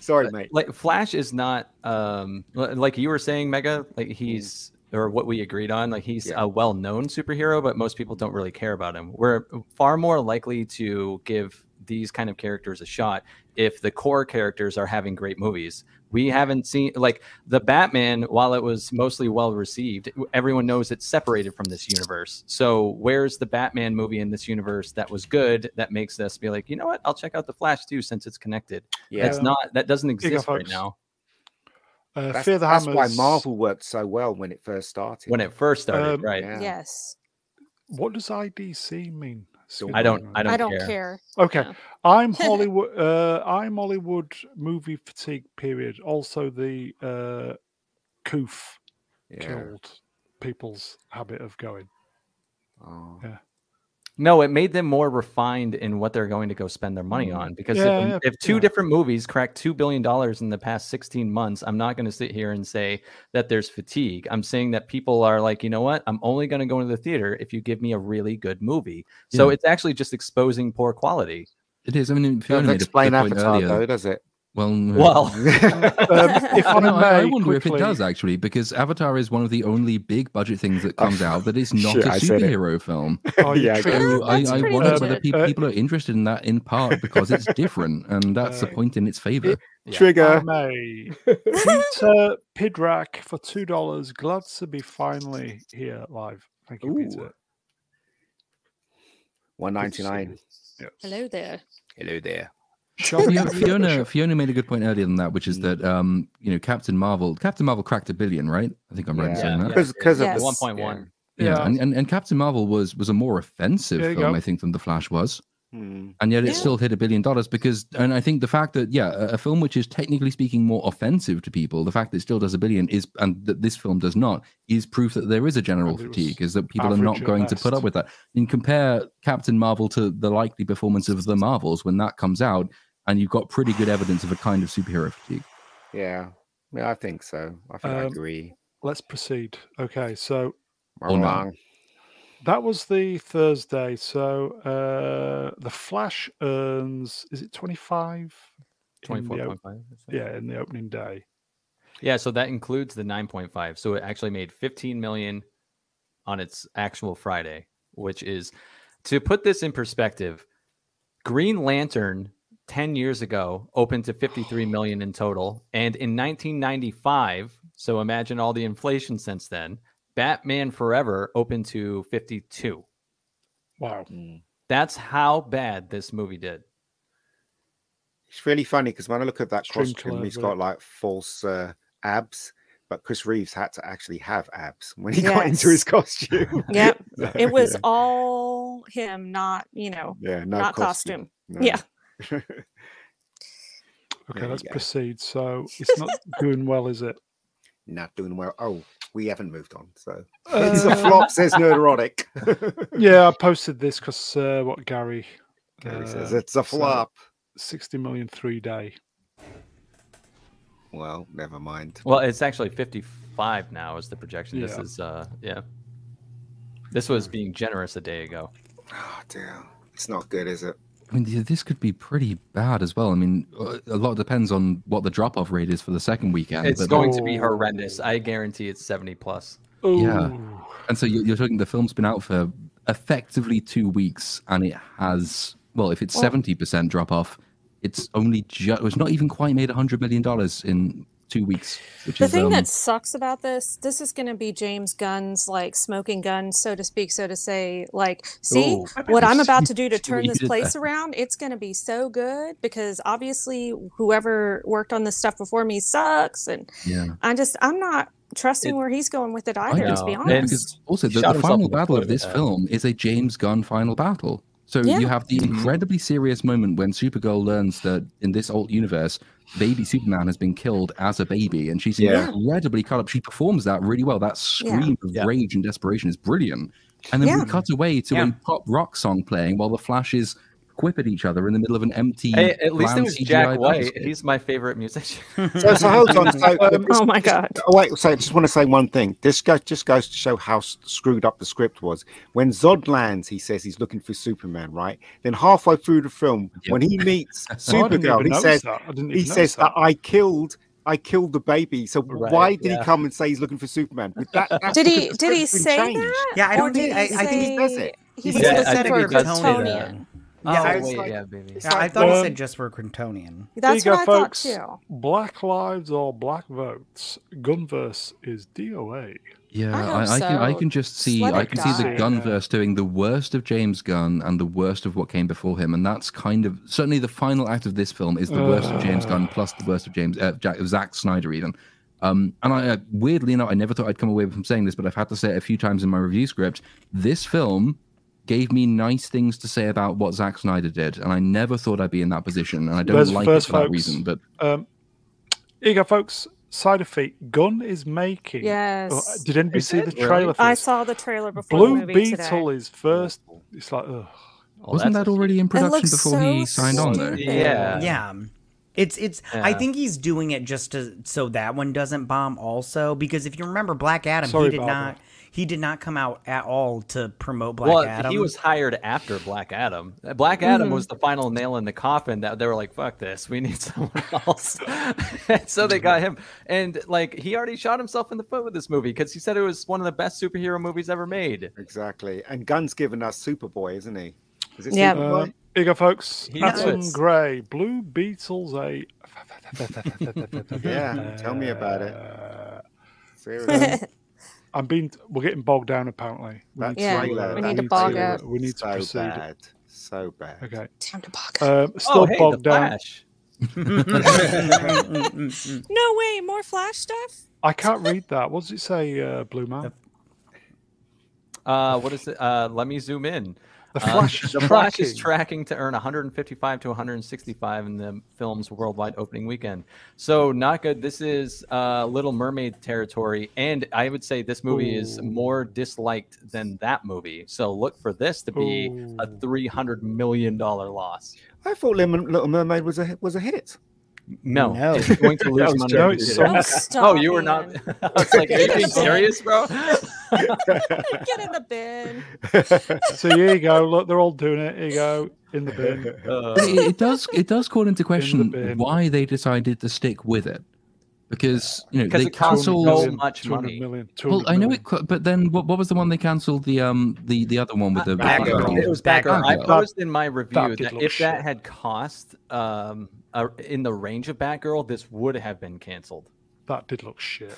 S2: Sorry, mate.
S5: like Flash is not um li- like you were saying, Mega, like he's or what we agreed on, like he's
S2: Yeah.
S5: a well known superhero, but most people don't really care about him. We're far more likely to give these kind of characters a shot if the core characters are having great movies. We haven't seen like the Batman, while it was mostly well received, everyone knows it's separated from this universe. So where's the Batman movie in this universe that was good that makes us be like, you know what, I'll check out the Flash too since it's connected.
S2: Yeah,
S5: That's not that doesn't exist right
S1: folks.
S5: now.
S1: Uh,
S2: that's,
S1: Fear the
S2: that's
S1: Hammers.
S2: why Marvel worked so well when it first started.
S5: When it first started,
S1: Um,
S5: right?
S2: yeah.
S6: Yes.
S1: What does IDC mean? Excuse
S5: I don't.
S1: me.
S5: I don't,
S6: I don't care.
S1: Okay,
S6: know.
S1: I'm Hollywood. uh, I'm Hollywood movie fatigue period. Also, the uh, coof
S2: Yeah.
S1: killed people's habit of going.
S2: Oh.
S5: No, it made them more refined in what they're going to go spend their money on. Because
S1: Yeah,
S5: if,
S1: yeah,
S5: if two
S1: yeah.
S5: different movies crack two billion dollars in the past sixteen months, I'm not going to sit here and say that there's fatigue. I'm saying that people are like, you know what? I'm only going to go into the theater if you give me a really good movie. So
S4: Yeah.
S5: it's actually just exposing poor quality.
S4: It is. I mean, if you
S2: Doesn't
S4: only
S2: explain
S4: made a, good point
S2: Avatar
S4: earlier,
S2: though, does it?
S4: well, no.
S5: Well,
S1: Um, if I
S4: No, I, I
S1: may
S4: wonder if
S1: quickly-
S4: it does actually, because Avatar is one of the only big budget things that comes out that is not
S2: Oh, Shit,
S4: a
S2: I said it.
S4: superhero film.
S1: Are you
S2: Yeah, I
S1: true?
S4: So I,
S6: that's
S4: I
S6: pretty
S4: wonder
S6: much
S4: whether
S6: it.
S4: pe-
S1: Uh,
S4: people are interested in that in part because it's different, and that's a
S1: Uh,
S4: point in its favor.
S5: Yeah.
S2: Trigger.
S1: Oh, May. Peter Pidrak for two dollars. Glad to be finally here live. Thank you, Peter.
S2: Ooh. One ninety nine.
S1: Yes.
S6: Hello there.
S2: Hello there.
S1: Shopping
S4: Fiona,
S1: at the
S4: Fiona,
S1: shop.
S4: Fiona made a good point earlier than that, which is
S2: Mm.
S4: that um, you know Captain Marvel, Captain Marvel cracked a billion, right? I think I'm right in
S2: Yeah.
S4: saying
S5: Yeah,
S4: that.
S2: Because because
S6: Yes.
S2: of the
S5: 1.1.
S4: Yeah,
S1: Yeah.
S4: And, and and Captain Marvel was was a more offensive
S1: There you
S4: film,
S1: go.
S4: I think, than The Flash was,
S2: yeah. Hmm.
S4: and yet it
S6: Yeah.
S4: still hit a billion dollars because, and I think the fact that yeah, a, a film which is technically speaking more offensive to people, the fact that it still does a billion is, and that this film does not, is proof that there is a general
S1: And it was
S4: fatigue, is that people are
S1: average
S4: not
S1: at
S4: going to put
S1: best.
S4: up with that. And compare Captain Marvel to the likely performance of The Marvels when that comes out, and you've got pretty good evidence of a kind of superhero fatigue.
S2: Yeah. Yeah, I think so. I think I
S1: Um,
S2: agree.
S1: Let's proceed. Okay, so
S2: Or
S4: Or not.
S2: wrong.
S1: that was the Thursday. So uh the Flash earns is it twenty five?
S5: Twenty-four point five.
S1: Yeah, in the opening day.
S5: Yeah, so that includes the 9.5. So it actually made 15 million on its actual Friday, which is to put this in perspective, Green Lantern 10 years ago opened to 53 million in total, and in 1995, so imagine all the inflation since then, Batman Forever opened to 52.
S1: Wow.
S2: Hmm.
S5: That's how bad this movie did.
S2: It's really funny because when I look at that
S1: Extreme
S2: cross trim, he's
S1: collaborative.
S2: got like false uh, abs, but Chris Reeves had to actually have abs when he got into
S6: Yes.
S2: his costume.
S6: Yep.
S2: So,
S6: It was
S2: yeah.
S6: all him, not, you know,
S2: yeah, no
S6: not
S2: costume.
S6: costume.
S2: no.
S6: Yeah.
S1: Okay,
S2: There you
S1: let's
S2: go.
S1: proceed. So it's not doing well, is it?
S2: not doing well. Oh, we haven't moved on. So it's
S1: Uh,
S2: a flop, says Nerdrotic.
S1: Yeah, I posted this because uh, what Gary,
S2: Gary says
S1: uh,
S2: it's a
S1: so-
S2: flop.
S1: 60 million three day.
S2: Well, never mind.
S5: Well, it's actually 55 now is the projection. This
S1: Yeah.
S5: is uh yeah. This was being generous a day ago.
S2: Oh, dear. It's not good, is it?
S4: I mean, th- this could be pretty bad as well. I mean, uh, a lot depends on what the drop off rate is for the second weekend.
S5: It's
S4: but-
S5: going to be
S1: Oh.
S5: horrendous. I guarantee it's 70 plus.
S1: Oh,
S4: Yeah. And so you're, you're talking the film's been out for effectively two weeks, and it has well, if it's seventy percent drop off, it's only just it's not even quite made hundred million dollars in two weeks. Which
S6: The
S4: is
S6: thing
S4: um,
S6: that sucks about this, this is going to be James Gunn's like smoking gun, so to speak, so to say. Like, see
S3: Oh,
S4: Ooh.
S6: what I'm
S4: See-
S6: about to do to
S4: see what
S6: turn
S4: you
S6: this
S4: did
S6: place
S4: there.
S6: around. It's going to be so good because obviously whoever worked on this stuff before me sucks, and
S4: yeah.
S6: I just I'm not trusting
S5: It-
S6: where he's going with it
S4: I
S6: either. To
S5: know.
S6: be
S5: And-
S6: honest,
S4: Because also the,
S5: Shot
S4: the
S5: himself
S4: final
S5: in the
S4: battle
S5: foot
S4: of
S5: with
S4: this
S5: that.
S4: film is a James Gunn final battle. So
S6: Yeah.
S4: you have the
S5: Mm-hmm.
S4: incredibly serious moment when Supergirl learns that in this alt universe, baby Superman has been killed as a baby, and she's
S2: Yeah.
S4: incredibly cut up. She performs that really well. That scream of
S5: Yeah.
S4: rage and desperation is brilliant. And then
S6: Yeah.
S4: we cut away to
S3: Yeah.
S4: a pop rock song playing while the flashes quip at each other in the middle of an empty.
S5: Hey, at least it
S4: bland
S5: was
S4: CGI
S5: Jack White.
S4: landscape.
S5: He's my favorite musician.
S2: So, so hold on. So,
S1: Um,
S6: oh my god,
S2: Oh, wait, so I just want to say one thing. This go, just goes to show how s- screwed up the script was. When Zod lands, he says he's looking for Superman, right? Then halfway through the film,
S4: Yeah.
S2: when he meets
S1: Oh, I didn't
S2: Supergirl,
S1: even
S2: he
S1: notice
S2: says
S1: that. I didn't
S2: he
S1: even
S2: says
S1: notice
S2: that I killed I killed the baby. So
S5: Right,
S2: why did
S5: yeah.
S2: he come and say he's looking for Superman? With that, that's
S6: did he
S2: because the
S6: did he
S2: script's
S6: say
S2: been
S6: that?
S3: Yeah, I
S6: Or
S3: don't
S6: did
S3: think- I- I think
S2: he does it.
S6: He
S2: He
S6: was
S2: said-
S6: just
S2: I
S6: said
S2: think
S6: for
S5: he does say that.
S6: Kryptonian.
S5: oh,
S3: Yeah,
S2: it's
S5: wait,
S2: like-
S5: yeah, baby.
S2: It's
S3: yeah, I
S2: like,
S3: thought he
S1: um,
S3: said just for Kryptonian.
S6: That's
S1: There you
S6: what I
S1: go,
S6: thought
S1: folks.
S6: too.
S1: Black lives or black votes. Gunverse is DOA.
S4: Yeah,
S6: I
S4: I, I,
S6: hope
S4: can I
S6: so.
S4: can just
S6: Just
S4: see
S6: let
S4: I
S6: it
S4: can see the
S1: die.
S4: Gunverse doing the worst of James Gunn and the worst of what came before him, and that's kind of certainly the final act of this film is the worst of James Gunn
S1: Ugh.
S4: plus the worst of James uh, Jack, of Zack Snyder even. Um, and I uh, weirdly enough, I never thought I'd come away from saying this, but I've had to say it a few times in my review script. This film gave me nice things to say about what Zack Snyder did, and I never thought I'd be in that position, and I don't
S1: There's
S4: like
S1: first,
S4: it for that
S1: folks.
S4: reason. But
S1: Um, here you go, folks. Side effect. Gun is making.
S6: Yes.
S1: Oh, did anybody
S5: Is
S1: see
S5: it
S1: the
S5: really?
S1: trailer? For
S6: I
S1: this?
S6: saw the trailer before the
S1: Blue
S6: movie
S1: Beetle
S6: today.
S1: is first. It's like, ugh.
S5: Well,
S4: wasn't
S5: Oh, that's
S4: that
S5: a-
S4: already in production
S6: looks
S4: before
S6: so
S4: he signed on though?
S6: stupid.
S5: Yeah.
S3: yeah it's it's i
S5: Yeah.
S3: think he's doing it just to so that one doesn't bomb also because if you remember black adam
S1: Sorry,
S3: he did
S1: Barbara.
S3: not he did not come out at all to promote black
S5: well,
S3: adam
S5: he was hired after Black Adam. Uh, Black Adam was the final nail in the coffin that they were like, "Fuck this, we need someone else." and so they got him, and like he already shot himself in the foot with this movie because he said it was one of the best superhero movies ever made.
S2: Exactly. And Gunn's given us Superboy, isn't he? Is it
S6: Yeah.
S1: Uh,
S2: Superboy?
S1: here you go, folks.
S5: He
S1: Atom
S5: knows.
S1: Gray. Blue Beetle's a.
S2: Yeah, tell me about it.
S1: Uh,
S2: Seriously.
S1: I'm being. We're getting bogged down. Apparently, we
S2: That
S1: need to,
S6: Yeah,
S2: trailer,
S1: uh,
S6: we
S2: that
S6: need to
S2: trailer
S6: bog
S2: was
S6: up.
S1: We need to
S2: so
S1: proceed.
S2: Bad. So bad.
S1: Okay.
S6: Time to bog up.
S1: Um, still
S5: oh, hey, the
S1: bogged down.
S5: Flash.
S3: the
S6: No way, more Flash stuff?
S1: I can't read that. What does it say, uh, Blue Man?
S5: Uh, what is it? Uh, let me zoom in.
S1: The
S5: Uh,
S1: Flash is
S5: the
S1: tracking.
S5: Flash is tracking to earn 155 to 165 in the film's worldwide opening weekend. So not good. This is uh, Little Mermaid territory, and I would say this movie is
S1: Ooh.
S5: more disliked than that movie. So look for this to be a
S1: Ooh.
S5: 300 million dollar loss.
S2: I thought Lemon, Little Mermaid was a hit- was a hit.
S5: No,
S3: No.
S5: it's going to
S2: That
S5: lose
S2: was
S5: money.
S1: joking.
S5: if you did
S1: No,
S5: it.
S1: it's
S6: Oh,
S1: Okay.
S6: stop,
S5: Oh, you were not.
S6: man.
S5: I was like, are you being serious, bro?
S6: Get in the bin.
S1: So here you go. Look, they're all doing it. Here you go. In the bin.
S4: But
S5: Uh,
S4: it, it does it does call into question
S1: bin.
S4: why they decided to stick with it because you know
S5: Because
S4: they
S5: it costs
S4: cancelled
S5: so much
S1: 200
S5: money.
S1: million,
S4: well
S1: 200
S4: i know
S1: million.
S4: it co- but then what, what was the one they cancelled the um the the other one with the
S2: Batgirl.
S5: Batgirl. It was Batgirl. I
S4: Batgirl.
S5: posted in my review
S1: did
S5: that
S1: look
S5: if that
S1: shit.
S5: had cost um, uh, in the range of Batgirl, this would have been canceled.
S1: That did look shit.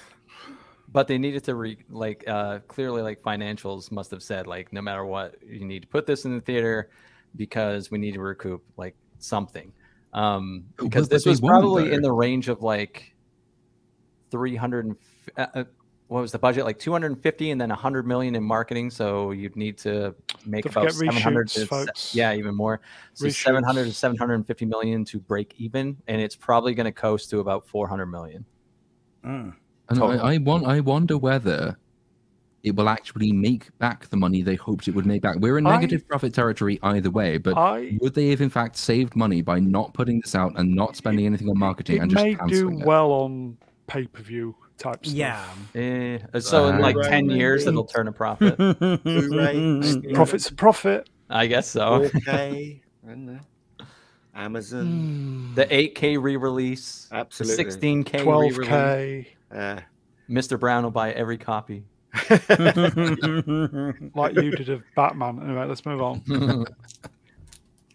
S5: but they needed to re- like uh clearly like financials must have said like no matter what you need to put this in the theater because we need to recoup like something um
S4: Oh,
S5: because
S4: but- but
S5: this
S4: they
S5: was
S4: won't,
S5: probably
S4: though.
S5: in the range of like 300 and f- uh, uh, what was the budget like 250 and then 100 million in marketing so you'd need to make
S1: Don't
S5: about
S1: forget
S5: 700
S1: reshoots,
S5: to se-
S1: folks.
S5: yeah even more so 700 to
S1: Reshoots.
S5: 750 million to break even and it's probably going to coast to about 400 million
S3: Mm.
S4: And
S5: Totally.
S4: I, I, want, I wonder whether it will actually make back the money they hoped it would make back. We're in
S1: I-
S4: negative profit territory either way, but
S1: I
S4: would they have in fact saved money by not putting this out and not spending anything on marketing
S1: it
S4: and just
S1: may do
S4: canceling it?
S1: well on pay per view type stuff.
S3: Yeah.
S5: Eh, so in
S4: Uh,
S5: like 10
S2: Right,
S5: years
S2: maybe.
S5: it'll turn a profit
S1: Profit's a profit.
S5: i guess so
S2: Okay.
S5: Hmm.
S4: Hmm.
S2: Amazon.
S5: the 8k re-release the
S2: Absolutely.
S5: 16k
S1: Twelve
S5: re-release
S1: K
S2: Uh,
S5: mr brown will buy every copy
S1: like you did of Batman. Anyway, let's move on.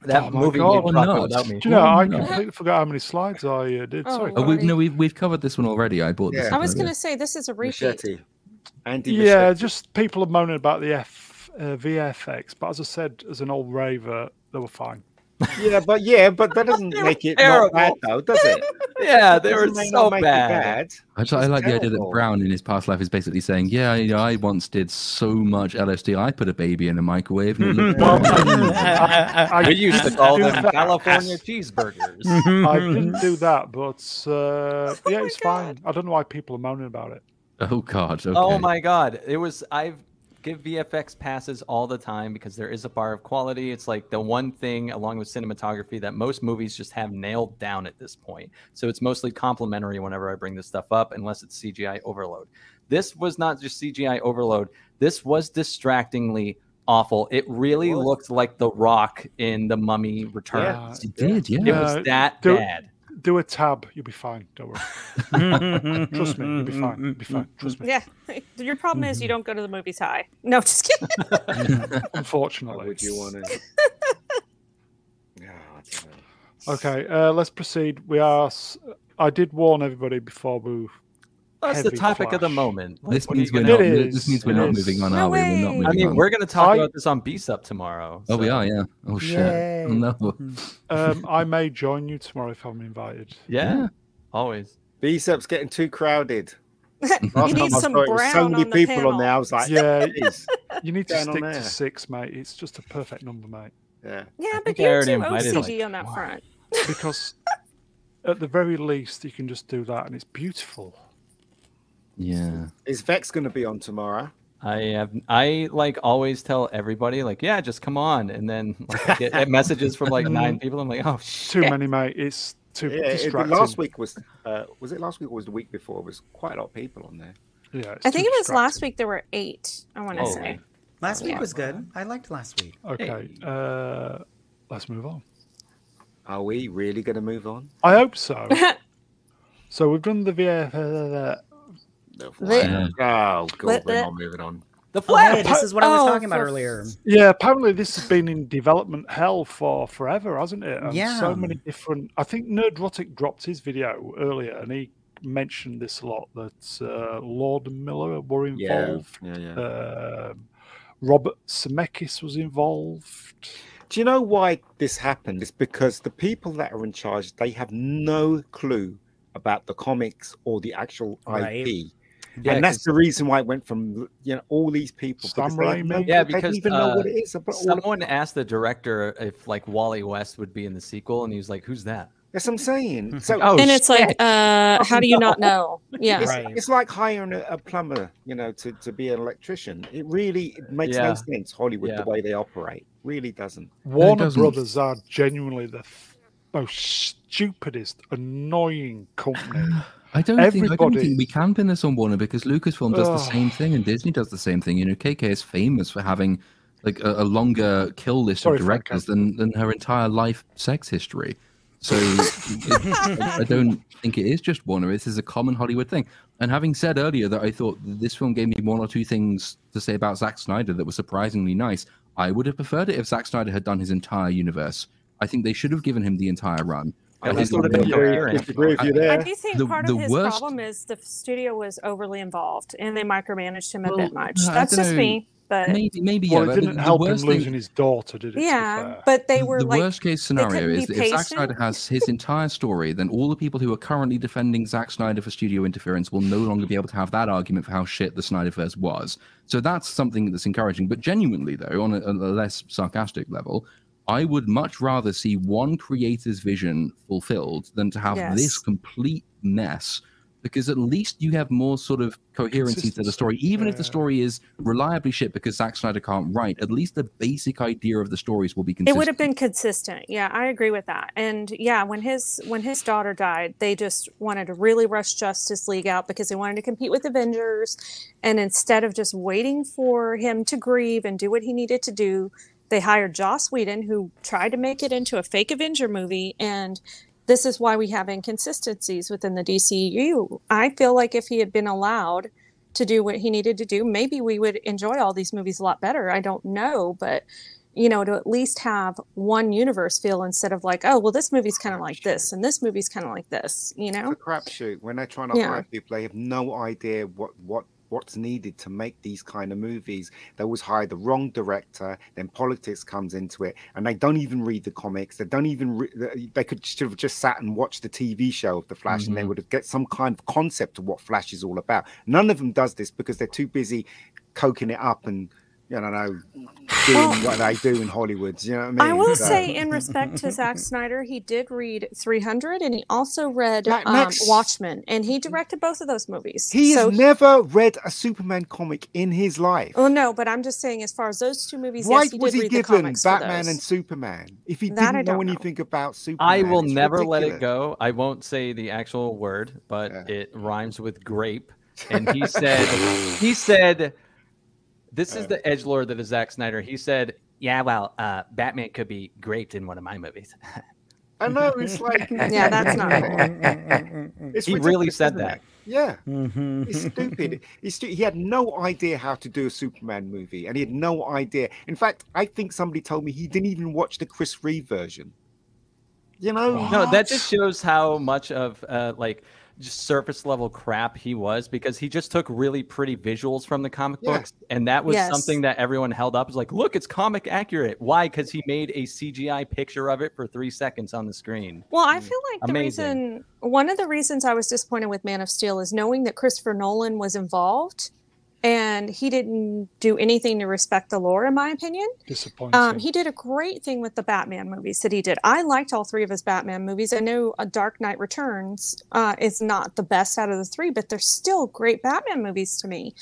S5: that
S1: Oh my
S5: movie
S1: God.
S5: made
S4: Or
S5: profit
S4: not.
S5: without
S1: Do
S5: me
S1: you know,
S4: Well,
S1: I
S4: no.
S1: completely forgot how many slides I uh, did.
S6: Oh,
S1: Sorry. Tony.
S4: Oh, we,
S6: Already?
S4: no, we've, we've covered this one already. I bought this.
S2: Yeah.
S6: I was
S4: earlier.
S6: gonna say this is a repeat.
S2: Machete. Andy
S1: yeah,
S2: Machete.
S1: just people are moaning about the F, uh, VFX, but as I said, as an old raver, they were fine.
S2: Yeah, but yeah, but that doesn't
S5: They were
S2: make it
S5: terrible.
S2: not bad though, does it?
S5: yeah they were
S2: Doesn't make-
S5: so
S2: not make
S5: bad.
S2: it
S4: I, just, I
S2: It's
S4: like the idea that
S2: terrible.
S4: Brown in his past life is basically saying, "Yeah, I, I once did so much LSD. I put a baby in a microwave." And it looked
S1: I,
S5: we used to call
S1: didn't
S5: them
S1: do that.
S5: california cheeseburgers
S1: I
S3: Mm-hmm.
S1: didn't do that, but uh, yeah, it's
S6: Oh God.
S1: fine. I don't know why people are moaning about it.
S4: oh God! Okay.
S5: Oh my god. It was I've give VFX passes all the time because there is a bar of quality. It's like the one thing along with cinematography that most movies just have nailed down at this point. So it's mostly complimentary whenever I bring this stuff up unless it's CGI overload. This was not just CGI overload. This was distractingly awful. It really
S2: Was.
S5: looked like The Rock in The Mummy Returns.
S4: It did, yeah.
S5: It was
S1: Uh,
S5: that
S1: do-
S5: bad.
S1: Do a tab, you'll be fine. Don't worry. Trust me, you'll be fine. You'll be fine. Trust me.
S6: Yeah. Your problem is you don't go to the movies high. No, just kidding.
S2: Why
S1: Unfortunately.
S2: would you want to? Yeah, I don't know.
S1: Okay, uh, let's proceed. We are. s- I did warn everybody before we.
S5: That's the
S1: heavy
S5: topic of the
S1: flash.
S5: moment. Like,
S4: This
S5: what are
S4: means
S5: you
S4: we're
S5: gonna-
S1: It
S4: not.
S1: is.
S4: This means we're
S1: It
S4: not
S1: is.
S4: moving on,
S6: No
S4: are we? We're not
S6: way.
S4: moving
S5: I mean,
S4: on.
S5: we're going to talk
S1: I-
S5: about this on BSUP tomorrow.
S4: Oh, we
S5: so-
S4: are. Yeah. Oh shit.
S3: Yay.
S4: No.
S1: Um, I may join you tomorrow if I'm invited.
S5: Yeah,
S4: Yeah.
S5: always.
S2: BSEP's getting too crowded.
S6: you need
S2: I
S6: some
S2: saw it was
S6: brown
S2: so many
S6: on the
S2: people
S6: panel.
S2: on there. I was like,
S1: Yeah,
S2: "Jeez."
S1: you need to
S2: Down on
S1: stick to
S2: there.
S1: six, mate. It's just a perfect number, mate.
S2: yeah.
S6: Yeah,
S5: think
S6: but
S5: I
S6: you're
S5: already
S6: too
S5: invited, like,
S6: OCD on that
S5: one.
S6: front.
S1: Because at the very least, you can just do that, and it's beautiful.
S4: Yeah.
S2: Is Vex going to be on tomorrow?
S5: I have. I like always tell everybody like, yeah, just come on, and then like, I get messages from like
S2: Mm.
S5: nine people. I'm like, oh
S1: Too
S5: shit.
S1: many, mate. It's too
S2: Yeah, it-
S1: distracting.
S2: last week was uh, was it last week or was the week before? It was quite a lot of people on there.
S1: Yeah, it's
S6: I
S1: too
S6: think it was last
S1: distracting.
S6: week there were eight, I want to
S5: Oh,
S6: say.
S3: last week was good. I liked last week.
S1: Okay, uh, let's move on.
S2: Are we really going to move on?
S1: I hope so. so we've done the VF.
S2: No.
S6: The-
S2: Oh, God,
S6: Let
S2: we're
S6: the-
S2: not moving on.
S5: the
S3: Oh, yeah,
S5: flash.
S3: this is what I was
S6: Oh,
S3: talking about
S6: for-
S3: earlier.
S1: Yeah, apparently this has been in development hell for forever, hasn't it? And
S3: Yeah.
S1: So many different. I think Nerdrotic dropped his video earlier, and he mentioned this a lot that uh, Lord and Miller were
S2: Yeah,
S1: involved.
S2: yeah, yeah.
S1: Um Robert Zemeckis was involved.
S2: Do you know why this happened? It's because the people that are in charge they have no clue about the comics or the actual
S3: Right.
S2: IP,
S5: Yeah,
S2: and that's the reason why it went from you know all these people.
S1: Sam
S2: they have no-
S1: Raimi.
S5: Yeah,
S2: they don't
S5: because,
S2: even know what
S5: uh,
S2: it is. About all
S5: Someone asked the director if like Wally West would be in the sequel, and he was like, "Who's that?"
S2: that's what I'm saying. So
S5: Oh,
S6: and it's like, uh, how do you not know? Yeah.
S2: It's,
S3: Right.
S2: it's like hiring a, a plumber, you know, to, to be an electrician. It really it makes
S5: Yeah.
S2: no sense, Hollywood,
S5: Yeah.
S2: the way they operate. Really doesn't.
S1: Warner
S4: doesn't.
S1: Brothers are genuinely the f- most stupidest, annoying company.
S4: I don't think I don't
S1: Everybody-
S4: think we can pin this on Warner because Lucasfilm does the same
S1: Ugh.
S4: thing and Disney does the same thing. You know, KK is famous for having like a, a longer kill list
S1: Sorry,
S4: of
S1: Frank, I-
S4: directors than, than her entire life sex history. So it- I don't think it is just Warner. This is a common Hollywood thing. And having said earlier that I thought this film gave me one or two things to say about Zack Snyder that were surprisingly nice, I would have preferred it if Zack Snyder had done his entire universe. I think they should have given him the entire run. I
S5: At least it
S4: think
S5: would have been
S4: we-
S5: coherent.
S2: disagree with you
S6: I
S2: there.
S6: do think
S4: The-
S6: part
S4: the
S6: of his
S4: worst-
S6: problem is the studio was overly involved and they micromanaged him a
S4: Well,
S6: bit much.
S4: I
S6: That's just
S4: dunno.
S6: me, but
S4: Maybe, maybe yeah.
S1: well,
S4: but
S1: it
S4: the-
S1: didn't
S4: the
S1: help him
S4: worst thing-
S1: losing his daughter, did it? to be
S6: yeah.
S1: fair?
S6: But they
S4: the-
S6: were
S4: the
S6: like,
S4: worst case
S6: couldn't
S4: scenario
S6: be
S4: is that if Zack
S6: patient.
S4: Snyder has his entire story, then all the people who are currently defending Zack Snyder for studio interference will no longer be able to have that argument for how shit the Snyderverse was. So that's something that's encouraging. But genuinely, though, on a, on a less sarcastic level, I would much rather see one creator's vision fulfilled than to have this
S6: Yes.
S4: complete mess. Because at least you have more sort of coherency to the story, even if the
S1: Yeah.
S4: story is reliably shit because Zack Snyder can't write. At least the basic idea of the stories will be
S6: it
S4: consistent.
S6: would have been consistent. Yeah, I agree with that. And yeah, when his when his daughter died, they just wanted to really rush Justice League out because they wanted to compete with Avengers. And instead of just waiting for him to grieve and do what he needed to do, they hired Joss Whedon, who tried to make it into a fake Avenger movie. And this is why we have inconsistencies within the DCU. I feel like if he had been allowed to do what he needed to do, maybe we would enjoy all these movies a lot better. I don't know, but you know, to at least have one universe feel instead of like, oh, well, this movie's kind of like this and this movie's kind of like this, you
S2: It's a
S6: know?
S2: crapshoot. When they're trying to
S6: Yeah.
S2: hire people, they have no idea what what what's needed to make these kind of movies. They always hire the wrong director. Then politics comes into it, and they don't even read the comics. They don't even re- they- they could should have just sat and watched the TV show of the Flash, and they
S6: Mm-hmm.
S4: Mhm.
S2: would have get some kind of concept of what Flash is all about. None of them does this because they're too busy coking it up and. You know, doing
S6: Well-
S2: what they do in Hollywood. You know what I mean?
S6: I will
S2: So-
S6: say, in respect to Zack Snyder, he did read 300 and he also read
S2: Matt
S6: um,
S2: Max-
S6: Watchmen, and he directed both of those movies.
S2: Mm-hmm. he
S6: so,
S2: has never read a Superman comic in his life.
S6: well, no, but I'm just saying, as far as those two movies,
S2: Why
S6: yes, he
S2: was
S6: did
S2: he
S6: read the
S2: given
S6: comics for
S2: Batman
S6: those.
S2: and Superman if he
S6: That I
S2: didn't know
S6: don't know.
S2: anything about Superman?
S5: I will
S2: It's
S5: never let it
S2: ridiculous.
S5: go. I won't say the actual word, but
S2: Yeah.
S5: it rhymes with grape. And he said, he said, this is
S2: Uh.
S5: the edge lord that is Zack Snyder. He said, yeah, well, uh, Batman could be graped in one of my movies.
S2: I know it's like
S6: Yeah, that's not cool.
S2: It's
S5: He really
S2: ridiculous,
S5: said
S2: isn't
S5: that.
S2: it? Yeah,
S3: Mhm.
S2: it's stupid. It's stu- he had no idea how to do a Superman movie, and he had no idea. In fact, I think somebody told me he didn't even watch the Chris Reeve version. You know,
S5: No, that just shows how much of uh, like just surface level crap he was because he just took really pretty visuals from the comic
S2: Yeah.
S5: books, and that was
S6: Yes.
S5: something that everyone held up as like, look, it's comic accurate. Why? Because he made a CGI picture of it for three seconds on the screen.
S6: Well,
S2: Mm.
S6: I feel like the
S5: Amazing.
S6: reason, one of the reasons I was disappointed with Man of Steel is knowing that Christopher Nolan was involved and he didn't do anything to respect the lore, in my opinion.
S1: Disappointing.
S6: Um, he did a great thing with the Batman movies that he did. I liked all three of his Batman movies. I know A Dark Knight Returns uh, is not the best out of the three, but they're still great Batman movies to me.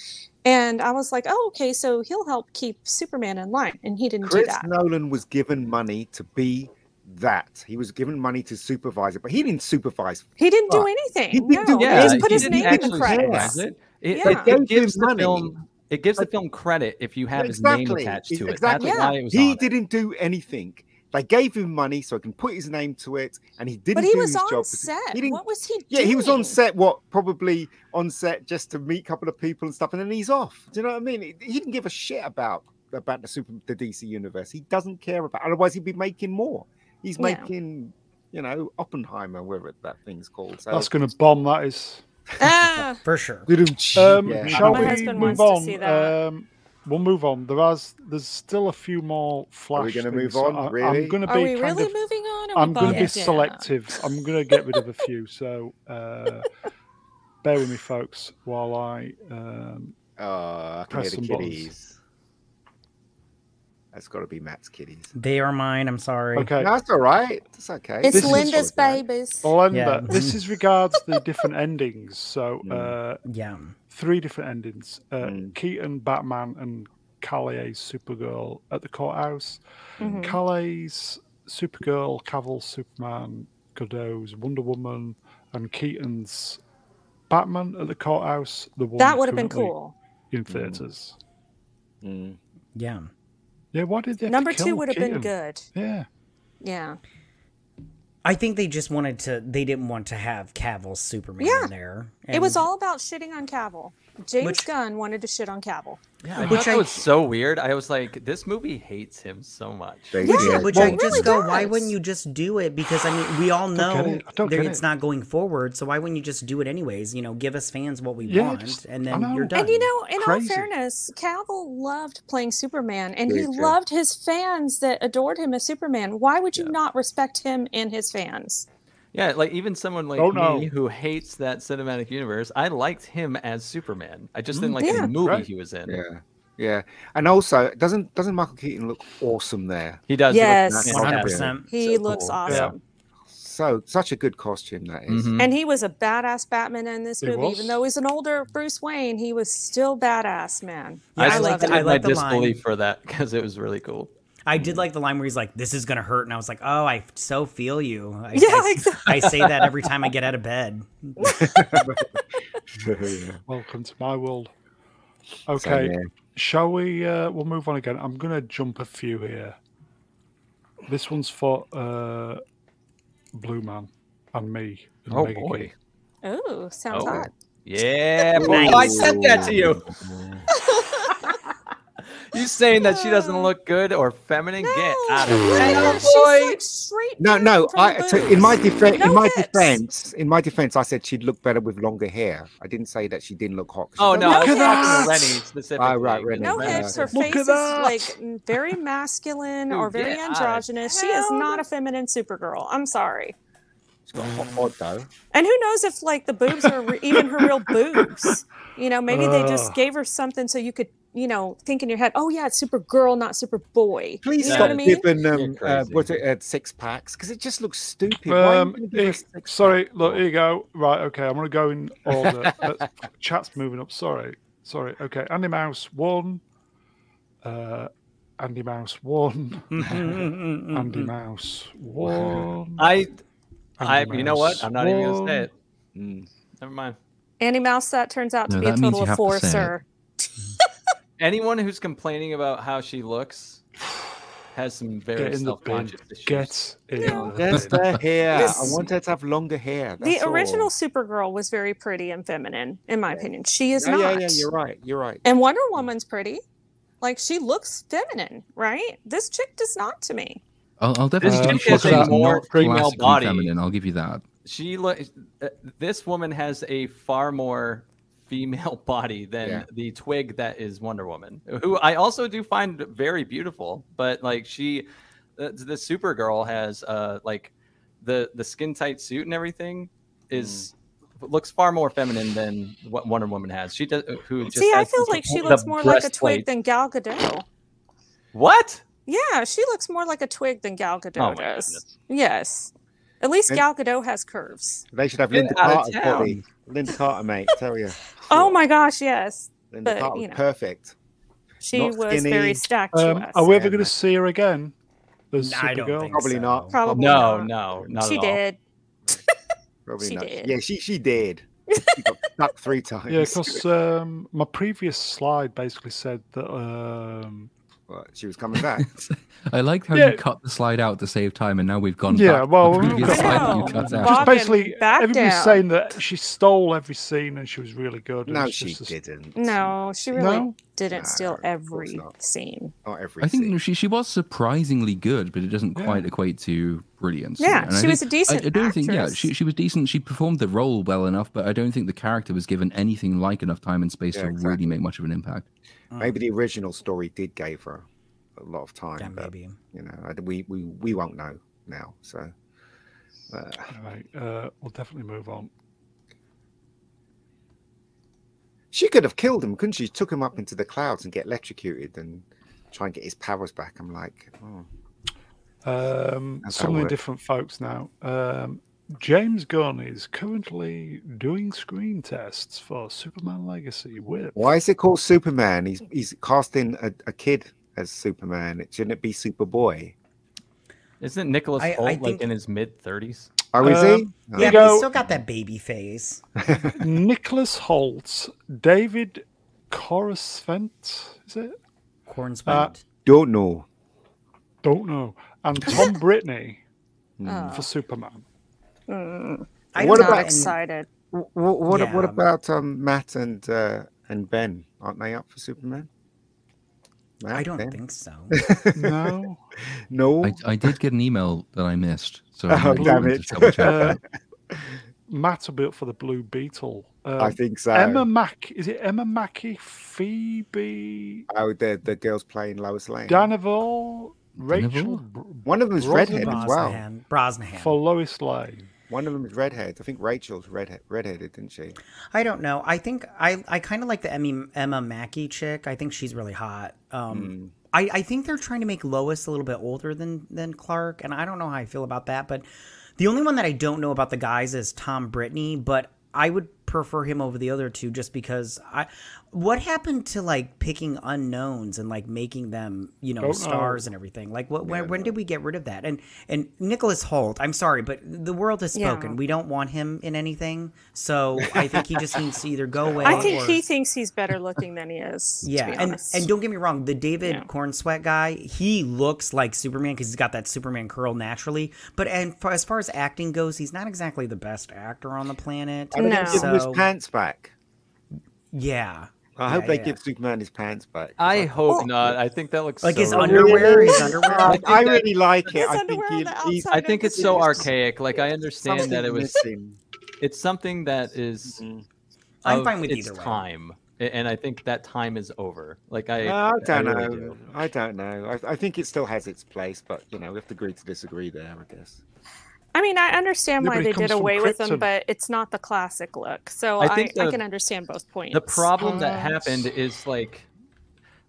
S6: And I was like, oh, okay, so he'll help keep Superman in line, and he didn't do
S2: Chris
S6: that.
S2: Nolan was given money to be that. He was given money to supervise it, but he didn't supervise.
S6: He didn't do
S2: Fuck.
S6: anything.
S2: He didn't
S6: no,
S2: do Yeah,
S6: he just put
S2: he
S6: his
S5: didn't
S6: name in
S5: actually
S6: credits.
S5: supervise It, it,
S6: Yeah.
S5: it,
S2: They gave
S5: gives
S2: him
S5: the
S2: money.
S5: film. It gives the film credit if you have his name
S2: Exactly.
S5: attached to it.
S2: Exactly.
S5: That's
S6: Yeah.
S5: why it was. on
S2: He
S5: it.
S2: didn't do anything. They gave him money so he can put his name to it, and he didn't
S6: But he
S2: do
S6: was
S2: his
S6: on
S2: job.
S6: set.
S2: He didn't-
S6: What was he
S2: yeah, he was on
S6: doing?
S2: set. What probably on set just to meet a couple of people and stuff, and then he's off. Do you know what I mean? He- He didn't give a shit about about the super the DC universe. He doesn't care about. Otherwise, he'd be making more. He's
S6: Yeah.
S2: making. You know, Oppenheimer, whatever that thing's called. So
S1: That's going to bomb, that is.
S6: Ah,
S3: For sure.
S1: Um,
S2: Yeah.
S1: Shall
S6: My
S1: we
S6: husband
S1: move
S6: wants to
S1: on?
S6: see that.
S1: Um, we'll move on. There has, there's still a few more flash.
S2: gonna
S1: things,
S2: move
S1: so
S2: on?
S1: I,
S2: Really?
S1: I'm going to be
S6: are we
S1: kind
S6: really
S1: of.
S6: moving on? or are we
S1: I'm going to be
S6: bogged down?
S1: selective. I'm going to get rid of a few. So uh, bear with me, folks, while I. Um,
S2: Oh, I can
S1: Press
S2: hear the
S1: some buttons.
S2: kitties. That's got to be Matt's kitties.
S3: They are mine. I'm sorry.
S1: okay.
S2: No, that's all right. That's okay.
S6: It's
S1: This is-
S6: Linda's
S2: all right.
S6: babies.
S1: Linda,
S3: Yeah.
S1: this is regards the different endings. So uh,
S2: Mm.
S3: Yeah.
S1: three different endings: uh,
S2: Mm.
S1: Keaton, Batman, and Calais Supergirl at the courthouse.
S6: Mhm.
S1: Calais, Supergirl, Cavill, Superman, Godot's Wonder Woman, and Keaton's Batman at the courthouse. The one
S6: That would have been
S1: currently
S6: cool.
S1: in theaters.
S2: Mm.
S3: Yeah.
S1: Yeah, why did they? have to
S6: Number two
S1: kill
S6: would have been
S1: Keaton?
S6: good.
S1: Yeah,
S6: Yeah.
S3: I think they just wanted to. They didn't want to have Cavill's Superman
S6: Yeah.
S3: there.
S6: it was
S3: and-
S6: all about shitting on Cavill. James
S3: Which-
S6: Gunn wanted to shit on Cavill.
S5: Yeah, I
S3: Which
S5: thought that
S3: I-
S5: was so weird. I was like, this movie hates him so much.
S2: They
S3: Yeah,
S2: did.
S3: which
S2: Well,
S3: I
S6: it
S3: just
S6: really
S3: go, why
S6: does.
S3: wouldn't you just do it? Because I mean, we all
S1: don't get
S3: know
S1: it. I don't
S3: there-
S1: get
S3: it's
S1: it.
S3: not going forward, so why wouldn't you just do it anyways? You know, give us fans what we
S1: Yeah,
S3: want,
S1: just-
S3: and
S1: I
S3: then you're
S1: know.
S3: done.
S6: And you know, in
S1: Crazy.
S6: all fairness, Cavill loved playing Superman, and
S2: Very
S6: he
S2: true.
S6: loved his fans that adored him as Superman. Why would you not respect him and his fans?
S5: Yeah, like even someone like
S1: Oh, no.
S5: me who hates that cinematic universe, I liked him as Superman. I just didn't like
S6: Yeah.
S5: the movie
S1: Right.
S5: he was in.
S2: Yeah, yeah, and also doesn't doesn't Michael Keaton look awesome there?
S5: He does.
S6: Yes.
S5: Look,
S2: One hundred
S3: 100%.
S6: He
S5: So
S6: looks
S5: cool.
S1: Yeah.
S6: awesome.
S2: So such a good costume that is.
S5: Mhm.
S6: And he was a badass Batman in this
S1: He
S6: movie.
S1: was.
S6: Even though he's an older Bruce Wayne, he was still badass, man.
S3: Yeah, I
S5: I,
S3: like
S6: love
S3: the-
S6: it.
S5: I
S3: I like the line.
S5: disbelief for that because it was really cool.
S3: I did like the line where he's like, "This is gonna hurt," and I was like, "Oh, I so feel you." I,
S6: Yeah,
S3: I,
S6: exactly.
S3: I say that every time I get out of bed.
S2: Yeah.
S1: Welcome to my world.
S2: So,
S1: Okay,
S2: yeah.
S1: shall we? Uh, we'll move on again. I'm going to jump a few here. This one's for uh, Blue Man and me. and
S5: Oh
S1: Mega
S5: boy.
S1: Geek.
S6: Ooh, sounds
S5: Oh.
S6: hot.
S5: Yeah, boy.
S3: Nice.
S5: I said that to you. you saying that she doesn't look good or feminine? Get out of
S6: No,
S5: here. Oh,
S6: no, she's like straight.
S2: No,
S6: down
S2: no.
S6: from
S2: I
S6: the
S2: to, in my
S6: boobs.
S2: defense, in
S6: No
S2: my
S6: hips.
S2: defense, in my defense, I said she'd look better with longer hair. I didn't say that she didn't look hot. 'cause she
S5: Oh
S2: does.
S5: no,
S6: No
S5: I was talking
S1: hips.
S5: to Rennie specifically.
S2: Oh, right, Rennie.
S6: No
S2: Yeah.
S6: hips. Her
S1: Look at
S6: face is
S1: that.
S6: like m- very masculine
S5: Dude,
S6: or very
S5: get out of
S6: androgynous. She is
S5: town.
S6: not a feminine Supergirl. I'm sorry.
S2: she's got hot, hot though.
S6: And who knows if like the boobs are re- even her real boobs? You know, maybe they just
S1: Ugh.
S6: gave her something so you could, you know, think in your head, oh yeah, it's Supergirl, not Superboy.
S2: Please
S6: you know
S2: stop
S6: what I mean?
S2: giving um,
S5: You're
S2: uh,
S5: crazy.
S2: what, uh, six packs because it just looks stupid. Why
S1: Um,
S2: would you give
S1: eh,
S2: us six Oh.
S1: sorry, look, here you go. Right, okay, I'm going to go in order. Uh, chat's moving up. Sorry, sorry. Okay, Andy Mouse one. Uh, Andy Mouse one. Andy Mouse one.
S5: Mm-hmm. I, I,
S1: Andy
S5: you know what?
S1: Mouse,
S5: I'm not even gonna say
S1: one.
S5: it.
S2: Mm.
S5: Never mind.
S6: Annie Mouse, that turns out to
S4: No,
S6: be a
S4: that means
S6: total
S4: you
S6: of
S4: have to
S6: four,
S4: say it.
S6: sir.
S5: Anyone who's complaining about how she looks has some
S1: Get
S5: very
S1: in the bin.
S5: self-conscious issues.
S1: Get in
S6: No.
S1: the
S2: That's
S1: bin.
S2: the hair. I
S6: This-
S2: want her to have longer hair.
S6: The
S2: that's all.
S6: original Supergirl was very pretty and feminine, in my opinion. She is
S2: Yeah,
S6: not.
S2: yeah, yeah. You're right. You're right.
S6: And Wonder Woman's pretty. Like she looks feminine, right? This chick does not to me.
S4: I'll, I'll definitely
S1: This
S4: give you
S1: chick has
S4: she's
S1: a
S4: not
S5: more female
S4: classically
S5: body.
S4: Feminine, I'll give you that.
S5: she lo- uh, this woman has a far more female body than
S2: Yeah.
S5: the twig that is Wonder Woman, who I also do find very beautiful, but like she the, the Supergirl has uh like the the skin tight suit and everything is
S6: Mm.
S5: looks far more feminine than what Wonder Woman has. She does uh, who just
S6: See, I
S5: has
S6: feel
S5: the-
S6: like she
S5: the
S6: looks more like a twig
S5: breastplate.
S6: than Gal Gadot.
S5: What? Oh
S6: Yeah, she looks more like a twig than Gal
S4: Oh
S6: Gadot
S5: my
S6: does.
S5: goodness.
S6: Yes. At least
S2: And-
S6: Gal Gadot has curves.
S2: They should have
S5: Get
S2: Linda
S5: out of
S2: Carter's body. Linda Carter, mate. Tell you.
S6: Oh my gosh, yes.
S2: Linda
S6: but,
S2: Carter
S6: you
S2: was
S6: know.
S2: perfect.
S6: She
S2: Not
S6: was
S2: skinny.
S6: very statuesque.
S1: Um, are we ever
S2: Yeah,
S1: going to
S2: man.
S1: see her again? There's
S3: I don't
S1: Supergirl.
S3: think
S2: Probably
S3: so.
S2: not.
S6: Probably
S5: No,
S6: not.
S5: no, not
S6: she
S5: at all.
S6: did.
S2: Probably
S6: She
S2: not.
S6: did.
S2: Yeah, she she did. she got stuck three times.
S1: Yeah, because um, my previous slide basically said that. Um,
S2: Well, she was coming back.
S4: I liked how
S1: Yeah.
S4: you cut the slide out to save time, and now we've gone.
S1: Yeah,
S4: back to
S1: well,
S4: the previous
S1: I
S4: slide that
S6: know.
S4: you cut out.
S6: Bob
S1: just
S6: and
S1: basically,
S6: back
S1: everybody's
S6: down.
S1: saying that she stole every scene and she was really good. and
S2: no,
S1: it's
S2: she
S1: just a-
S2: didn't.
S6: No, she really
S1: No?
S6: didn't
S2: No,
S6: steal
S2: of course
S6: every
S2: not.
S6: scene.
S2: Not every.
S4: I think
S2: scene.
S4: she she was surprisingly good, but it doesn't
S1: Yeah.
S4: quite equate to brilliance.
S6: Yeah,
S4: And I
S6: she was
S4: think-
S6: a
S4: I, I
S6: decent
S4: don't think yeah,
S6: actress.
S4: she she was decent. She performed the role well enough, but I don't think the character was given anything like enough time and space
S2: Yeah,
S4: to
S2: exactly.
S4: really make much of an impact.
S3: Mm-hmm.
S2: Maybe the original story did gave her a lot of time,
S3: Yeah,
S2: but
S3: maybe.
S2: you know, I, we we we won't know now. So, uh,
S1: Right, uh, we'll definitely move on.
S2: She could have killed him, couldn't she? Took him up into the clouds and get electrocuted and try and get his powers back. I'm like, oh,
S1: Um,
S2: That's how it
S1: something
S2: works.
S1: different, folks. Now, um, James Gunn is currently doing screen tests for Superman Legacy with.
S2: why is it called Superman? He's he's casting a, a kid as Superman. It shouldn't it be Superboy.
S5: Isn't Nicholas
S3: I- I
S5: Holt like
S3: think-
S5: in his mid 30s?
S2: Oh, is he?
S1: Um, There
S2: No.
S3: Yeah,
S1: you
S3: but
S1: go.
S3: he's still got that baby face.
S1: Nicholas Holt, David Coruscant, is it? Uh,
S3: Cornswind.
S2: Don't know.
S1: Don't know. And Tom Brittany
S2: Mm.
S1: for Superman.
S6: Mm,
S3: I
S2: What
S3: don't
S6: what
S3: know,
S2: about-
S6: about
S3: and-
S6: excited?
S2: What what,
S3: Yeah,
S2: what um,
S3: but-
S2: about um, Matt and uh, and Ben? Aren't they up for Superman?
S3: I don't think so.
S1: No.
S2: no.
S4: I, I did get an email that I missed, so
S2: Oh,
S4: I'm
S2: damn
S4: going
S2: it.
S4: to double check
S1: Uh,
S4: that.
S1: Matt about for the Blue Beetle. Um,
S2: I think so.
S1: Emma Mack. Is it Emma Mackey? Phoebe
S2: oh, the the girls playing Lois Lane.
S1: Danival? Rachel Br-
S2: One of them's redhead as well.
S3: Brosnahan. Brosnahan.
S1: for Lois Lane.
S2: One of them's redhead. I think Rachel's redhead, redheaded, didn't she?
S3: I don't know. I think I, I kind of like the Emmy, Emma Mackey chick. I think she's really hot. Um,
S1: Hmm.
S2: Mm.
S3: I, I think they're trying to make Lois a little bit older than than Clark, and I don't know how I feel about that. But the only one that I don't know about the guys is Tom Brittany, but I would prefer him over the other two just because I. What happened to like picking unknowns and like making them you know
S1: Don't know.
S3: stars and everything? Like what when,
S2: Yeah,
S3: when
S2: no.
S3: did we get rid of that? And and Nicholas Holt, I'm sorry, but the world has
S6: Yeah.
S3: spoken. We don't want him in anything, so I think he just needs to either go away.
S6: I think
S3: or-
S6: he thinks he's better looking than he is.
S3: yeah, and and don't get me wrong, the David
S6: Yeah.
S3: Cornsweat guy, he looks like Superman because he's got that Superman curl naturally. But and for, as far as acting goes, he's not exactly the best actor on the planet.
S2: I hope
S6: No.
S2: they give him his
S3: So-
S2: pants back.
S3: Yeah,
S2: I
S3: Yeah,
S2: hope they
S3: yeah.
S2: give Superman his pants back.
S5: I hope not. I think that looks
S3: oh, like
S5: so
S3: his
S5: wrong.
S3: underwear, his
S2: Yeah.
S3: underwear.
S2: I,
S5: think
S2: I
S5: that-
S2: really like it.
S6: His
S2: I think
S6: underwear on
S2: he,
S6: the
S2: he's
S6: outside.
S5: I think it's so archaic. Like I understand that it was.
S2: missing.
S5: It's something that is.
S2: Mm.
S3: Mm-hmm. I'm
S5: of
S3: fine with
S5: its
S3: either way.
S5: time, A- and I think that time is over. Like I,
S2: No, I don't
S5: really
S2: know.
S5: do.
S2: I don't know. I, I think it still has its place, but you know we have to agree to disagree there. I guess.
S6: I mean, I understand
S1: Yeah,
S6: why
S1: but he
S6: they
S1: comes
S6: did
S1: from
S6: away with them,
S1: Krypton.
S6: but it's not the classic look. So
S5: I
S6: I,
S5: think
S6: I,
S5: the-
S6: can understand both points.
S5: The problem that
S2: Um,
S5: happened is like,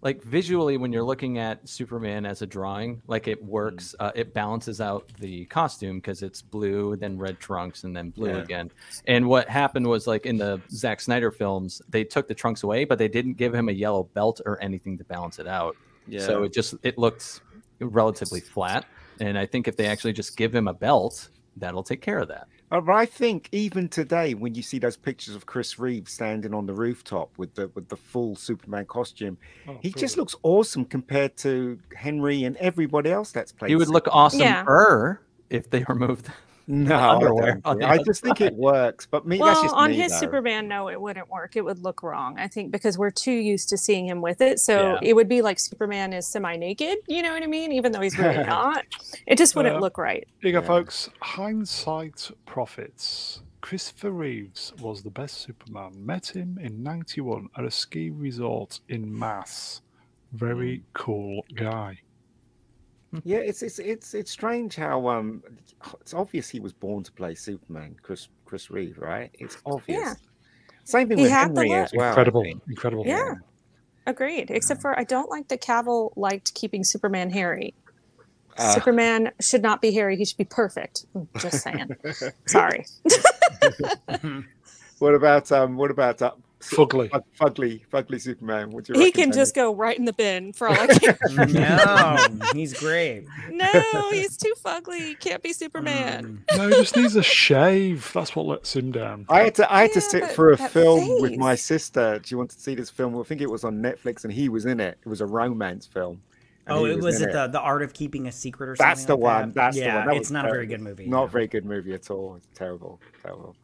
S5: like visually, when you're looking at Superman as a drawing, like it works. Uh, it balances out the costume because it's blue, then red trunks, and then blue
S2: Yeah.
S5: again. And what happened was like in the Zack Snyder films, they took the trunks away, but they didn't give him a yellow belt or anything to balance it out.
S2: Yeah.
S5: So it just it looked relatively flat. And I think if they actually just give him a belt, that'll take care of that.
S2: Uh, But I think even today, when you see those pictures of Chris Reeve standing on the rooftop with the with the full Superman costume,
S1: Oh,
S2: he just
S1: brilliant.
S2: looks awesome compared to Henry and everybody else that's played.
S5: He would look awesome if they removed
S2: Superman. no
S5: underwear
S2: underwear. I,
S5: on
S2: don't
S5: the
S2: think- I just think it works, but me that's
S6: Well,
S2: just
S6: on
S2: me,
S6: his
S2: though.
S6: Superman, no, it wouldn't work. It would look wrong, I think, because we're too used to seeing him with it. So
S5: Yeah.
S6: it would be like Superman is semi-naked. You know what I mean? Even though he's really not, it just wouldn't
S1: Uh,
S6: look right.
S1: Here you go,
S2: Yeah.
S1: folks. Hindsight profits. Christopher Reeves was the best Superman. Met him in 91 at a ski resort in Mass.
S2: Hmm.
S1: Very cool guy.
S2: Yeah, it's it's it's it's strange how um it's obvious he was born to play Superman, Chris Chris Reeve, right? It's obvious. Same thing
S6: He
S2: with
S6: had the
S2: Henry
S6: look.
S2: as well. I
S1: incredible.
S2: think.
S1: Incredible.
S6: Yeah. Agreed. Except for I don't like that Cavill liked keeping Superman hairy.
S2: Ah.
S6: Superman should not be hairy. He should be perfect. I'm Just saying. Sorry.
S2: What about um what about uh,
S1: Fugly.
S2: Fug- Fugly Fugly Superman? What do you
S6: He
S2: reckon,
S6: can
S2: Henry?
S6: just go right in the bin for all I care.
S3: no, he's great.
S6: no, he's too fugly. He can't be Superman.
S3: Mm.
S1: No, he just needs a shave. That's what lets him down.
S2: I had to I had to
S6: Yeah,
S2: sit
S6: but
S2: for a
S6: that
S2: film with my
S6: face.
S2: sister. She wanted to see this film. I think it was on Netflix, and he was in it. It was a romance film. and
S3: Oh,
S2: he
S3: it was
S2: in
S3: it the the art of keeping a secret or something.
S2: That's the
S3: like
S2: one.
S3: That?
S2: That's
S3: yeah,
S2: the one. That
S3: it's
S2: was
S3: not a very
S2: terrible.
S3: good movie.
S2: Not a
S3: no.
S2: very good movie at all. It's terrible, terrible.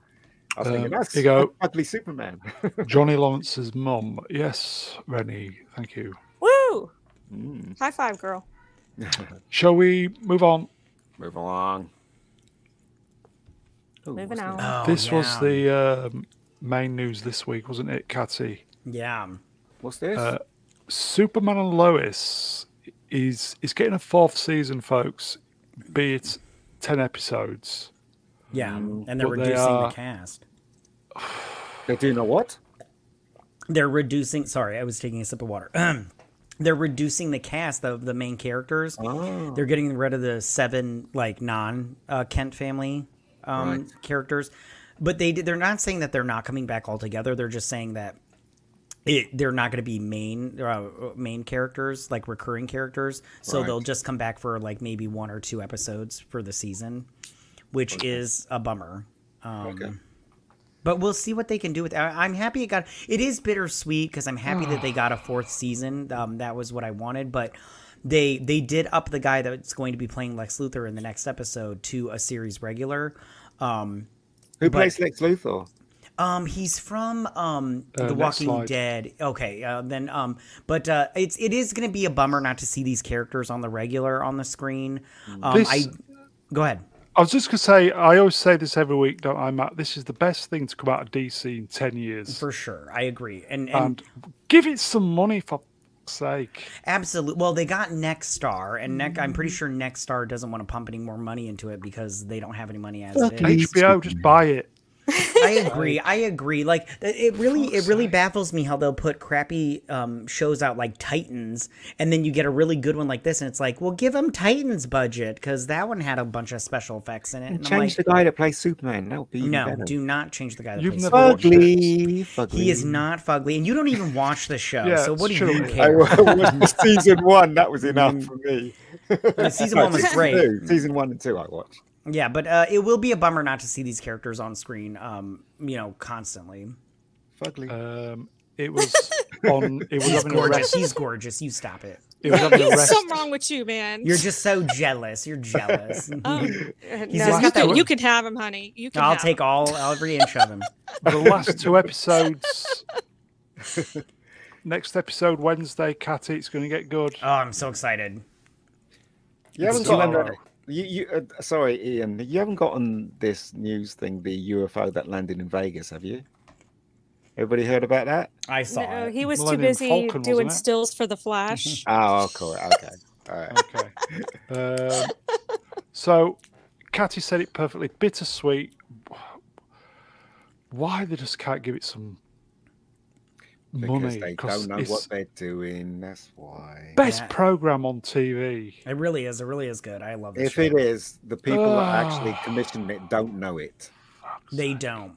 S2: I was
S1: Um,
S2: thinking that's
S1: here you go.
S2: ugly Superman.
S1: Johnny Lawrence's mum. Yes, Rennie. Thank you.
S6: Woo!
S2: Mm.
S6: High five, girl.
S1: Shall we move on?
S2: Move along. Ooh,
S6: Moving
S2: what's
S6: on.
S2: that?
S3: Oh,
S1: this was
S3: yeah.
S1: the um main news this week, wasn't it, Catty?
S3: yeah.
S2: What's this?
S1: Uh, Superman and Lois is is getting a fourth season, folks. Be it ten episodes.
S3: Yeah, and they're
S1: But they uh,
S3: reducing
S1: are-
S3: the cast.
S2: They're doing a what?
S3: They're reducing. Sorry, I was taking a sip of water. they're reducing the cast of the main characters.
S2: Oh,
S3: They're getting rid of the seven like non uh, Kent family um, characters, but they they're not saying that they're not coming back altogether. They're just saying that it, they're not going to be main uh, main characters like recurring characters. So
S2: Right.
S3: they'll just come back for like maybe one or two episodes for the season, which is a bummer. Um,
S2: Okay.
S3: But we'll see what they can do with. I, I'm happy it got. It is bittersweet because I'm happy that they got a fourth season. Um, that was what I wanted, but they they did up the guy that's going to be playing Lex Luthor in the next episode to a series regular. Um,
S2: who
S3: but-
S2: plays Lex Luthor?
S3: Um, he's from um
S1: Uh,
S3: The
S1: next
S3: Walking
S1: slide.
S3: Dead. Okay, uh, then um, but uh, it's it is going to be a bummer not to see these characters on the regular on the screen. Um,
S1: Hmm. This-
S3: I go ahead.
S1: I was just going to say, I always say this every week, don't I, Matt? This is the best thing to come out of DC in 10 years.
S3: For sure, I agree, and and
S1: and give it some money for fuck's sake.
S3: absolutely. Well, they got Next Star, and Neck. I'm
S1: Mm-hmm.
S3: pretty sure Next Star doesn't want to pump any more money into it because they don't have any money as it is.
S1: HBO, just buy it.
S3: I agree. I agree. Like it- it really, it really baffles me how they'll put crappy um, shows out like Titans, and then you get a really good one like this, and it's like, well, give them Titans budget because that one had a bunch of special effects in it. And I'm
S2: change
S3: like,
S2: the guy that plays Superman. That'll be even
S3: no,
S2: better.
S3: do not change the guy. That
S1: You've
S3: plays
S1: never
S3: Fugly.
S1: watched it.
S2: Fugly, fugly.
S3: He is not fugly, and you don't even watch the show.
S1: Yeah,
S3: so what do
S1: it's
S3: you
S1: true.
S2: I
S3: care?
S2: watched season one. That was enough for me.
S3: Mm. season
S2: No,
S3: one was
S2: season
S3: great.
S2: two, season one and two, I watched.
S3: Yeah, but uh, it will be a bummer not to see these characters on screen. Um, you know, constantly.
S2: Fugly.
S3: Uh,
S1: Um, it was on. It was
S3: He's
S1: having a
S3: gorgeous.
S1: rest.
S3: He's gorgeous. You stop it.
S1: It was having a rest.
S6: Something wrong with you, man.
S3: You're just so jealous. You're jealous.
S6: Oh, no,
S3: lost
S6: you,
S3: that
S6: can,
S3: one.
S6: you can have him, honey. You can.
S3: I'll
S6: have
S3: take
S6: 'em.
S3: all every inch of him.
S1: the last two episodes. Next episode Wednesday, Catty. It's going to get good.
S3: Oh, I'm so excited.
S2: You haven't
S3: It's
S2: got
S3: tomorrow.
S2: on you, you, uh, sorry, Ian. You haven't gotten this news thing, the UFO that landed in Vegas, have you? Everybody heard about that?
S3: I saw
S6: No,
S3: it.
S6: he was too
S1: Millennium
S6: busy
S1: Falcon,
S6: doing
S1: wasn't it?
S6: stills for the Flash.
S2: Oh, cool. Okay. All right.
S1: Okay. Um, so, Catty said it perfectly. Bittersweet. Why they just can't give it some
S2: Because
S1: money?
S2: they
S1: 'cause
S2: don't know
S1: it's
S2: what they're doing. That's why.
S1: best
S3: Yeah.
S1: program on TV.
S3: It really is. It really is good. I love this.
S2: If
S3: Show.
S2: it is, the people that actually
S1: Ah.
S2: commissioned it don't know it.
S3: They don't.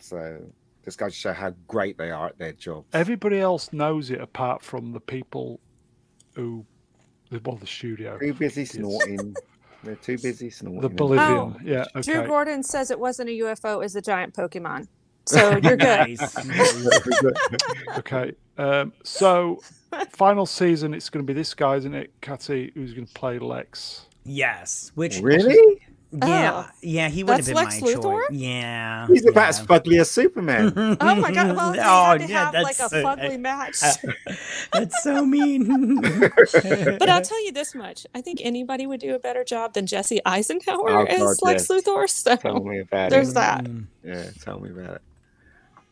S2: So this goes to show how great they are at their job.
S1: Everybody else knows it apart from the people who, well, the studio,
S2: Too busy snorting. They're too busy snorting.
S1: the
S2: and-
S1: Bolivian.
S6: Oh,
S1: yeah. Okay.
S6: Drew Gordon says it wasn't a UFO; is a giant Pokemon. So you're good.
S3: Nice.
S1: Okay. Um, so, final season, it's going to be this guy, isn't it, Catty, who's going to play Lex?
S3: yes. Which
S2: really?
S3: yeah,
S6: Oh.
S3: yeah, he would have
S6: That's
S3: been
S6: Lex
S3: my
S6: Luthor?
S3: choice. Yeah.
S2: He's
S3: yeah.
S2: about as fugly as Superman.
S6: Oh my god! Well, they
S3: Oh,
S6: had to
S3: yeah,
S6: have like a
S3: that's so-
S6: fugly match.
S3: That's so mean.
S6: But I'll tell you this much: I think anybody would do a better job than Jesse Eisenhower
S2: Oh,
S6: as
S2: God,
S6: Lex
S2: yes.
S6: Luthor.
S2: tell
S6: So
S2: me about
S6: there's
S2: it.
S6: that.
S2: Yeah, tell me about it.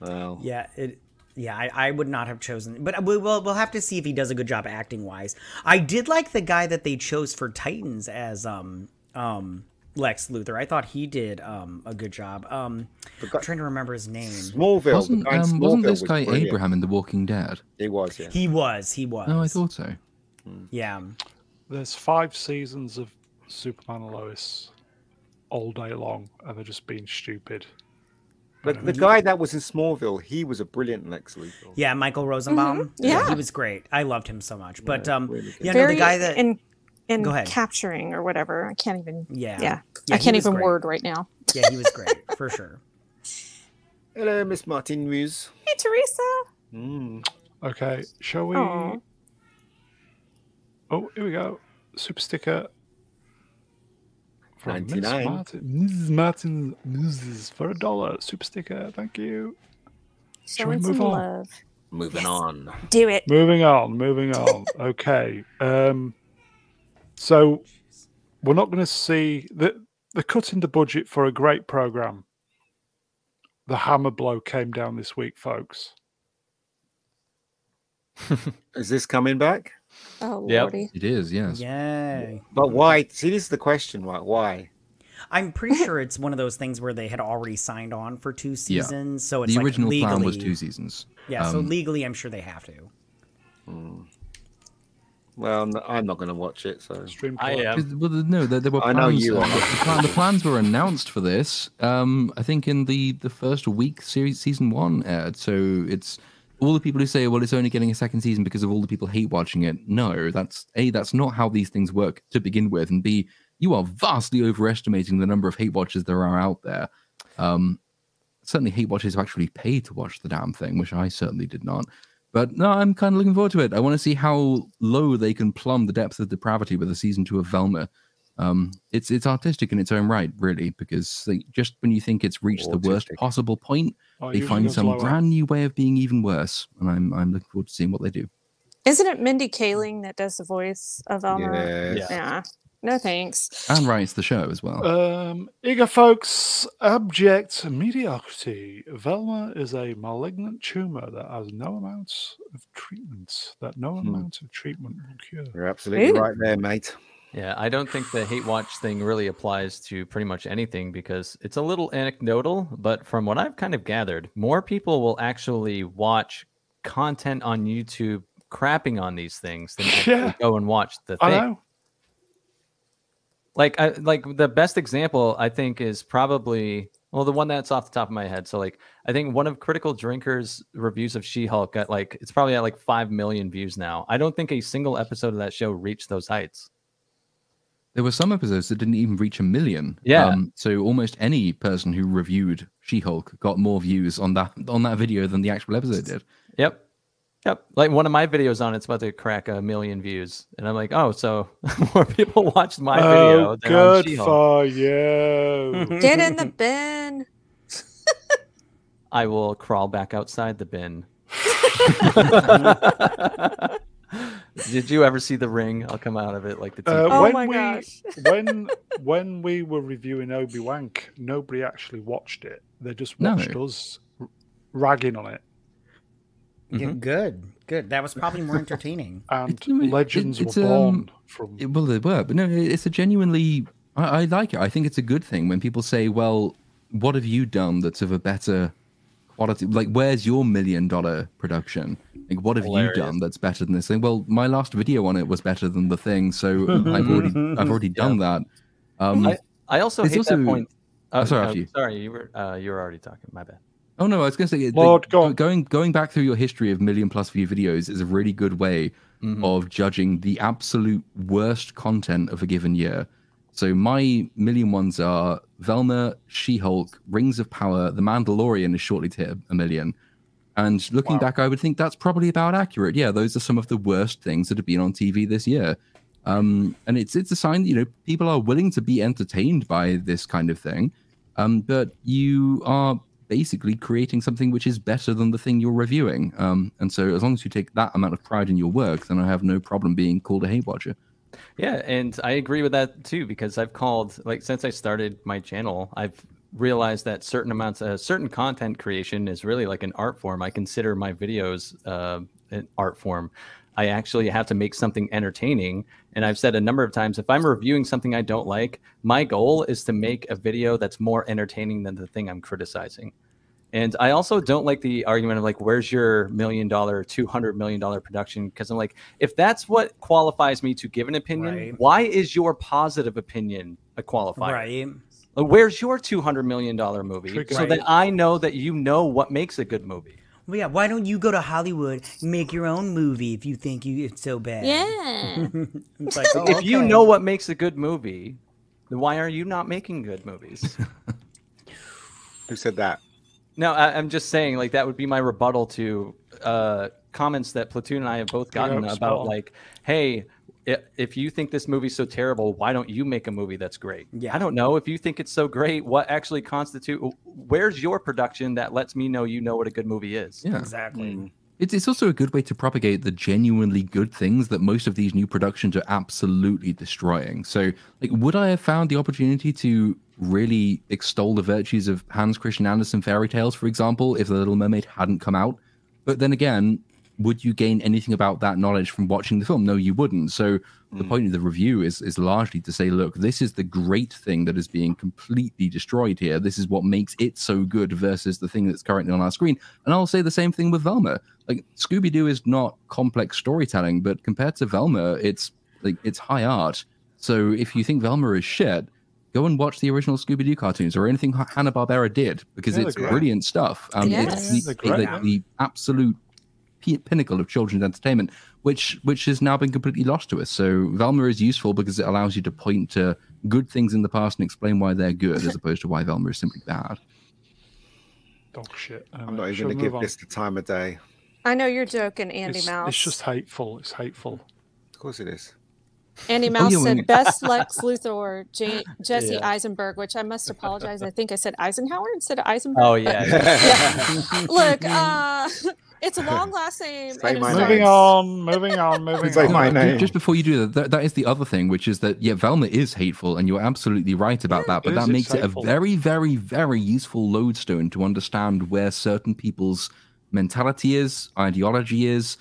S2: Well,
S3: Mm, Yeah, it. Yeah, I, I would not have chosen, but uh, we will we'll have to see if he does a good job acting wise. I did like the guy that they chose for Titans as um um Lex Luthor. I thought he did um a good job. Um,
S2: But got-
S3: I'm trying to remember his name.
S2: Smallville.
S4: Wasn't,
S2: the guy in
S4: um,
S2: Smallville
S4: wasn't this
S2: was
S4: guy
S2: brilliant.
S4: Abraham in The Walking Dead?
S2: He was, yeah.
S3: He was, he was.
S4: No, Oh, I thought so.
S3: Yeah,
S1: There's five seasons of Superman and Lois all day long, and they're just being stupid.
S2: But the guy that was in Smallville, he was a brilliant Lex Luthor.
S3: yeah. Michael Rosenbaum.
S6: Mm-hmm. Yeah.
S3: he was great. I loved him so much. But um,
S2: really good.
S3: yeah, no,
S6: Very
S3: the guy that
S6: and and
S3: Go ahead.
S6: capturing or whatever. I can't even.
S3: yeah
S6: Yeah,
S3: Yeah,
S6: I
S3: he
S6: can't
S3: was
S6: even
S3: great.
S6: word right now.
S3: yeah, he was great for sure.
S2: Hello, Miss Martin Muse.
S6: Hey, Teresa.
S2: Mm.
S1: Okay. Shall we?
S6: Aw.
S1: Oh, here we go. Super sticker. From Miss
S2: 99.
S1: Martin. Mrs. Martin Mrs. for a dollar. Super sticker. Thank you. Shall we
S6: Showing some
S1: move on?
S6: love.
S2: Moving on.
S6: Do it.
S1: Moving on, moving on. okay. Um, so we're not going to see the the cutting the budget for a great program. The hammer blow came down this week, folks.
S2: Is this coming back?
S6: Oh
S5: Yep.
S6: lordy.
S4: It is, yes.
S3: Yay.
S2: But why? See, this is the question. Why? Why?
S3: I'm pretty sure it's one of those things where they had already signed on for two seasons, so it's
S4: the
S3: like
S4: original
S3: legally,
S4: plan was two seasons.
S3: Yeah, so
S4: Um,
S3: legally, I'm sure they have to.
S2: Well, n- I'm not going to watch it. So
S1: Stream
S5: I
S1: collab.
S5: am.
S4: 'Cause- Well, the- no, there, there were
S2: I
S4: plans.
S2: know you
S4: uh,
S2: are.
S4: The, plan- the plans were announced for this. Um, I think in the the first week series season one aired. So it's all the people who say, "Well, it's only getting a second season because of all the people hate watching it." No, that's a that's not how these things work to begin with, and b you are vastly overestimating the number of hate watchers there are out there. Um, certainly, hate watchers who actually pay to watch the damn thing, which I certainly did not. But no, I'm kind of looking forward to it. I want to see how low they can plumb the depth of depravity with a season two of Velma. Um, it's it's artistic in its own right, really, because like, just when you think it's reached the worst
S2: Autistic.
S4: possible point,
S1: Oh, it
S4: they
S1: usually
S4: find
S1: goes
S4: some
S1: lower.
S4: brand new way of being even worse, and I'm I'm looking forward to seeing what they do.
S6: Isn't it Mindy Kaling that does the voice of Alma?
S2: Yes.
S5: Yeah.
S6: Yeah. No thanks.
S4: And writes the show as well.
S1: Um, Eager folks, abject mediocrity. Velma is a malignant tumor that has no amount of treatment, that no
S4: Hmm.
S1: amount of treatment will cure.
S2: You're absolutely
S6: Ooh.
S2: right there, mate.
S5: Yeah, I don't think the hate watch thing really applies to pretty much anything because it's a little anecdotal, but from what I've kind of gathered, more people will actually watch content on YouTube crapping on these things than actually
S1: Yeah.
S5: go and watch the
S1: I
S5: thing.
S1: know.
S5: Like I like the best example I think is probably well the one that's off the top of my head. So like I think one of Critical Drinker's reviews of She-Hulk got like it's probably at like 5 million views now. I don't think a single episode of that show reached those heights.
S4: There were some episodes that didn't even reach a million. Um,
S5: Yeah.
S4: so almost any person who reviewed She-Hulk got more views on that on that video than the actual episode did.
S5: Yep. Yep. Like one of my videos on it's about to crack a million views. And I'm like, oh, so more people watched my video
S1: Oh,
S5: than on
S1: good
S5: She-Hulk.
S1: for you.
S6: Get in the bin.
S5: I will crawl back outside the bin. Did you ever see the ring? I'll come out of it like the
S1: Uh,
S5: TV.
S6: Oh
S1: when
S6: my
S1: we
S6: gosh.
S1: when when we were reviewing Obi Wank, nobody actually watched it. They just
S4: No.
S1: watched us r- ragging on it,
S4: Mm-hmm.
S3: Yeah, Good, good. That was probably more entertaining.
S1: and
S4: It's- it-
S1: legends
S4: it's,
S1: were born
S4: um,
S1: from.
S4: It, well, they were, but no, it- it's a genuinely. I, I like it. I think it's a good thing when people say, "Well, what have you done that's of a better quality? Like, where's your million dollar production? Like, what have
S5: Hilarious.
S4: you done that's better than this thing?" Well, my last video on it was better than the thing, so I've already I've already done that. Um,
S5: I also
S4: It's
S5: hate that
S4: also-
S5: point. Oh,
S4: I'm sorry,
S5: no,
S4: after you.
S5: sorry, you were uh, you were already talking. My bad.
S4: Oh no, I was going to say, it-
S1: Lord, go on.
S4: going going back through your history of million plus view videos is a really good way
S1: Mm-hmm.
S5: Mhm.
S4: of judging the absolute worst content of a given year. So my million ones are Velma, She-Hulk, Rings of Power, The Mandalorian is shortly to hit a million. And looking back, I would think that's probably about accurate. Yeah, those are some of the worst things that have been on TV this year. Um, and it's it's a sign that you know people are willing to be entertained by this kind of thing. Um, but you are basically creating something which is better than the thing you're reviewing. Um, and so as long as you take that amount of pride in your work, then I have no problem being called a hate watcher.
S5: Yeah, and I agree with that too because I've called like since I started my channel, I've realized that certain amounts uh, certain content creation is really like an art form. I consider my videos uh, an art form. I actually have to make something entertaining, and I've said a number of times if I'm reviewing something I don't like, my goal is to make a video that's more entertaining than the thing I'm criticizing. And I also don't like the argument of like, where's your million dollar, two hundred million dollar production? Because I'm like, if that's what qualifies me to give an opinion,
S3: Right.
S5: why is your positive opinion a qualifier?
S3: Right?
S5: Like, Where's your two hundred million dollar movie
S1: Trigger.
S5: so
S3: Right.
S5: that I know that you know what makes a good movie?
S3: Well, yeah. Why don't you go to Hollywood, and make your own movie if you think you it's so bad?
S6: Yeah.
S3: it's like, oh,
S5: If you
S3: okay.
S5: know what makes a good movie, then why are you not making good movies?
S2: Who said that?
S5: No, I, I'm just saying, like that would be my rebuttal to uh, comments that Platoon and I have both
S1: Bring
S5: gotten
S1: up
S5: about,
S1: small.
S5: like, hey, i- if you think this movie's so terrible, why don't you make a movie that's great?
S3: Yeah.
S5: I don't know if you think it's so great. What actually constitute? Where's your production that lets me know you know what a good movie is?
S4: Yeah.
S3: exactly.
S4: It's, it's also a good way to propagate the genuinely good things that most of these new productions are absolutely destroying. So, like, would I have found the opportunity to really extol the virtues of Hans Christian Andersen fairy tales, for example, if The Little Mermaid hadn't come out? But then again, would you gain anything about that knowledge from watching the film? No, you wouldn't. So, the point of the review is is largely to say, look, this is the great thing that is being completely destroyed here. This is what makes it so good versus the thing that's currently on our screen. And I'll say the same thing with Velma. Like Scooby Doo is not complex storytelling, but compared to Velma, it's like it's high art. So if you think Velma is shit, go and watch the original Scooby Doo cartoons or anything Hanna Barbera did because
S1: Yeah,
S4: it's
S1: they're great.
S4: brilliant stuff. Um,
S6: Yes.
S4: It's the,
S1: They're great,
S4: like, the absolute pi- pinnacle of children's entertainment, which which has now been completely lost to us. So Velma is useful because it allows you to point to good things in the past and explain why they're good, as opposed to why Velma is simply bad.
S1: Dog shit.
S2: I'm not
S1: Anyway,
S2: even
S1: shall we
S2: going to give
S1: move on?
S2: this the time of day.
S6: I know you're joking, Andy
S1: It's,
S6: Mouse.
S1: it's just hateful. It's hateful.
S2: Of course it is.
S6: Andy Mouse
S4: yeah, when-
S6: said best Lex Luthor, J- Jesse
S5: Oh, Yeah.
S6: Eisenberg, which I must apologize. I think I said Eisenhower instead of Eisenberg.
S5: Oh yeah.
S6: Look, uh, it's a long last name.
S2: Say
S6: and it
S2: my
S6: starts-
S1: Moving
S2: Nice.
S1: on, moving on, moving
S2: It's like
S1: on.
S2: my
S4: Ju-
S2: name.
S4: Just before you do that, that, that is the other thing, which is that yeah, Velma is hateful, and you're absolutely right about that. But
S1: It is,
S4: that
S1: it's
S4: makes it a
S1: hateful.
S4: very, very, very useful lodestone to understand where certain people's mentality is, ideology is,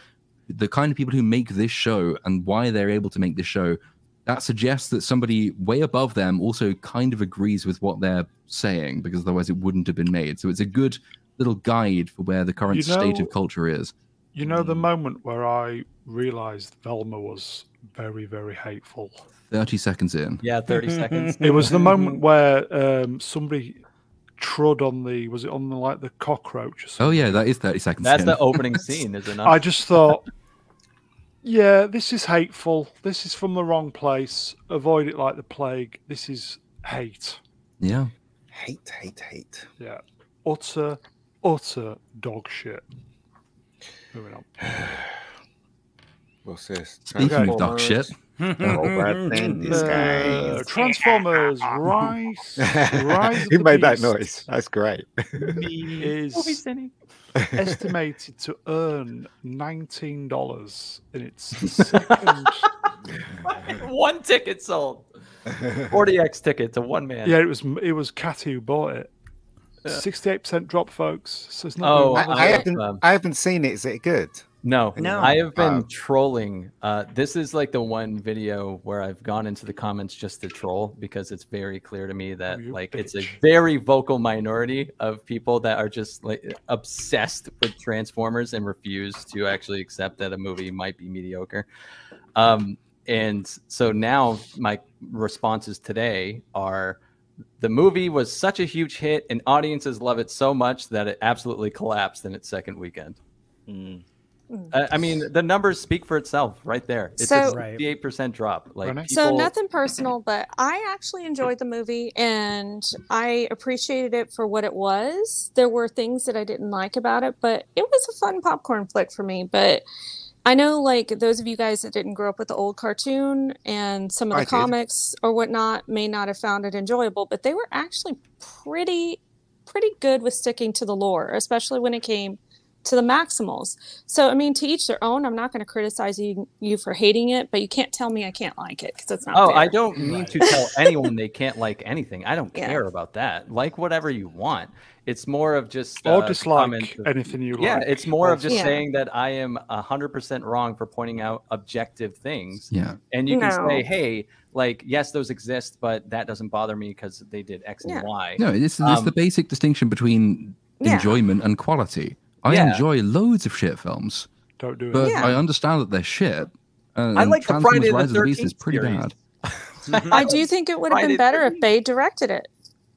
S4: the kind of people who make this show, and why they're able to make this show. That suggests that somebody way above them also kind of agrees with what they're saying, because otherwise it wouldn't have been made. So it's a good little guide for where the current
S1: You
S4: state
S1: know-
S4: of culture is.
S1: You know the
S5: Mm.
S1: moment where I realized Velma was very, very hateful.
S4: Thirty seconds in.
S5: Yeah, 30 seconds.
S1: It was the moment where um, somebody trod on the was it on the like the cockroach? Or something?
S4: Oh yeah, that is thirty seconds.
S5: That's
S4: in.
S5: the opening scene, is it not?
S1: I just thought, yeah, this is hateful. This is from the wrong place. Avoid it like the plague. This is hate.
S4: Yeah.
S2: Hate, hate, hate.
S1: Yeah, utter, utter dog shit. Moving on.
S2: What's this?
S4: Speaking of dog
S2: Transformers.
S4: shit,
S2: Robert in
S1: Uh,
S2: disguise.
S1: Transformers Rise. Rise of
S2: Who
S1: the
S2: made that
S1: Beast.
S2: noise? That's great.
S1: is estimated to earn nineteen dollars in its second.
S5: one ticket sold. 40x ticket to one man.
S1: yeah, it was it was Cathy who bought it. Sixty-eight percent drop, folks. So it's not.
S5: Oh,
S1: doing well.
S2: I, I
S5: yeah,
S2: haven't,
S5: um,
S2: I haven't seen it. Is it good?
S5: No,
S3: No.
S5: I have been
S2: Wow.
S5: trolling. Uh, this is like the one video where I've gone into the comments just to troll because it's very clear to me that
S1: Oh, You
S5: like it's a
S1: bitch.
S5: very vocal minority of people that are just like obsessed with Transformers and refuse to actually accept that a movie might be mediocre. Um, and so now my responses today are the movie was such a huge hit and audiences love it so much that it absolutely collapsed in its second weekend.
S2: Mm.
S5: Uh, I mean, the numbers speak for itself right there. It's
S6: So-
S5: a 68 percent drop. Like
S1: Renee?
S6: So
S5: people-
S6: nothing personal, but I actually enjoyed the movie and I appreciated it for what it was. There were things that I didn't like about it, but it was a fun popcorn flick for me. But I know like those of you guys that didn't grow up with the old cartoon and some of
S2: I
S6: the
S2: did.
S6: comics or whatnot may not have found it enjoyable, but they were actually pretty pretty good with sticking to the lore, especially when it came to the Maximals. So I mean, to each their own. I'm not going to criticize you, you for hating it, but you can't tell me I can't like it because it's not.
S5: Oh,
S6: fair.
S5: I don't mean to tell anyone they can't like anything. I don't
S6: Yeah.
S5: care about that. Like whatever you want. It's more of just
S1: or
S5: uh,
S1: dislike
S5: comments of-
S1: anything you
S5: yeah,
S1: like.
S5: it's more of just
S6: Yeah.
S5: saying that I am hundred percent wrong for pointing out objective things,
S4: yeah.
S5: and you can say,
S6: No.
S5: "Hey, like yes, those exist, but that doesn't bother me because they did X and
S6: Yeah.
S5: Y."
S4: No, it's, it's
S5: Um,
S4: the basic distinction between
S6: Yeah.
S4: enjoyment and quality. I
S5: Yeah.
S4: enjoy loads of shit films,
S1: Don't do
S4: but
S1: it.
S6: Yeah.
S4: I understand that they're shit. uh, And
S5: I like the
S4: Transformers
S5: Friday the
S4: Rise of the Beast
S5: Thirteenth
S4: is pretty
S5: series.
S4: bad.
S6: I do think it would have
S5: Friday
S6: been
S5: the
S6: better if Bay directed it.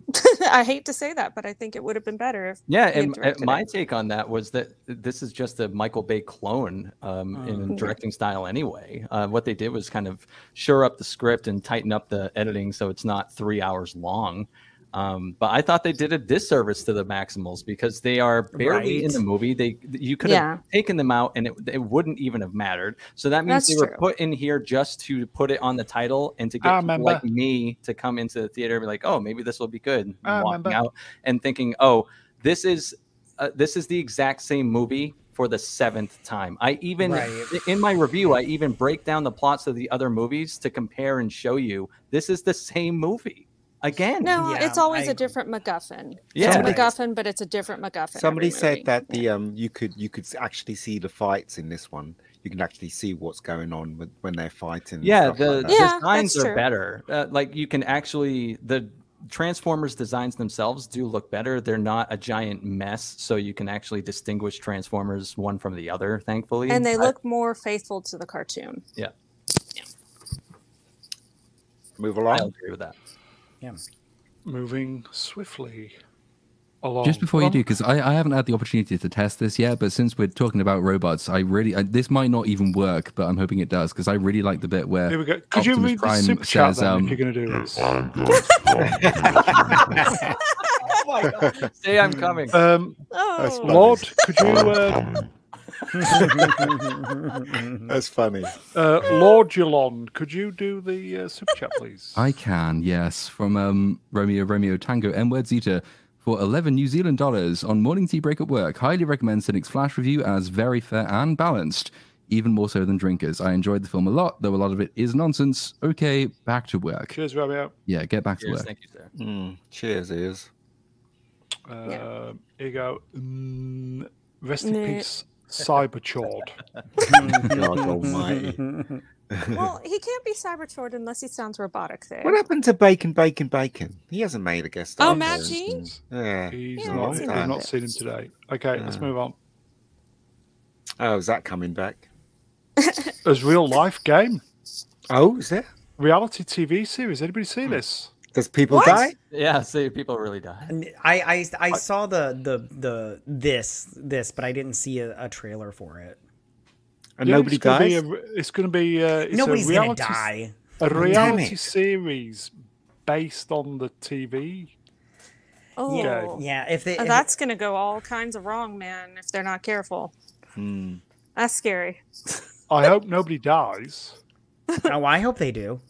S6: I hate to say that, but I think it would have been better if.
S5: Yeah,
S6: he had
S5: and, and
S6: directed
S5: my
S6: it.
S5: take on that was that this is just a Michael Bay clone um, in
S6: Mm.
S5: directing style, anyway. Uh, what they did was kind of shore up the script and tighten up the editing so it's not three hours long. Um, but I thought they did a disservice to the Maximals because they are barely in
S3: Right.
S5: the movie. They you could
S6: Yeah.
S5: have taken them out and it, it wouldn't even have mattered. So that means
S6: That's
S5: they were
S6: true.
S5: put in here just to put it on the title and
S1: I
S5: to get people like
S1: remember.
S5: me to come into the theater and be like, oh, maybe this will be good. And
S1: I
S5: walking
S1: remember.
S5: out and thinking, oh, this is uh, this is the exact same movie for the seventh time. I even
S3: Right.
S5: in my review, I even break down the plots of the other movies to compare and show you this is the same movie again.
S6: No,
S3: Yeah,
S6: it's always
S3: I
S6: a
S3: agree.
S6: different MacGuffin.
S5: Yeah.
S6: Yeah,
S3: Right.
S6: MacGuffin, but it's a different MacGuffin.
S2: Somebody
S6: every
S2: said
S6: movie.
S2: that the um you could you could s- actually see the fights in this one. You can actually see what's going on with, when they're fighting. and
S5: yeah,
S2: stuff like
S5: the
S2: that.
S6: Yeah, that's
S5: designs are
S6: true.
S5: better. Uh, like you can actually the Transformers designs themselves do look better. They're not a giant mess, so you can actually distinguish Transformers one from the other. Thankfully,
S2: uh,
S6: and
S5: I-
S6: they look more faithful to the cartoon.
S2: move
S5: I,
S2: along.
S5: agree with that.
S1: Moving swiftly along.
S4: Just before you
S1: Um,
S4: do, because I, I haven't had the opportunity to test this yet, but since we're talking about robots, I really I, this might not even work, but I'm hoping it does because I really like the bit where
S1: Here we go. Could you
S4: Optimus
S1: read the
S4: Prime
S1: super chat
S4: says,
S1: then,
S4: um,
S1: if you're going to do this?
S7: I'm going to
S5: Say I'm coming.
S1: Um,
S2: Hmm.
S6: Oh,
S2: That's
S1: Lord, could you uh,
S7: coming.
S2: That's funny.
S1: Uh, Lord Jalon, could you do the uh, super chat, please?
S4: I can, yes. From um, Romeo Romeo Tango M Word Zeta for 11 New Zealand dollars on morning tea break at work. Highly recommend Cynic's Flash review as very fair and balanced, even more so than Drinkers. I enjoyed the film a lot, though a lot of it is nonsense. Okay, back to work.
S1: Cheers, Romeo.
S4: Yeah, get back
S5: Cheers,
S4: to work.
S5: thank you, sir.
S2: Mm, cheers, ears.
S1: Um
S6: Yeah.
S1: Here you go. Mm, rest in
S6: Meh.
S1: peace, Cyberchord.
S2: God almighty.
S6: well, he can't be Cybertord unless he sounds robotic there.
S2: What happened to Bacon, Bacon, Bacon? He hasn't made a guest.
S6: Oh,
S2: appearance.
S6: Maggie?
S2: Yeah.
S1: He's
S6: Yeah,
S1: not.
S2: that's
S1: We've
S2: not
S1: not
S6: it.
S1: seen him today. Okay, let's
S2: Yeah.
S1: move on.
S2: Oh, is that coming back?
S1: As real life game,
S2: Oh, is it?
S1: reality TV series. Anybody
S2: Hmm.
S1: see this?
S2: Does people
S3: What?
S2: die?
S5: Yeah, see, people really die.
S3: And I, I I saw the the the this this, but I didn't see a, a trailer for it.
S2: And
S1: Yeah,
S2: nobody
S1: it's gonna be
S2: dies?
S1: a- it's going to be. Uh, it's
S3: Nobody's
S1: a
S3: gonna
S1: reality,
S3: die.
S1: A reality
S2: it.
S1: series based on the TV.
S6: Oh,
S1: Yeah.
S3: Yeah, if they
S6: Oh,
S3: if-
S6: that's gonna go all kinds of wrong, man. If they're not careful,
S2: Hmm.
S6: that's scary.
S1: I hope nobody dies.
S3: oh, I hope they do.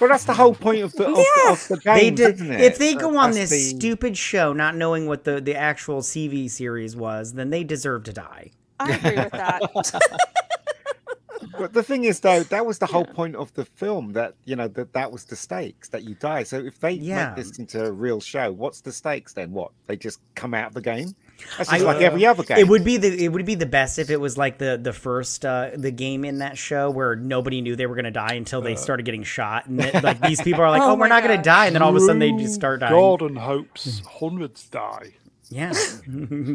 S2: Well, that's the whole point of the, of, the- of the game,
S3: they did.
S2: isn't it? Uh,
S3: If they go
S2: That-
S3: on
S2: that's
S3: this
S2: the-
S3: stupid show not knowing what the the actual CV series was, then they deserve to die.
S6: I agree with that.
S2: But the thing is, though, that was the whole point of the film. That you know that that was the stakes that you die. So if they
S3: Yeah.
S2: make this into a real show, what's the stakes then? What they just come out of the game? That's
S3: I-
S2: just like every other game.
S3: Uh, It would be the it would be the best if it was like the the first uh, the game in that show where nobody knew they were gonna die until
S2: Uh.
S3: they started getting shot, and then, like these people are like,
S6: Oh
S3: oh, we're
S6: my
S3: not gonna
S6: gosh.
S3: die, and then all of a sudden they just start dying.
S1: Gordon hopes
S2: Hmm.
S1: hundreds die.
S3: Yeah.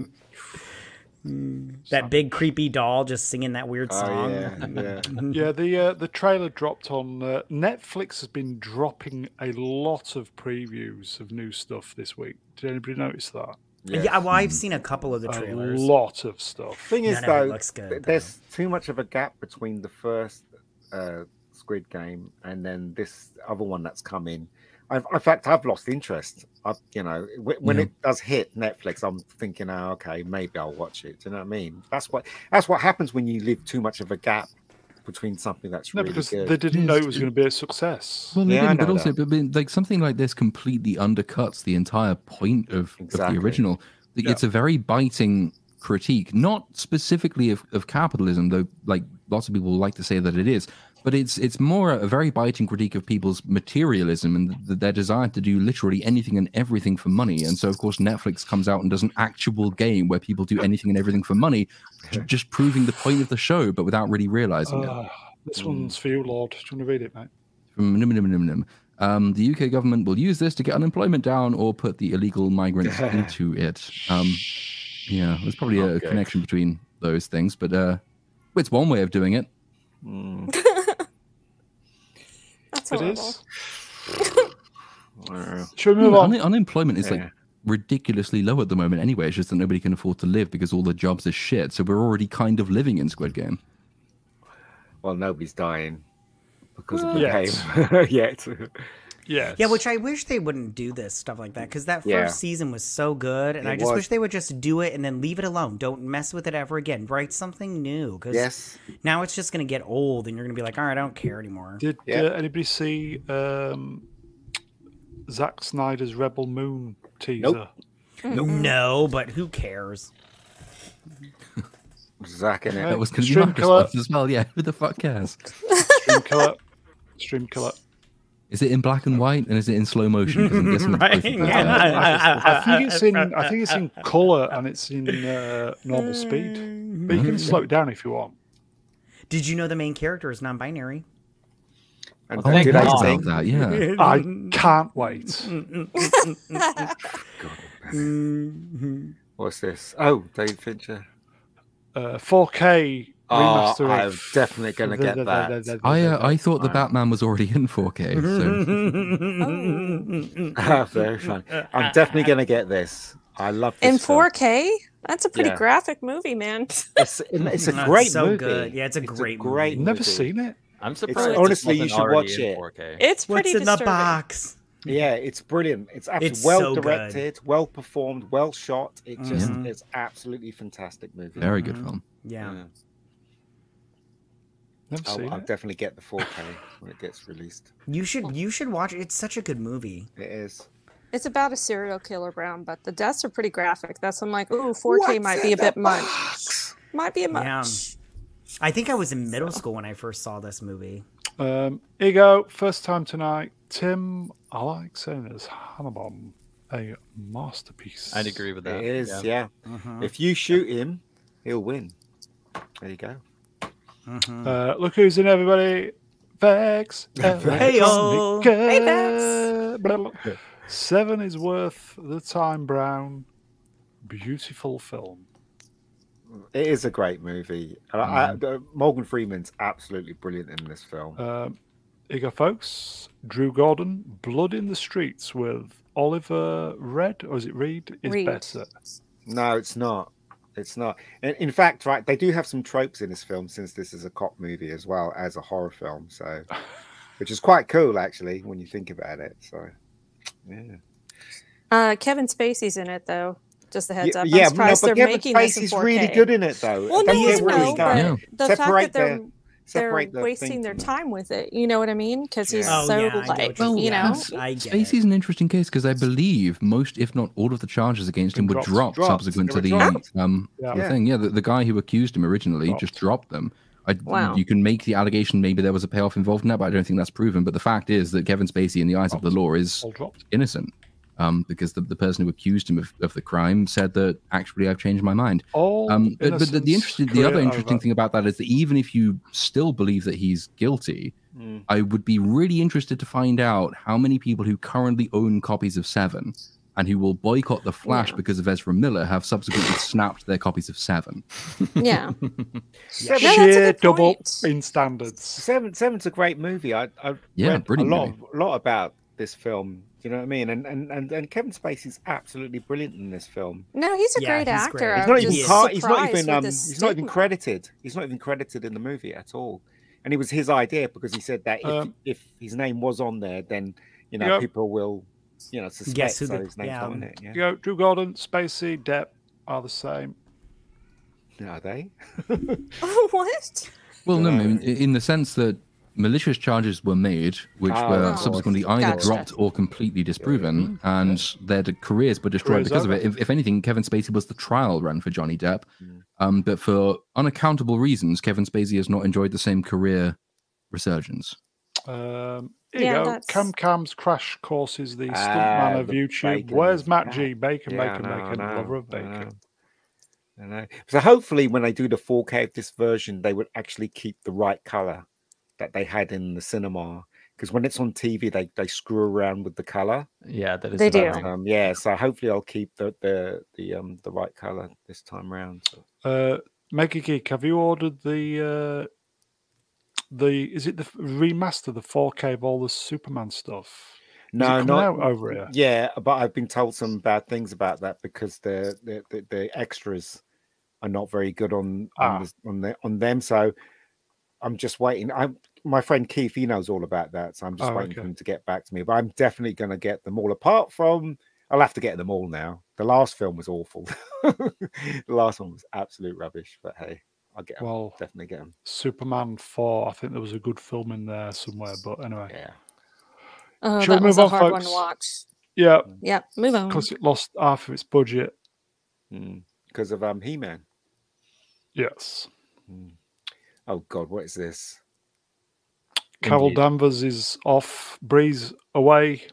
S3: that big creepy doll just singing that weird
S2: Oh,
S3: song.
S2: yeah, yeah.
S1: Yeah, the uh, the trailer dropped on uh, Netflix. Has been dropping a lot of previews of new stuff this week. Did anybody notice that?
S3: Yeah, well, I've seen a couple of the trailers.
S1: A lot of stuff.
S2: Thing is,
S3: None of it
S2: though,
S3: looks good,
S2: th-
S3: though.
S2: there's too much of a gap between the first uh, Squid Game and then this other one that's come in. I've, in fact, I've lost interest. I, you know, wh- when
S4: Yeah.
S2: it does hit Netflix, I'm thinking, oh, okay, maybe I'll watch it. Do you know what I mean? That's what that's what happens when you leave too much of a gap between something that's
S1: No,
S2: really
S1: because
S2: good.
S1: they didn't
S4: Yes,
S1: know it was
S4: it-
S1: going to be a success.
S4: Well, they
S2: Yeah, I
S4: didn't, but
S2: know
S4: also,
S2: that.
S4: but being- like something like this completely undercuts the entire point of, of
S2: Exactly.
S4: the original. Like,
S1: Yeah.
S4: It's a very biting critique, not specifically of, of capitalism, though. Like lots of people like to say that it is, but it's it's more a very biting critique of people's materialism and th- their desire to do literally anything and everything for money. And so, of course, Netflix comes out and does an actual game where people do anything and everything for money, j- just proving the point of the show, but without really realizing it.
S1: Ah, this one's for you, Lord. Do you want to read it, mate?
S4: From Nim Nim Nim Nim. Um, the UK government will use this to get unemployment down or put the illegal migrants into it. Um, yeah, there's probably a
S2: Okay.
S4: connection between those things, but uh, it's one way of doing it.
S2: Mm,
S6: That's
S1: It
S6: horrible.
S1: is.
S2: uh,
S1: Shall we move on?
S4: Un- unemployment is
S2: Yeah.
S4: like ridiculously low at the moment anyway. It's just that nobody can afford to live because all the jobs are shit. So we're already kind of living in Squid Game.
S2: well, nobody's dying because of the
S1: Yet.
S2: game yet.
S1: Yes.
S3: Yeah, which I wish they wouldn't do this stuff like that because that first
S2: Yeah.
S3: season was so good, and
S2: It
S3: I just
S2: was.
S3: wish they would just do it and then leave it alone. Don't mess with it ever again. Write something new because
S2: yes.
S3: now it's just gonna get old, and you're gonna be like, all right, I don't care anymore.
S1: did
S2: Yeah.
S1: uh, anybody see um, Zack Snyder's Rebel Moon teaser?
S3: No, but who cares?
S2: Zach in
S1: Right.
S2: it.
S4: That was going to be
S1: Stream
S4: my response as well. Yeah, who the fuck cares?
S1: Stream killer. Stream killer.
S4: Is it in black and white and is it in slow motion? 'Cause I'm guessing both of
S3: right?
S4: them are.
S3: Yeah.
S1: I think it's in. I think it's in color and it's in uh, normal speed, but you can slow it down if you want.
S3: Mm-hmm. Did you know the main character is non-binary?
S2: And
S5: Well, thank
S2: did I
S5: God.
S2: think?
S4: About that, yeah.
S1: I can't wait.
S3: Mm-hmm.
S2: What's this? Oh, Dave Fincher.
S1: Uh, 4K
S2: Oh,
S1: remaster.
S2: I'm
S1: of-
S2: definitely gonna get that.
S4: I uh, I thought the Batman was already in 4K. So
S2: Mm-hmm. Very fun.
S3: Uh-huh.
S2: I'm definitely gonna get this. I love this
S6: In
S2: film.
S6: 4K, that's a pretty
S2: Yeah.
S6: graphic movie, man.
S2: It's, it's a
S3: That's
S2: great
S3: so
S2: movie.
S3: good. Yeah, it's a great movie.
S1: Never seen it.
S5: I'm surprised.
S2: honestly,
S5: this
S2: you
S5: wasn't
S2: should
S5: already
S2: watch
S5: in
S2: it.
S5: 4K.
S6: It's
S3: What's
S6: pretty
S3: in the
S6: disturbing.
S3: box?
S2: Yeah, it's brilliant. It's absolutely
S3: It's
S2: well
S3: so good.
S2: directed, well performed, well shot. It just
S3: Mhm.
S2: it's absolutely fantastic movie.
S4: Very good
S3: Mhm.
S4: film.
S3: Yeah.
S5: Yeah.
S1: Never
S2: I'll,
S1: seen
S2: I'll
S1: it.
S2: definitely get the 4K when it gets released.
S3: You should you should watch it. It's such a good movie.
S2: It is.
S6: It's about a serial killer, Brown, but the deaths are pretty graphic. That's I'm like, ooh, 4K might be a bit much. Might be a much.
S3: Yeah. I think I was in middle school when I first saw this movie.
S1: Um, here you go. First time tonight. Tim, I like saying this. Hannabom, a masterpiece.
S5: I'd agree with that.
S2: It is,
S5: Yeah.
S2: yeah.
S3: Mhm,
S2: If you shoot him, he'll win. There you go.
S3: mhm.
S1: Uh, look who's in everybody. Vex.
S3: Hey-o.
S6: Hey,
S1: Vex. Seven is worth the time, Brown. Beautiful film.
S2: It is a great movie. And I, I, uh, Morgan Freeman's absolutely brilliant in this film.
S1: Um, here you go, folks. Drew Gordon, Blood in the Streets with Oliver Red, or is it Reed? Is
S6: Reed.
S1: better.
S2: No, it's not. It's not. In, in fact, right, they do have some tropes in this film since this is a cop movie as well as a horror film. So, which is quite cool actually when you think about it. So, yeah.
S6: Uh, Kevin Spacey's in it, though. Just a heads
S2: yeah,
S6: up.
S2: yeah,
S6: I'm surprised
S2: no, but
S6: they're
S2: Kevin
S6: making this
S2: Spacey's
S6: in 4K.
S2: really good in it though.
S6: Well,
S2: Don't
S6: no,
S2: get
S6: I
S2: really
S6: know,
S2: started.
S4: Yeah.
S6: but the fact
S2: Separate
S6: that they're
S2: the-
S6: they're
S2: Separate the
S6: wasting
S2: thing
S6: their
S2: from it.
S6: time with it. You know what I mean? Because he's
S2: Yeah.
S3: Oh,
S6: so
S3: yeah, I get what
S6: like,
S3: you're
S6: you
S3: saying.
S6: know,
S4: Yes.
S3: I get it.
S4: Spacey's an interesting case because I believe most, if not all, of the charges against him
S1: Been
S4: were
S1: dropped.
S4: dropped,
S2: Dropped.
S4: subsequent
S2: They
S4: to
S2: were
S4: the
S2: dropped.
S4: um
S1: Yeah.
S4: the
S2: Yeah.
S4: thing. Yeah, the, the guy who accused him originally just dropped them. I,
S6: Wow.
S4: You can make the allegation maybe there was a payoff involved in that, but I don't think that's proven. But the fact is that Kevin Spacey, in the eyes of the law, is
S1: All dropped.
S4: innocent um, because the, the person who accused him of, of the crime said that actually I've changed my mind.
S1: All
S4: Um, but, but the,
S1: innocence,
S4: the, interesting, the other
S1: career
S4: interesting
S2: uh,
S1: over.
S4: thing about that is that even if you still believe that he's guilty,
S2: Mm.
S4: I would be really interested to find out how many people who currently own copies of Seven and who will boycott The Flash
S6: Yeah.
S4: because of Ezra Miller have subsequently snapped their copies of Seven.
S6: yeah.
S2: Seven,
S6: No, that's a
S1: sheer
S6: good
S1: double
S6: point.
S1: in standards.
S2: Seven, Seven's a great movie. I, I
S4: Yeah,
S2: read a
S4: brilliant
S2: lot, of, lot about this film. You know what I mean? And and and, and Kevin Spacey's absolutely brilliant in this film.
S6: No, he's a
S3: Yeah,
S6: great
S3: he's
S6: actor.
S3: great.
S6: I'm
S2: He's not
S6: just
S2: even
S3: Yes.
S2: car- he's not
S6: surprised
S2: even
S6: with
S2: um,
S6: this
S2: he's not even
S6: statement.
S2: credited. He's not even credited in the movie at all. And it was his idea because he said that if,
S1: Um,
S2: if his name was on there, then you know
S1: Yep.
S2: people will you know suspect
S3: who
S2: so
S3: the-
S2: his name's
S3: yeah,
S2: not on
S3: um,
S2: it. Yeah,
S1: You go, Drew Gordon, Spacey, Depp are the same.
S2: are they?
S6: Oh, what?
S4: Well, no, I mean,
S2: Right.
S4: in in the sense that malicious charges were made, which
S2: Ah,
S4: were
S6: of course.
S4: subsequently either
S6: Gotcha.
S4: dropped or completely disproven, and their d- careers were destroyed
S1: Careers
S4: because of
S1: over.
S4: it. If, if anything, Kevin Spacey was the trial run for Johnny Depp,
S2: Mm.
S4: um, but for unaccountable reasons, Kevin Spacey has not enjoyed the same career resurgence.
S1: Um, here
S6: Yeah,
S1: you go.
S6: that's-
S1: Cam Cam's Crash Course is the stuntman
S2: Ah,
S1: of
S2: the
S1: YouTube.
S2: bacon.
S1: Where's Matt
S2: Yeah.
S1: G? Bacon,
S2: Yeah, I
S1: bacon,
S2: know, I
S1: bacon. Lover
S2: know,
S1: of
S2: I
S1: bacon.
S2: know, I know. So hopefully, when they do the 4K of this version, they would actually keep the right color that they had in the cinema. Because when it's on TV, they, they screw around with the color.
S5: Yeah, that is
S6: They do.
S5: annoying.
S2: Um, yeah, so hopefully I'll keep the the the um the right color this time round. So-
S1: Uh, Mega Geek, have you ordered the uh, the? Is it the f- remaster, the 4K of all the Superman stuff? Is it
S2: No,
S1: coming
S2: not
S1: out over here.
S2: yeah, but I've been told some bad things about that because the the, the, the extras are not very good on on,
S1: Ah.
S2: this- on, the, on them. So I'm just waiting. I'm my friend Keith, he knows all about that, so I'm just
S1: Oh,
S2: waiting for
S1: okay.
S2: him to get back to me. But I'm definitely going to get them all. Apart from, I'll have to get them all now. The last film was awful. the last one was absolute rubbish. But hey, I'll get 'em.
S1: Well,
S2: Definitely get them.
S1: Superman 4. I think there was a good film in there somewhere, but anyway.
S2: Yeah.
S6: Oh,
S1: Shall we
S6: that was
S1: move
S6: a
S1: on,
S6: hard one to
S1: folks?
S6: watch.
S1: Yeah,
S6: Yep, move on.
S1: because it lost half of its budget.
S6: Hmm.
S2: Because of um He Man.
S1: Yes.
S2: Oh God, what is this?
S1: Carol
S5: Indeed.
S1: Danvers is off, Breeze away.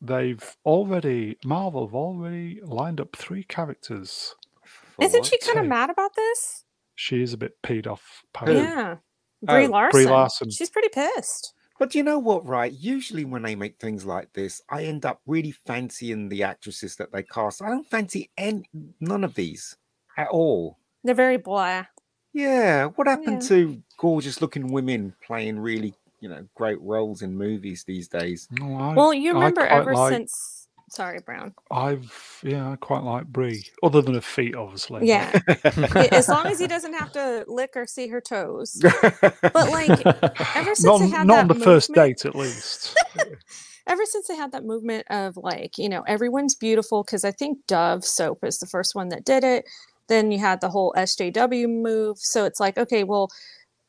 S1: They've already, Marvel have already lined up three characters.
S2: For
S6: Isn't she
S2: what?
S6: kind of
S1: Hey.
S6: mad about this?
S1: She is a bit peed off.
S2: Who?
S1: apparently.
S6: Yeah. Brie
S2: Oh, Brie
S6: Larson.
S1: Larson.
S6: She's pretty pissed.
S2: But you know what, right? Usually when they make things like this, I end up really fancying the actresses that they cast. I don't fancy any none of these at all.
S6: They're very blah.
S2: Yeah. What happened
S6: Yeah.
S2: to gorgeous looking women playing really, you know, great roles in movies these days?
S1: No, I-
S6: Well, you
S1: I
S6: remember
S1: quite
S6: ever
S1: like-
S6: since Sorry, Brown.
S1: I've yeah, I quite like Brie, other than her feet, obviously.
S6: Yeah. as long as he doesn't have to lick or see her toes. But like ever since
S1: not,
S6: they had
S1: not on
S6: that
S1: the first
S6: movement-
S1: date, at least.
S6: ever since they had that movement of like, you know, everyone's beautiful because I think Dove soap is the first one that did it. Then you had the whole SJW move. So it's like, okay, well,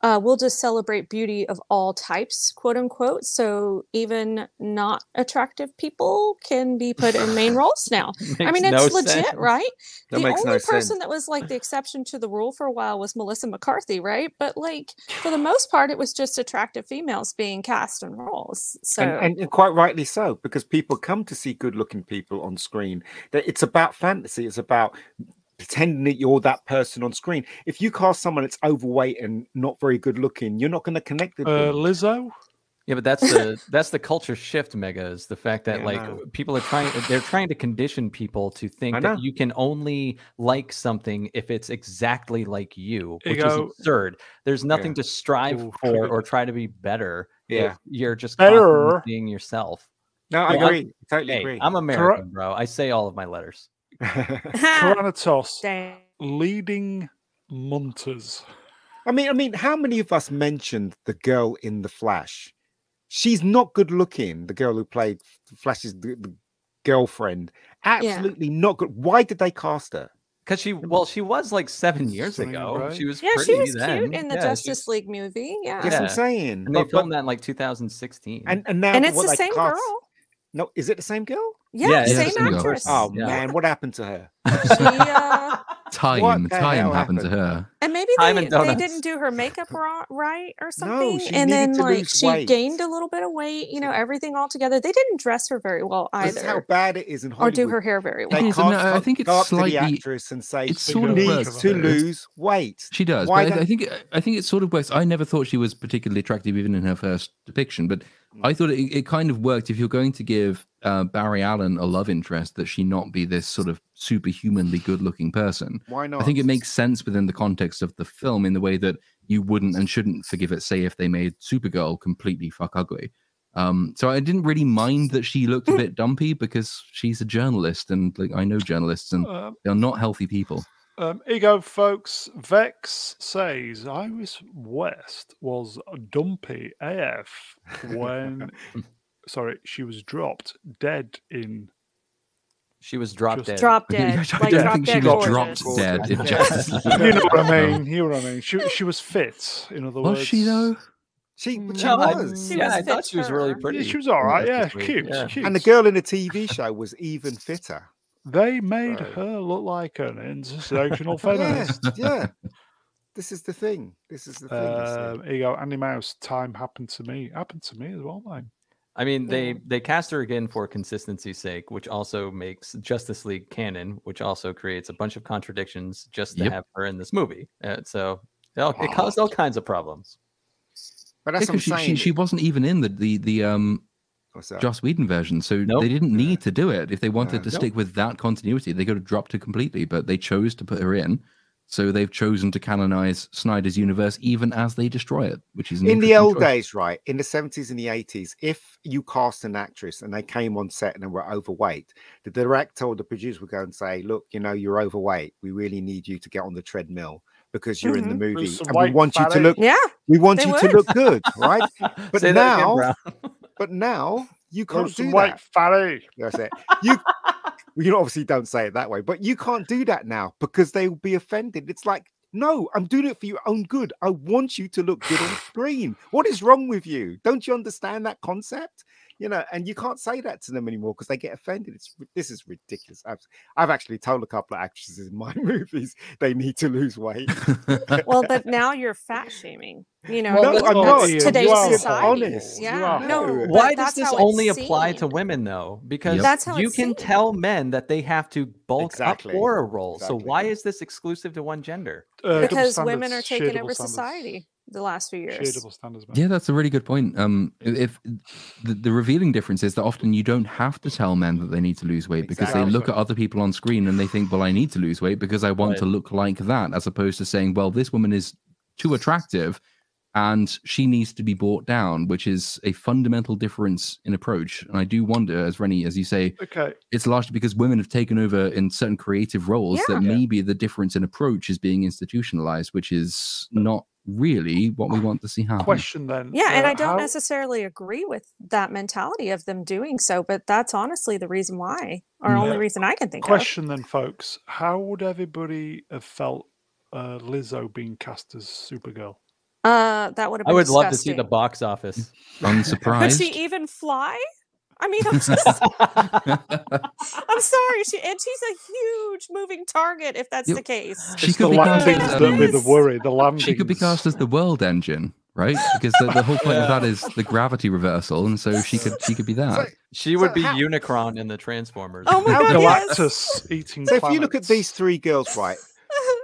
S6: uh, we'll just celebrate beauty of all types, quote unquote. So even not attractive people can be put in main roles now. I mean,
S5: Makes
S6: it's
S5: no
S6: legit,
S5: sense.
S6: right?
S8: That
S6: the
S8: makes
S6: only
S8: no
S6: person
S8: sense.
S6: that was like the exception to the rule for a while was Melissa McCarthy, right? But like for the most part, it was just attractive females being cast in roles. So
S2: and, and quite rightly so, because people come to see good-looking people on screen. That it's about fantasy. It's about pretending that you're that person on screen. If you cast someone that's overweight and not very good-looking, you're not going to connect with
S1: Uh,
S2: them.
S1: Lizzo.
S5: Yeah, but that's the that's the culture shift, Mega, is the fact that
S2: Yeah, I
S5: like
S2: know.
S5: people are trying they're trying to condition people to think
S2: I
S5: that
S2: know.
S5: you can only like something if it's exactly like you,
S1: You
S5: which
S1: go-
S5: is absurd. There's nothing to strive
S1: Ooh,
S5: for
S1: triggered.
S5: or try to be better. if
S2: Yeah.
S5: You're just
S1: Better.
S5: constantly being yourself.
S2: No, I
S5: Yeah.
S2: agree. Totally
S5: Hey,
S2: agree.
S5: I'm American, bro. I say all of my letters.
S1: Kranatos,
S6: Ah. Dang.
S1: leading munters.
S2: I mean, I mean, how many of us mentioned the girl in the Flash? She's not good looking. The girl who played Flash's the, the girlfriend, absolutely not good. Why did they cast her?
S5: Because she well, she was like seven years
S1: Swinging,
S5: ago.
S1: right?
S5: She was
S6: yeah,
S5: pretty
S6: she was
S5: then.
S6: cute in the
S5: Yeah, she
S6: Justice
S5: was-
S6: League movie. Yeah.
S2: That's what I'm
S5: Yeah.
S2: saying.
S5: And they
S2: But- but-
S5: filmed that in like 2016.
S2: and, and now,
S6: And it's
S2: what
S6: the
S2: they
S6: same
S2: cast-
S6: girl.
S2: No, is it the same girl?
S6: Yeah,
S5: Yeah, it's
S4: the
S6: same
S4: same girl.
S6: actress.
S2: Oh
S5: Yeah.
S2: man, what happened to her?
S6: She, uh,
S4: Time,
S2: What the
S4: time
S2: hell
S4: happened to her.
S6: and maybe
S5: Time
S6: they,
S5: and
S6: they
S5: donuts.
S6: didn't do her makeup ro- right or something.
S2: she
S6: and
S2: needed
S6: then
S2: to
S6: like
S2: lose
S6: she
S2: weight.
S6: gained a little bit of weight, you know, everything all together. They didn't dress her very well
S2: This is how
S6: either.
S2: bad it is in
S6: Or
S2: Hollywood.
S6: do her hair very
S2: They
S6: well.
S2: can't
S4: It is, and I- I
S2: co-
S4: think it's
S2: go up to the
S4: slightly-
S2: actress and say
S4: It's
S2: she
S1: sort of
S2: needs
S1: worse,
S2: to
S1: though.
S2: lose weight.
S4: She does.
S2: Why
S4: but I,
S2: don't-
S4: I think I think it sort of works. I never thought she was particularly attractive even in her first depiction, but I thought it, it kind of worked. If you're going to give uh, Barry Allen a love interest, that she not be this sort of superhumanly good-looking person.
S2: Why not?
S4: I think it makes sense within the context of the film in the way that you wouldn't and shouldn't forgive it, say, if they made Supergirl completely fuck ugly. Um, so I didn't really mind that she looked a bit dumpy because she's a journalist and like I know journalists and
S1: Um,
S4: they're not healthy people.
S1: um, ego folks, Vex says Iris West was dumpy AF when, sorry, she was dropped dead in.
S5: she was drop
S1: Just
S5: dead.
S6: Drop
S4: I
S6: dead.
S4: don't
S6: like
S4: think
S6: drop
S4: she
S6: dead
S4: got
S6: gorgeous.
S4: dropped dead in
S2: Yeah.
S4: Justice League.
S1: You know what I
S4: No.
S1: mean? You know what I mean? She she was fit. In other
S4: Was
S1: words,
S4: she though?
S2: she, but she
S5: No, I-
S2: was.
S6: She
S5: yeah,
S6: was
S5: I thought
S6: fit
S5: she was really
S6: for-
S1: Yeah,
S5: pretty.
S1: she was all right. Yeah,
S5: That's weird.
S1: cute,
S5: Yeah.
S1: cute.
S2: And the girl in the TV show was even fitter.
S1: They made
S2: Right.
S1: her look like an intersectional
S2: Yeah,
S1: feminist.
S2: yeah. This is the thing. This is the thing. you see.
S4: Uh,
S1: Um, here you go, Andy Mouse. Time happened to me. Happened to me as well, mate.
S5: I mean, they they cast her again for consistency's sake, which also makes Justice League canon, which also creates a bunch of contradictions just to
S4: Yep.
S5: have her in this movie. Uh, so it all- it
S1: Wow.
S5: caused all kinds of problems.
S2: but that's what I'm
S4: because she, she
S2: saying.
S4: she wasn't even in the the the um
S2: What's that?
S4: Joss Whedon version, so
S5: Nope.
S4: they didn't
S2: Yeah.
S4: need to do it. If they wanted
S2: No.
S4: to
S5: Nope.
S4: stick with that continuity, they could have dropped her completely, but they chose to put her in. So they've chosen to canonize Snyder's universe even as they destroy it, which is an
S2: in the
S4: interesting
S2: old
S4: choice.
S2: days, right? In the 70s and the 80s, if you cast an actress and they came on set and they were overweight, the director or the producer would go and say, Look, you know, you're overweight. We really need you to get on the treadmill because you're in the
S6: Mhm.
S2: movie
S1: Mm-hmm. some
S2: and we
S1: white
S2: want you to
S1: fatty."
S2: look
S6: Yeah.
S2: we want
S6: They
S2: you
S6: would.
S2: to look good, right? But
S5: Say that again,
S2: now-
S5: Brown.
S2: But now you
S1: Got
S2: can't
S1: some
S2: do
S1: white
S2: that.
S1: fatty.
S2: That's it. You well, you obviously don't say it that way, but you can't do that now because they will be offended. It's like, no, I'm doing it for your own good. I want you to look good on screen. What is wrong with you? Don't you understand that concept? You know, and you can't say that to them anymore because they get offended. It's ri- this is ridiculous. I've, I've actually told a couple of actresses in my movies they need to lose weight.
S6: Well, but now you're fat shaming. You know,
S2: Well,
S6: that's
S2: I'm not, Ian.
S6: today's
S2: You are
S6: society.
S2: honest. You
S6: Yeah.
S2: are
S6: No,
S2: horrible.
S6: but
S5: Why does
S6: that's
S5: this
S6: how it's
S5: only apply to
S6: seen.
S5: women though? Because
S6: That's how
S5: you
S6: it's
S5: can
S6: seen.
S5: tell men that they have to bulk
S2: Exactly.
S5: up for a role. So
S2: Exactly.
S5: why is this exclusive to one gender?
S1: Uh, double
S6: Because women are
S1: standards, sheer
S6: taking
S1: double
S6: over
S1: standards.
S6: society the last few
S1: Sheer
S6: years.
S1: double standards, mate.
S4: Yeah, that's a really good point. Um, if the, the revealing difference is that often you don't have to tell men that they need to lose weight because they look
S2: Exactly.
S4: at other people on screen and they think, "Well, I need to lose weight because I want
S5: Right.
S4: to look like that," as opposed to saying, "Well, this woman is too attractive, and she needs to be brought down, which is a fundamental difference in approach. And I do wonder, as Rennie, as you say,
S1: Okay.
S4: it's largely because women have taken over in certain creative roles that
S1: Yeah.
S4: maybe the difference in approach is being institutionalized, which is not really what we want to see happen.
S1: Question then.
S6: Yeah, and
S1: uh,
S6: I don't
S1: how-
S6: necessarily agree with that mentality of them doing so, but that's honestly the reason why, or
S4: Mm.
S6: only reason I can think
S1: Question then, folks. How would everybody have felt uh, Lizzo being cast as Supergirl?
S6: of. Uh, that would have
S5: I
S6: been
S5: would love to see
S6: disgusting.
S5: the box office.
S6: Could
S4: Unsurprised.
S6: she even fly? I mean, I'm just, I'm sorry. She and she's a huge moving target if that's
S4: You-
S6: the case.
S4: She
S1: it's
S4: could
S1: the
S4: be cast
S1: landings that
S4: as,
S1: would be the
S6: um,
S1: worry. The landings.
S4: She could be cast as the world engine, right? Because the, the whole point of that is the gravity reversal, and so she could she could be that.
S2: So,
S5: She would
S2: So
S5: be
S2: how-
S5: Unicron in the Transformers.
S6: Oh my
S2: How
S6: god! yes.
S1: Galactus eating.
S2: so if you look at
S1: planets.
S2: these three girls, right,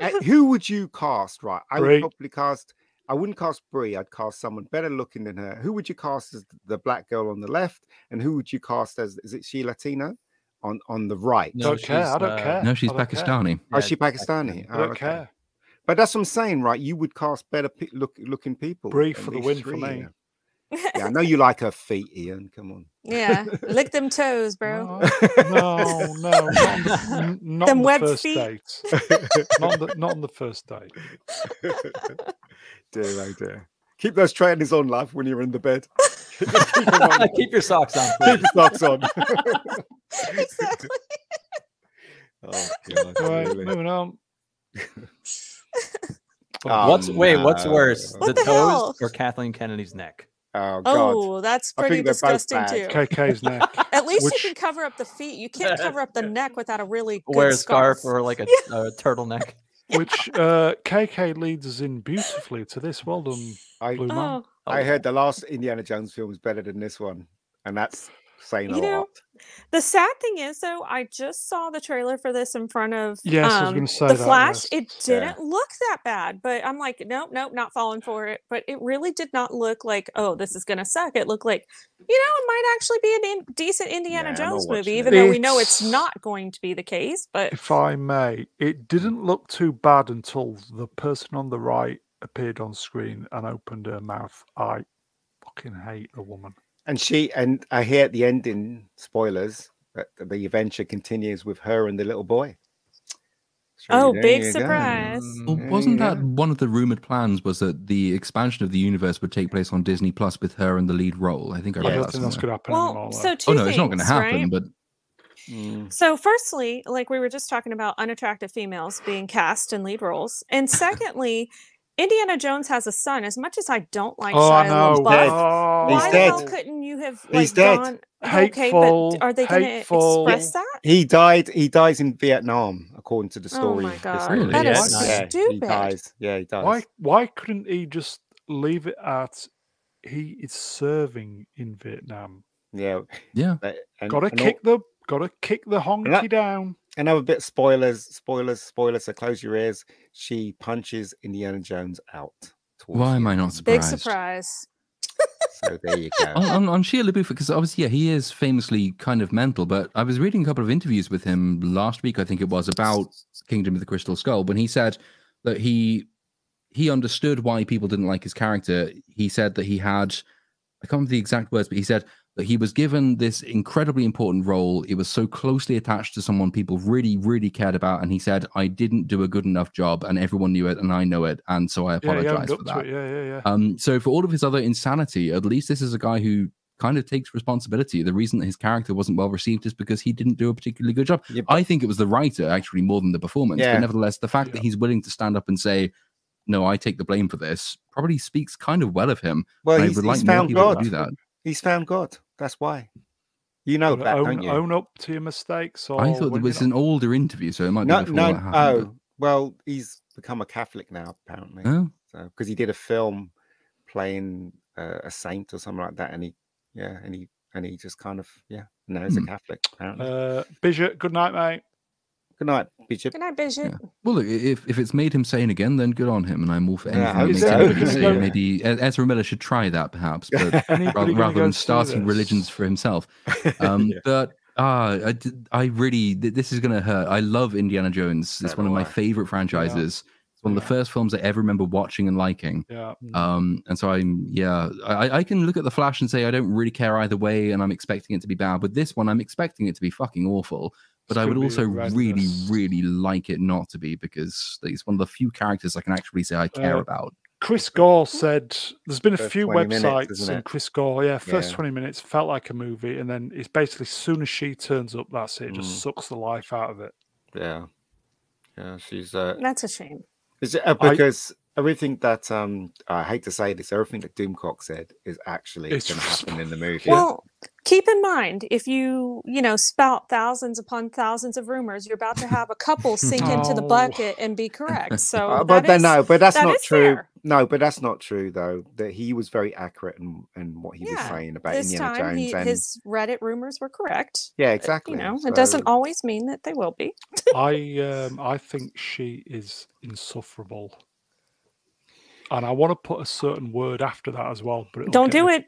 S2: uh, who would you cast? Right, I
S1: Brie.
S2: would probably cast. I wouldn't cast Brie. I'd cast someone better looking than her. Who would you cast as the black girl on the left, and who would you cast as? Is it she Latino on on the right?
S5: No,
S1: don't care. I
S5: she's,
S1: don't
S5: uh,
S1: care.
S4: No, she's
S1: I don't care.
S4: Pakistani.
S2: Oh,
S5: Yeah,
S2: is she Pakistani?
S1: I
S2: Oh,
S1: don't
S2: okay.
S1: care.
S2: But that's what I'm saying, right? You would cast better pe- look, looking people.
S1: Brie
S2: than
S1: for the
S2: these
S1: win for
S2: three
S1: me.
S2: here. Yeah, I know you like her feet, Ian. Come on.
S6: yeah, lick them toes, bro.
S1: No, no, no, not on the, n- not
S6: Them
S1: on the
S6: webbed
S1: first
S6: feet.
S1: date. Not on the, not on the first date.
S2: dear, oh dear. Keep those trainers on, love, when you're in the bed. Keep them on.
S5: God. Keep your socks on,
S2: Keep
S5: please.
S2: your socks on.
S6: exactly.
S2: oh, God,
S1: Right,
S2: really.
S1: moving on.
S2: Oh,
S5: what's wait? What's
S2: no.
S5: worse,
S2: What
S5: the,
S6: the
S5: toes
S6: hell?
S5: or Kathleen Kennedy's neck?
S2: Oh, God.
S6: Oh, that's
S2: I
S6: pretty
S2: think they're both
S6: disgusting
S2: bad.
S6: too.
S1: KK's neck.
S6: At least
S1: Which-
S6: you can cover up the feet. You can't cover up the neck without a really good
S5: Wear a scarf,
S6: scarf.
S5: or like a, a turtleneck.
S1: which uh, KK leads us in beautifully to this. Well done,
S2: I,
S1: Blue Man.
S6: Oh,
S2: I heard the last Indiana Jones film was better than this one, and that's saying a
S6: You know,
S2: lot.
S6: the sad thing is though, I just saw the trailer for this in front of
S1: Yes, I was
S6: um,
S1: going to say
S6: the
S1: that.
S6: Flash.
S1: yes.
S6: It didn't look that bad, but I'm like, nope, nope, not falling for it. But it really did not look like, oh, this is gonna suck. It looked like, you know, it might actually be an in- decent Indiana
S2: Nah, I'm not
S6: Jones
S2: watching
S6: movie,
S2: it.
S6: even though we know it's
S1: It's-
S6: not going to be the case. But
S1: If I may, it didn't look too bad until the person on the right appeared on screen and opened her mouth. I fucking hate the woman.
S2: And she and I hear at the ending spoilers that the adventure continues with her and the little boy. So
S6: oh,
S2: there
S6: big
S2: you go.
S6: surprise!
S4: Well,
S5: Mm,
S2: Yeah,
S4: wasn't
S2: yeah.
S4: that one of the rumored plans? Was that the expansion of the universe would take place on Disney Plus with her in the lead role? I think I
S2: Yeah,
S4: read
S1: I don't
S4: that
S1: think that's going
S4: somewhere.
S1: to happen anymore.
S6: Well,
S1: though.
S6: so two
S4: Oh no,
S6: things,
S4: it's not going to happen.
S6: right?
S4: But
S2: Mm.
S6: So, firstly, like we were just talking about unattractive females being cast in lead roles. And secondly, Indiana Jones has a son. As much as I don't like
S1: oh, I
S6: Shia
S1: know.
S6: LaBeouf,
S1: Oh,
S6: why
S2: He's
S6: the hell
S2: dead.
S6: couldn't you have like,
S2: He's dead.
S6: gone
S1: Hateful,
S6: okay, but are they gonna
S1: hateful.
S6: express that?
S2: He died. He dies in Vietnam, according to the story.
S6: Oh my
S2: this
S6: god.
S4: Really?
S6: That is
S1: Yes.
S2: yeah, he
S6: stupid.
S2: dies. Yeah, he dies.
S1: Why? Why couldn't he just leave it at? He is serving in Vietnam.
S2: Yeah.
S4: yeah,
S2: but- and-
S1: Gotta
S2: and al-
S1: kick the. Gotta kick the honky
S2: that-
S1: down.
S2: Another bit. Spoilers. Spoilers. Spoilers. So close your ears. She punches Indiana Jones out. towards
S4: why
S2: the
S4: am I
S2: end.
S4: not
S6: Big
S4: surprised?
S6: surprise.
S2: So there you go.
S4: on, on, on Shia LaBeouf because obviously yeah, he is famously kind of mental. But I was reading a couple of interviews with him last week, I think it was about Kingdom of the Crystal Skull, when he said that he he understood why people didn't like his character. He said that he had I can't remember the exact words, but he said that he was given this incredibly important role. It was so closely attached to someone people really, really cared about, and he said, "I didn't do a good enough job, and everyone knew it, and I know it, and so I
S1: Yeah, he
S4: apologize
S1: owned
S4: for
S1: up
S4: that."
S1: to it. Yeah, yeah, yeah.
S4: Um, so for all of his other insanity, at least this is a guy who kind of takes responsibility. The reason that his character wasn't well received is because he didn't do a particularly good job.
S2: Yep.
S4: I think it was the writer actually more than the performance.
S2: Yeah.
S4: But nevertheless, the fact
S1: Yeah.
S4: that he's willing to stand up and say, "No, I take the blame for this," probably speaks kind of well of him.
S2: Well,
S4: I
S2: he's,
S4: would like
S2: he's
S4: more
S2: found
S4: people
S2: God.
S4: to do that.
S2: He's found God. That's why. You know
S1: Gotta
S2: that, don't
S1: own,
S2: you?
S1: own up to your mistakes. Or
S4: I thought
S1: when
S4: it
S1: you're
S4: was
S1: not-
S4: an older interview, so it might be
S2: No,
S4: before
S2: no.
S4: that happened.
S2: Oh, well, he's become a Catholic now, apparently.
S4: but- Oh,
S2: because he did a film playing uh, a saint or something like that, and he, yeah, and he, and he just kind of, yeah, no, he's
S4: Hmm.
S2: a Catholic. Apparently.
S1: Uh, Bishop, good night, mate.
S2: Good night, Bishop.
S6: Good night, Bishop.
S4: well, look, i- if, if it's made him sane again, then good on him, and I'm all for anything
S2: Yeah, I
S4: that
S2: hope
S4: makes
S1: so.
S4: anybody
S1: Because
S4: sane.
S1: don't-
S4: Maybe E- Ezra Miller should try that, perhaps. But
S1: Anybody gonna
S4: rather, rather
S1: go
S4: than
S1: and see
S4: starting
S1: this?
S4: religions for himself. Um,
S2: Yeah.
S4: But uh, I, did- I really, th- this is going to hurt. I love Indiana Jones. It's
S2: So
S4: one of
S2: do
S4: my
S2: I.
S4: favorite franchises. It's one of the first films I ever remember watching and liking.
S1: Yeah. Mm,
S4: Um, and so I'm, yeah, I, I can look at the Flash and say I don't really care either way, and I'm expecting it to be bad. With this one, I'm expecting it to be fucking awful, but I
S1: It's
S4: would
S1: gonna be
S4: also really,
S1: horrendous.
S4: really like it not to be because it's one of the few characters I can actually say I care
S1: Uh,
S4: about.
S1: Chris Gore said there's been a
S2: First
S1: few
S2: 20 minutes,
S1: websites
S2: isn't
S1: and
S2: it?
S1: Chris Gore, yeah, first
S2: Yeah.
S1: 20 minutes felt like a movie, and then it's basically as soon as she turns up, that's it, it just
S2: Mm.
S1: sucks the life out of it.
S2: Yeah. Yeah, she's uh,
S6: That's a shame.
S2: Is it, uh,
S1: I-
S2: because everything that um I hate to say this, everything that Doomcock said is actually
S1: It's
S2: going to happen in the movie.
S6: Well, keep in mind if you you know spout thousands upon thousands of rumors, you're about to have a couple sink into the
S1: No.
S6: bucket and be correct. So,
S2: Oh. Uh,
S6: that
S2: but then
S6: is-
S2: no, but that's
S6: that
S2: not
S6: is
S2: true.
S6: fair.
S2: No, but that's not true though. That he was very accurate in, in what he was
S6: Yeah,
S2: saying about
S6: this
S2: Indiana
S6: time
S2: Jones
S6: he,
S2: and
S6: his Reddit rumors were correct.
S2: yeah, exactly.
S6: You know,
S2: So,
S6: it doesn't always mean that they will be.
S1: I um, I think she is insufferable. And I want to put a certain word after that as well,
S2: Oh,
S1: but it'll
S6: Don't
S1: get
S6: do
S1: me-
S6: it.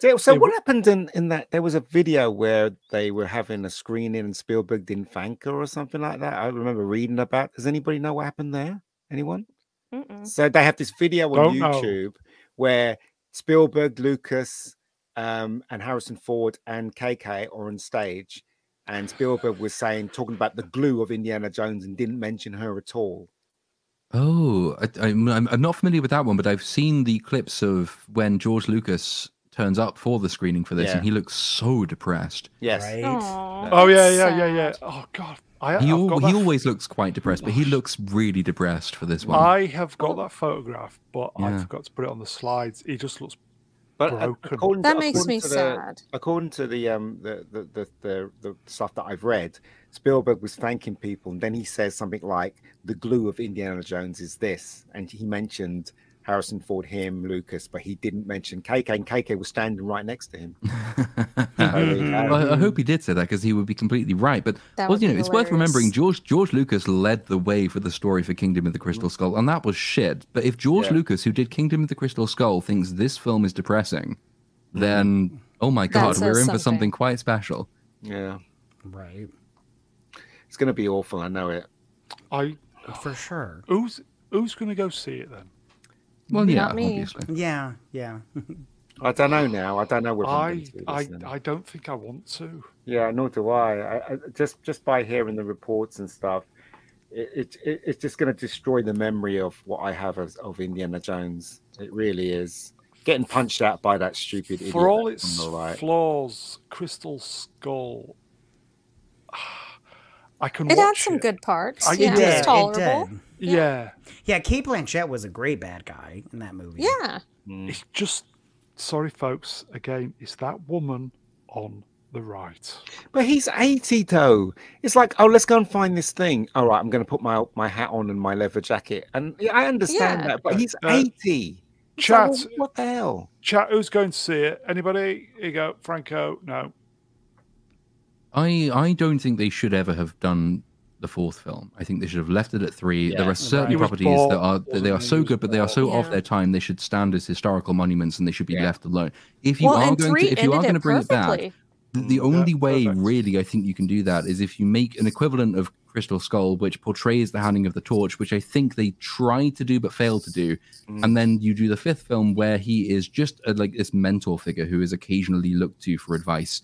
S2: So, so
S1: it
S2: what
S1: w-
S2: happened in, in that? There was a video where they were having a screening and Spielberg didn't thank her or something like that. I remember reading about. Does anybody know what happened there? Anyone?
S6: Mm-mm.
S2: Mm-hmm. So they have this video on
S1: Don't know.
S2: YouTube where Spielberg, Lucas, um, and Harrison Ford and KK are on stage, and Spielberg was saying talking about the glue of Indiana Jones and didn't mention her at all.
S4: Oh, I, I'm, I'm I'm not familiar with that one, but I've seen the clips of when George Lucas turns up for the screening for this,
S2: Yeah.
S4: and he looks so depressed.
S2: Yes,
S3: Right?
S6: Aw,
S1: Oh yeah,
S6: that's
S1: yeah, yeah, yeah.
S6: sad.
S1: Oh god, I,
S4: he,
S1: I've
S4: al-
S1: got
S4: he
S1: that f-
S4: always looks quite depressed, but he looks really depressed for this one.
S1: I have got that photograph, but I
S4: Yeah.
S1: forgot to put it on the slides. He just looks.
S2: but a-
S1: Broken.
S2: according to-
S6: That makes
S2: according
S6: me
S2: to the-
S6: sad.
S2: According to the um the the, the the the stuff that I've read, Spielberg was thanking people, and then he says something like, "The glue of Indiana Jones is this," and he mentioned Harrison Ford, him, Lucas, but he didn't mention KK, and KK was standing right next to him.
S4: Well, I, I hope he did say that because he would be completely right. But
S6: That
S4: well,
S6: would
S4: you know,
S6: be
S4: it's worth remembering
S6: hilarious.
S4: George George Lucas led the way for the story for Kingdom of the Crystal Skull, and that was shit. But if George
S2: Yeah.
S4: Lucas, who did Kingdom of the Crystal Skull, thinks this film is depressing,
S1: Mm-hmm.
S4: then oh my god,
S6: says
S4: we're in for
S6: something.
S4: something quite special.
S2: Yeah,
S3: Right.
S2: it's gonna be awful. I know it.
S1: I
S3: For sure.
S1: who's who's going to go see it then?
S4: Well, yeah,
S6: Not me.
S4: obviously.
S3: Yeah, yeah.
S2: I don't know now. I don't know whether I'm
S1: I
S2: gonna do this
S1: I
S2: now.
S1: I don't think I want to.
S2: Yeah, nor do I. I, I just just by hearing the reports and stuff, it, it it's just going to destroy the memory of what I have as, of Indiana Jones. It really is getting punched out by that stupid idiot.
S1: For all
S2: that's
S1: its
S2: on the right.
S1: flaws, Crystal Skull. I can.
S6: It had
S1: watch
S6: some
S1: it.
S6: good parts.
S1: I- it
S6: yeah,
S1: did,
S6: it
S1: it
S6: was tolerable.
S3: did.
S1: Yeah,
S3: Yeah, Kate Blanchett was a great bad guy in that movie.
S6: Yeah.
S2: Mm.
S1: it's just. Sorry, folks. Again, it's that woman on the right.
S2: But he's eighty though. It's like, oh, let's go and find this thing. All right, I'm going to put my my hat on and my leather jacket, and yeah, I understand
S6: Yeah.
S2: that. But
S1: Okay,
S2: he's
S1: uh,
S2: eighty. It's
S1: Chat,
S2: like, well, what the hell?
S1: chat. Who's going to see it? Anybody? Here you go, Franco. No.
S4: I I don't think they should ever have done the fourth film. I think they should have left it at three.
S2: Yeah.
S4: There are
S1: Right. He
S4: certain
S1: was
S4: properties that
S1: bald,
S4: are that
S1: wasn't
S4: they are
S1: he?
S4: so
S1: He was
S4: good, but they are so
S6: Yeah.
S4: of their time. They should stand as historical monuments, and they should be
S2: Yeah.
S4: left alone. If you
S6: Well,
S4: are
S6: and
S4: going
S6: three
S4: to if you are
S6: ended
S4: going to
S6: it
S4: bring it back,
S6: perfectly.
S4: th- the
S1: Mm, yeah,
S4: only way
S1: perfect.
S4: really I think you can do that is if you make an equivalent of Crystal Skull, which portrays the handing of the torch, which I think they tried to do but failed to do,
S1: Mm.
S4: and then you do the fifth film where he is just a, like this mentor figure who is occasionally looked to for advice,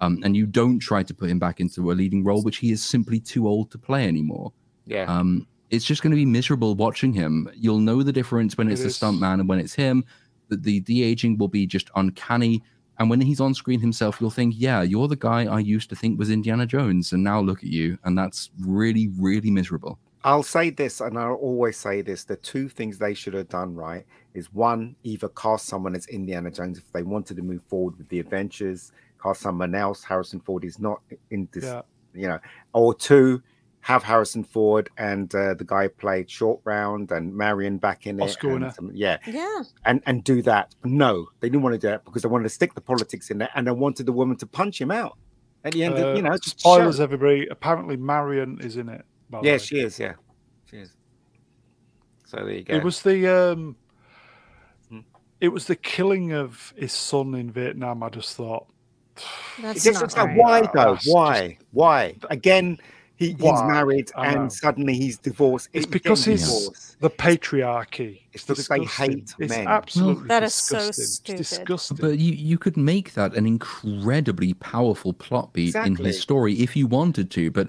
S4: um, and you don't try to put him back into a leading role, which he is simply too old to play anymore.
S2: Yeah.
S4: Um, it's just going to be miserable watching him. You'll know the difference when
S1: It
S4: it's the
S1: is.
S4: stuntman and when it's him. The, the de aging will be just uncanny. And when he's on screen himself, you'll think, yeah, you're the guy I used to think was Indiana Jones. And now look at you. And that's really, really miserable.
S2: I'll say this, and I'll always say this: the two things they should have done right is one, either cast someone as Indiana Jones if they wanted to move forward with the adventures, cast someone else. Harrison Ford is not in this,
S1: Yeah.
S2: you know, or two, have Harrison Ford and uh, the guy who played Short Round and Marion back in it.
S1: Oscar
S2: and
S1: winner.
S2: some- yeah,
S6: Yeah.
S2: and and do that. No, they didn't want to do that because they wanted to stick the politics in there, and they wanted the woman to punch him out at the end.
S1: Uh,
S2: of, you know, just show-
S1: Spoilers, everybody. Apparently, Marion is in it. by the
S2: Yeah,
S1: way.
S2: she is. Yeah, she is. So there you go.
S1: It was the um,
S2: Hmm.
S1: it was the killing of his son in Vietnam. I just thought
S6: That's
S2: It's just like,
S6: not right.
S2: why
S1: Wow,
S2: though?
S1: that's
S2: Why? Why? Again, He, he's
S1: Why?
S2: married
S1: I know.
S2: and suddenly he's divorced.
S1: It's
S2: It-
S1: because
S2: getting
S1: he's-
S2: divorced.
S1: The patriarchy.
S2: It's because they
S1: disgusting.
S2: hate
S1: It's
S2: men.
S1: absolutely
S6: That is so
S1: disgusting.
S6: stupid.
S1: It's disgusting.
S4: But you, you could make that an incredibly powerful plot beat in
S2: Exactly.
S4: his story if you wanted to, but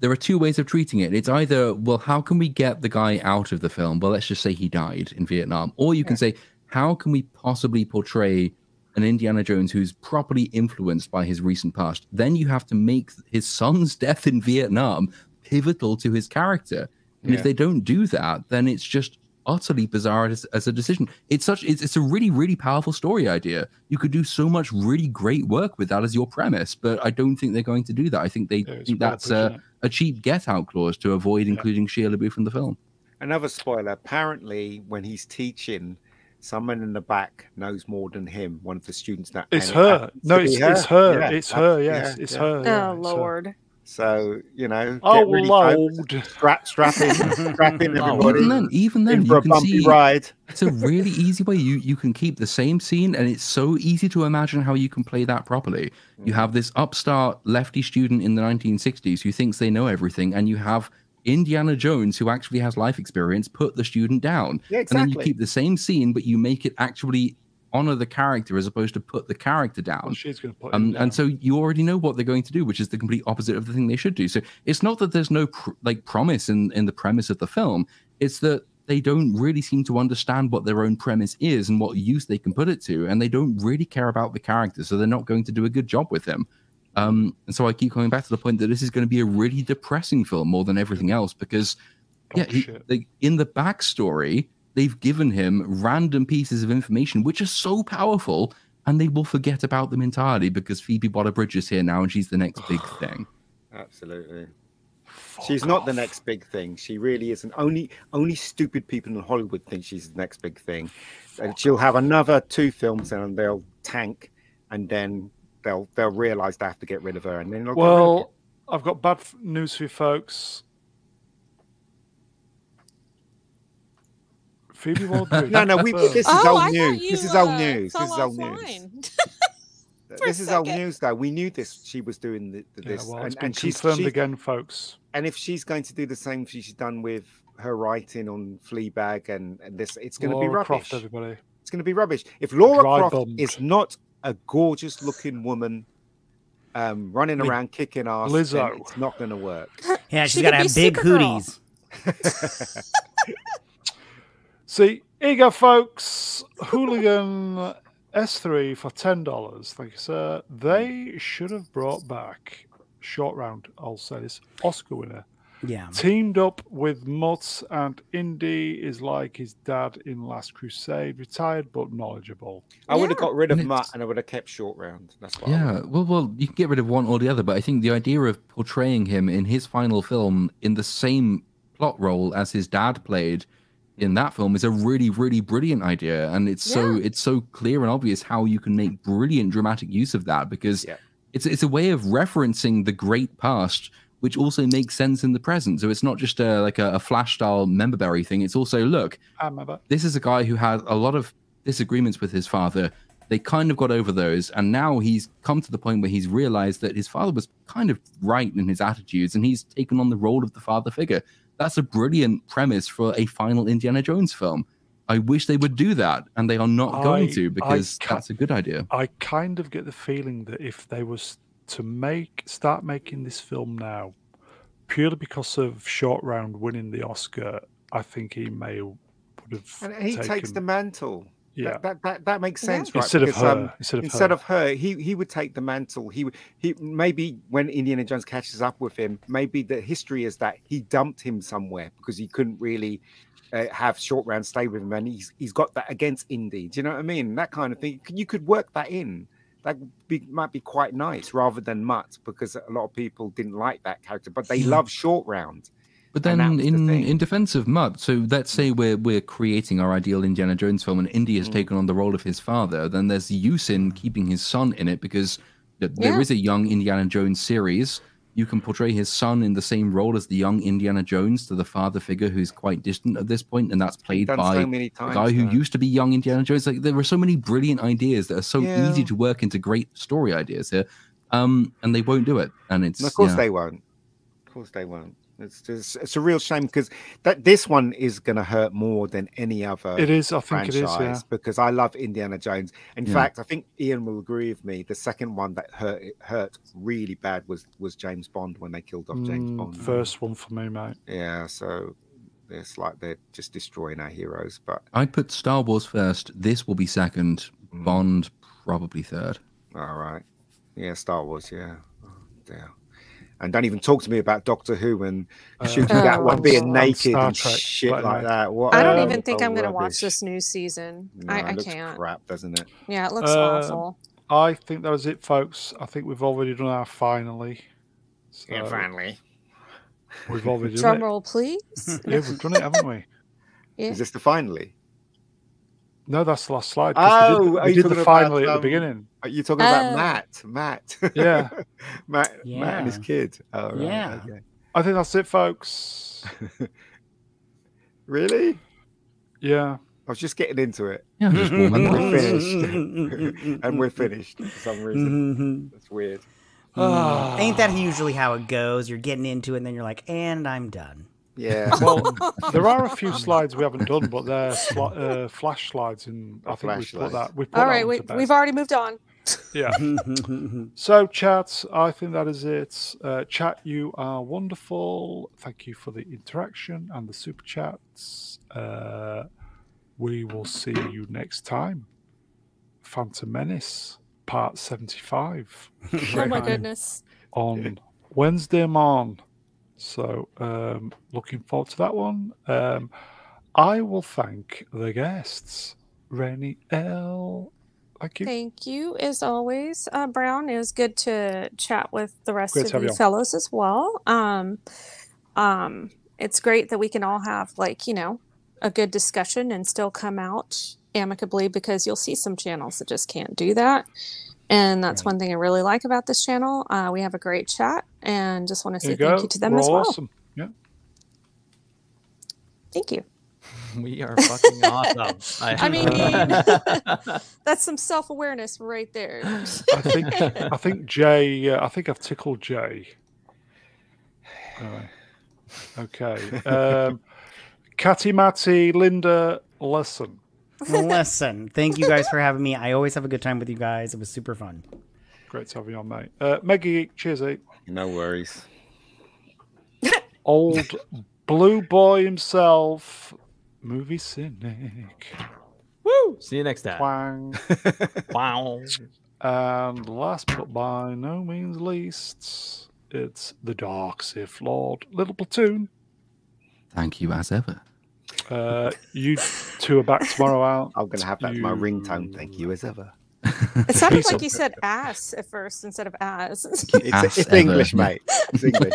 S4: there are two ways of treating it. It's either, well, how can we get the guy out of the film? Well, let's just say he died in Vietnam. Or you can say, how can we possibly portray an Indiana Jones who's properly influenced by his recent past? Then you have to make his son's death in Vietnam pivotal to his character. And if
S2: Yeah.
S4: they don't do that, then it's just utterly bizarre as, as a decision. It's such it's, it's a really really powerful story idea. You could do so much really great work with that as your premise, but I don't think they're going to do that. I think they
S1: Yeah, it's
S4: think
S1: well
S4: that's
S1: put,
S4: uh,
S1: isn't it?
S4: a cheap get out clause to avoid including Sheila LaBeouf in the film.
S2: Another spoiler. Apparently, when he's teaching, someone in the back knows more than him. One of the students. That,
S1: It's
S2: and it
S1: her.
S2: happens
S1: No,
S2: to be
S1: it's, it's her. It's
S2: that-
S1: her. Yes,
S2: yeah,
S1: it's
S2: yeah.
S1: her. yeah,
S6: oh
S1: it's her.
S6: Lord.
S2: So you know.
S1: Oh
S2: get really focused.
S1: Lord!
S2: Strap, strap in, strap in,
S5: Oh,
S2: everybody.
S4: even then, even then,
S2: in for
S4: you
S2: a
S4: can
S2: bumpy
S4: see
S2: ride.
S4: it's a really easy way you you can keep the same scene and it's so easy to imagine how you can play that properly you have this upstart lefty student in the 1960s who thinks they know everything and you have indiana jones who actually has life experience put the student down
S2: Yeah,
S4: and then you
S2: exactly.
S4: keep the same scene but you make it actually honor the character as opposed to put the character
S1: Well,
S4: down
S1: Oh, she's going to put. him
S4: um,
S1: down.
S4: and so you already know what they're going to do, which is the complete opposite of the thing they should do. So it's not that there's no pr- like promise in in the premise of the film. It's that they don't really seem to understand what their own premise is and what use they can put it to, and they don't really care about the character, so they're not going to do a good job with him. Um, and so I keep coming back to the point that this is going to be a really depressing film more than everything else because yeah,
S1: Dog
S4: he-
S1: Oh, shit.
S4: like in the backstory, they've given him random pieces of information which are so powerful, and they will forget about them entirely because Phoebe Waller-Bridge is here now, and she's the next big thing.
S2: Absolutely.
S1: Fuck
S2: She's not the
S1: off.
S2: next big thing. She really isn't. Only only stupid people in Hollywood think she's the next big thing. And she'll have another two films and they'll tank and then they'll they'll realize they have to get rid of her and then they'll
S1: Well, I've got bad f- news for you folks. Phoebe Waller-Bridge.
S2: No, no, we-
S1: confirmed.
S2: this- is
S6: oh,
S2: old
S6: I
S2: news.
S6: thought you.
S2: This is old
S6: uh,
S2: news.
S6: fell
S2: This is old news.
S6: offline.
S2: get
S6: for a
S2: rid of her. This is old
S6: second.
S2: news though. We knew this she was doing the, the,
S1: Yeah,
S2: this
S1: well, it's
S2: and,
S1: been
S2: and she's,
S1: confirmed
S2: she's-
S1: again, folks.
S2: and if she's going to do the same she's done with her writing on Fleabag and, and this it's going to be
S1: Laura
S2: rubbish.
S1: Croft, everybody.
S2: It's going to be rubbish. If Laura
S1: Dry
S2: Croft
S1: bummed.
S2: is not a gorgeous looking woman um, running
S3: With
S2: around kicking ass, then
S1: Lizzo.
S2: it's not going to work.
S3: Yeah,
S6: She
S3: she's gotta
S6: could be
S3: have big
S6: Supergirl.
S3: hooties.
S1: See, here you go, folks. Hooligan S3 for $10. Thank you, sir. They should have brought back short round, I'll say this, Oscar winner.
S3: Yeah.
S1: Teamed up with Mutz and Indy is like his dad in Last Crusade, retired but knowledgeable.
S2: I would have got rid of
S4: And
S2: Mutt
S4: it's-
S2: and I would have kept short round. That's what I
S4: Yeah,
S2: would've-
S4: well, well, you can get rid of one or the other, but I think the idea of portraying him in his final film in the same plot role as his dad played in that film is a really, really brilliant idea, and it's so it's so clear and obvious how you can make brilliant dramatic use of that because
S2: Yeah.
S4: it's it's a way of referencing the great past. Which also makes sense in the present, so it's not just a like a, a flash style memberberry thing. It's also look,
S1: I remember.
S4: this is a guy who had a lot of disagreements with his father. They kind of got over those, and now he's come to the point where he's realized that his father was kind of right in his attitudes, and he's taken on the role of the father figure. That's a brilliant premise for a final Indiana Jones film. I wish they would do that, and they are not
S1: I-
S4: going to
S1: I
S4: because
S1: ca-
S4: that's a good idea.
S1: I kind of get the feeling that if they was to make start making this film now, purely because of Short Round winning the Oscar, I think he may would have
S2: And he
S1: taken,
S2: takes the mantle.
S1: yeah
S2: That, that, that, that makes
S6: Yeah.
S2: sense, right?
S1: instead, of
S2: Because,
S1: her,
S2: um,
S1: instead of
S2: instead
S1: her.
S2: of her, he he would take the mantle. He would- he maybe when Indiana Jones catches up with him, maybe the history is that he dumped him somewhere because he couldn't really uh, have short round stay with him, and he's he's got that against Indy. Do you know what I mean? That kind of thing. You could- You could work that in. That would be, might be quite nice rather than Mutt because a lot of people didn't like that character, but they
S4: Yeah.
S2: love short round.
S4: But
S2: And
S4: then,
S2: that was the
S4: in
S2: thing.
S4: in defense of Mutt, so let's say we're we're creating our ideal Indiana Jones film, and Indy has
S2: Mm.
S4: taken on the role of his father. Then there's use in keeping his son in it because th- there
S6: Yeah.
S4: is a young Indiana Jones series. You can portray his son in the same role as the young Indiana Jones to the father figure who's quite distant at this point, and that's played
S2: Done
S4: by
S2: so many
S4: a
S2: times.
S4: guy who
S2: now.
S4: used to be young Indiana Jones. Like there were so many brilliant ideas that are so
S2: Yeah.
S4: easy to work into great story ideas here, um, and they won't do it. And it's
S2: And of course
S4: yeah.
S2: they won't. Of Of course they won't. It's just it's a real shame because that this one is going to hurt more than any other.
S1: It is, I think it is,
S2: franchise
S1: yeah.
S2: Because I love Indiana Jones. In
S4: Yeah.
S2: fact, I think Ian will agree with me. The second one that hurt it hurt really bad was was James Bond when they killed off James
S1: Mm,
S2: Bond.
S1: First one for me, mate.
S2: Yeah, so it's like they're just destroying our heroes. But
S4: I'd put Star Wars first. This will be second.
S2: Mm.
S4: Bond probably third.
S2: all right, yeah, Star Wars, yeah, oh, dear. And don't even talk to me about Doctor Who and
S1: Uh,
S2: shooting that one
S1: and-
S2: being
S1: and
S2: naked
S1: Star
S2: and
S1: Trek,
S2: shit
S1: but
S2: like
S1: no.
S2: that. What
S6: Oh. I don't
S2: a
S1: Um,
S6: even think I'm going to watch
S2: Oh, rubbish.
S6: this new season.
S2: No,
S6: I, I
S2: it looks
S6: can't.
S2: crap, doesn't it?
S6: Yeah, it looks
S1: Uh,
S6: awful.
S1: I think that was it, folks. I think we've already done our finally. So
S2: finally.
S1: We've already done
S6: Drum roll, please.
S1: it. Yeah, we've done it, haven't we?
S6: Yeah.
S2: Is this the finally?
S1: No, that's the last slide. 'cause we
S2: Oh,
S1: did,
S2: are
S1: we
S2: you
S1: did
S2: talking
S1: the
S2: about,
S1: finally at the
S2: um,
S1: beginning.
S2: Are you talking about
S6: Oh.
S2: Matt? Matt.
S1: Yeah.
S2: Matt, Matt and his
S3: Yeah.
S2: kid. Oh, right,
S3: Yeah.
S2: Okay.
S1: I think that's it, folks.
S2: Really?
S1: Yeah.
S2: I was just getting into it
S4: Yeah, just warming up.
S2: we're finished. and
S1: Mm-hmm.
S2: we're finished for some reason.
S3: Mhm.
S2: That's weird.
S1: Ah.
S3: Ain't that usually how it goes? You're getting into it, and then you're like, and I'm done.
S2: Yeah.
S1: Well, there are a few slides we haven't done, but they're sli- uh, flash slides, and I
S2: Oh,
S1: think we
S2: flash
S1: put
S2: slides.
S1: that. We put
S6: All
S1: that
S6: right,
S1: one
S6: we,
S1: to bed.
S6: we've already moved on.
S1: Yeah.
S6: Oh
S3: Thank
S1: So, chat, I think that is it. Uh, chat, you are wonderful. Thank you for the interaction and the super chats. Uh, we will see you next time. Phantom Menace, part 75
S6: Oh my
S1: Right.
S6: goodness.
S1: on Wednesday morn. So, um, looking forward to that one. Um, I will thank the guests. Rennie L. Thank you.
S6: Thank you, as always, uh, Brown. It was good to chat with the rest
S1: Great to have
S6: of you
S1: you on.
S6: fellows as well. Um, um, it's great that we can all have like you know a good discussion and still come out amicably because you'll see some channels that just can't do that. And that's one thing I really like about this channel. Uh, we have a great chat, and just want to
S1: There
S6: say thank you to them
S1: We're
S6: as
S1: all
S6: well.
S1: awesome. Yeah.
S6: Thank you.
S5: We are fucking awesome.
S6: I mean- That's some self awareness right there.
S1: I think I think Jay. Uh, I think I've tickled Jay. Anyway. Okay. Um, Catty Matty, Linda, lesson.
S3: Well, listen, thank you guys for having me. I always have a good time with you guys. It was super fun.
S1: Great to have you on, mate. Uh, Meggie, cheers, eh?
S2: No worries.
S1: Old blue boy himself, movie cynic.
S5: Woo! See you next time.
S1: Wang.
S5: Wow.
S1: And last but by no means least, it's the Dark Sith Lord, Little Platoon.
S4: Thank you as ever.
S1: Uh, you two are back tomorrow out.
S2: I'm going to have that as my
S1: You-
S2: ringtone. Thank you as ever.
S6: It sounded
S1: Piece
S6: like
S1: of-
S6: you said ass at first instead of as.
S2: It's,
S4: As
S2: it's
S4: ever,
S2: English,
S4: yeah.
S2: mate. It's English.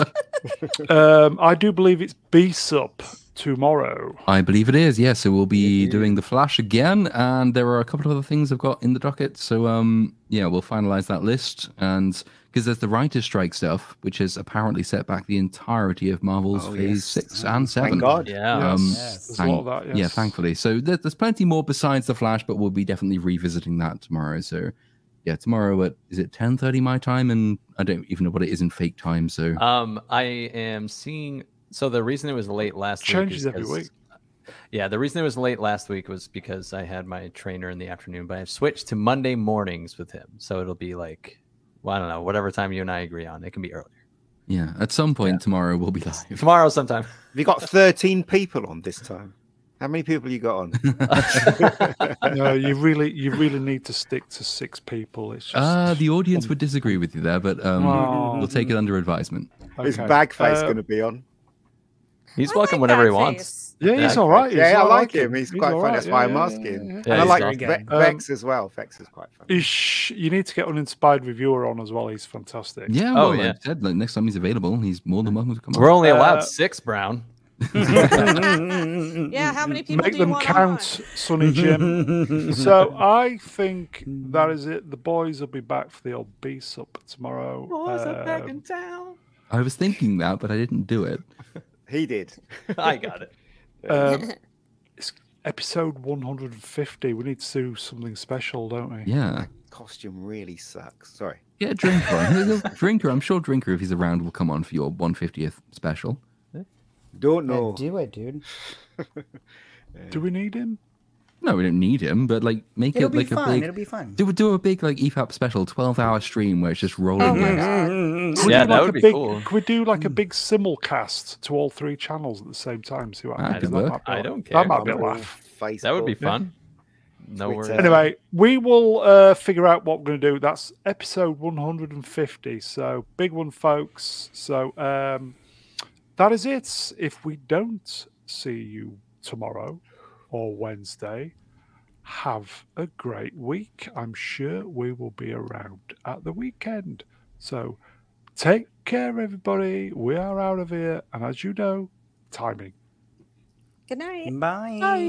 S1: Um, I do believe it's B sub tomorrow.
S4: I believe it is. Yeah, so we'll be
S2: Yeah.
S4: doing the Flash again, and there are a couple of other things I've got in the docket. So um, yeah, we'll finalize that list, and because there's the writer's strike stuff, which has apparently set back the entirety of Marvel's
S2: Oh,
S4: Phase
S2: yes.
S4: Six and Seven.
S2: Thank God.
S5: Yeah.
S4: Um,
S3: Yes.
S1: There's a lot of that,
S4: Yeah,
S1: yes.
S4: thankfully. So there, there's plenty more besides the Flash, but we'll be definitely revisiting that tomorrow. So yeah, tomorrow at is it 10:30 my time, and I don't even know what it is in fake time. So
S5: Um, I am seeing. So the reason it was late last week
S1: Changes
S5: is
S1: every
S5: 'cause-
S1: week.
S5: Yeah, the reason it was late last week was because I had my trainer in the afternoon, but I've switched to Monday mornings with him. So it'll be like, well, I don't know, whatever time you and I agree on. It can be earlier.
S4: yeah, at some point tomorrow we'll be live.
S5: Tomorrow sometime.
S2: Have you got 13 people on this time? How many people you got on?
S1: no, you really, you really need to stick to six people. It's just
S4: Uh, the audience would disagree with you there, but um,
S1: Oh.
S4: we'll take it under advisement.
S1: okay.
S2: Is Bagface
S1: Uh,
S2: going to be on?
S5: He's
S6: I
S5: welcome
S6: like
S5: whenever he
S6: that
S5: wants.
S6: face.
S1: Yeah, he's
S5: Yeah,
S1: all right. he's-
S2: yeah, I like,
S1: it.
S2: him. He's, quite
S1: all right,
S2: funny. That's why
S1: yeah,
S2: I'm
S1: yeah,
S2: asking.
S1: yeah, yeah.
S5: Yeah,
S2: and I
S5: he's
S2: like
S5: awesome.
S2: Ve-
S1: Um,
S2: Vex as well. Vex is quite funny.
S1: You sh- you need to get uninspired reviewer on as well. He's fantastic.
S4: Yeah, well,
S5: Oh,
S4: like I
S5: yeah.
S4: said, like, next time he's available, he's more than welcome to come
S5: We're
S4: on.
S5: only allowed
S1: Uh,
S5: six, Brown.
S6: Yeah, how many people
S1: Make
S6: do you
S1: them
S6: want
S1: count, Sonny Jim. so I think that is it. The boys will be back for the old B sub tomorrow. Um,
S5: town.
S4: I was thinking that, but I didn't do it.
S2: He did.
S5: I got it.
S1: um,
S6: online?
S1: it's episode 150. We need to do something special, don't we?
S4: Yeah.
S2: Costume really sucks. Sorry.
S4: Get a drinker on. drinker, I'm sure Drinker, if he's around, will come on for your 150th special.
S2: Don't know.
S3: do it, dude.
S1: Do we need him?
S4: No, we don't need him, but like make
S3: It'll
S4: it
S3: be
S4: like
S3: fun.
S4: a big
S3: It'll be fun.
S4: do do a big like EFAP special, 12 hour stream where it's just
S3: Oh
S4: rolling. games.
S1: Could we
S5: Yeah,
S1: do,
S5: that
S1: like,
S5: would
S1: a
S5: be
S1: big,
S5: cool.
S1: Could we do like a big simulcast to all three channels at the same time? See what
S4: That
S1: happens.
S4: could
S1: That
S4: work.
S1: might be
S5: I
S1: a-
S5: don't care.
S1: That might be a
S2: Or
S1: laugh.
S2: Facebook.
S5: That would be fun. No
S2: Twitter.
S5: worries.
S2: Yeah.
S1: Anyway, we will uh, figure out what we're going to do. That's episode 150. So, big one, folks. So, um, that is it. If we don't see you tomorrow or Wednesday, have a great week. I'm sure we will be around at the weekend. So, take care, everybody. We are out of here. And as you know, timing.
S6: Good night.
S3: Bye.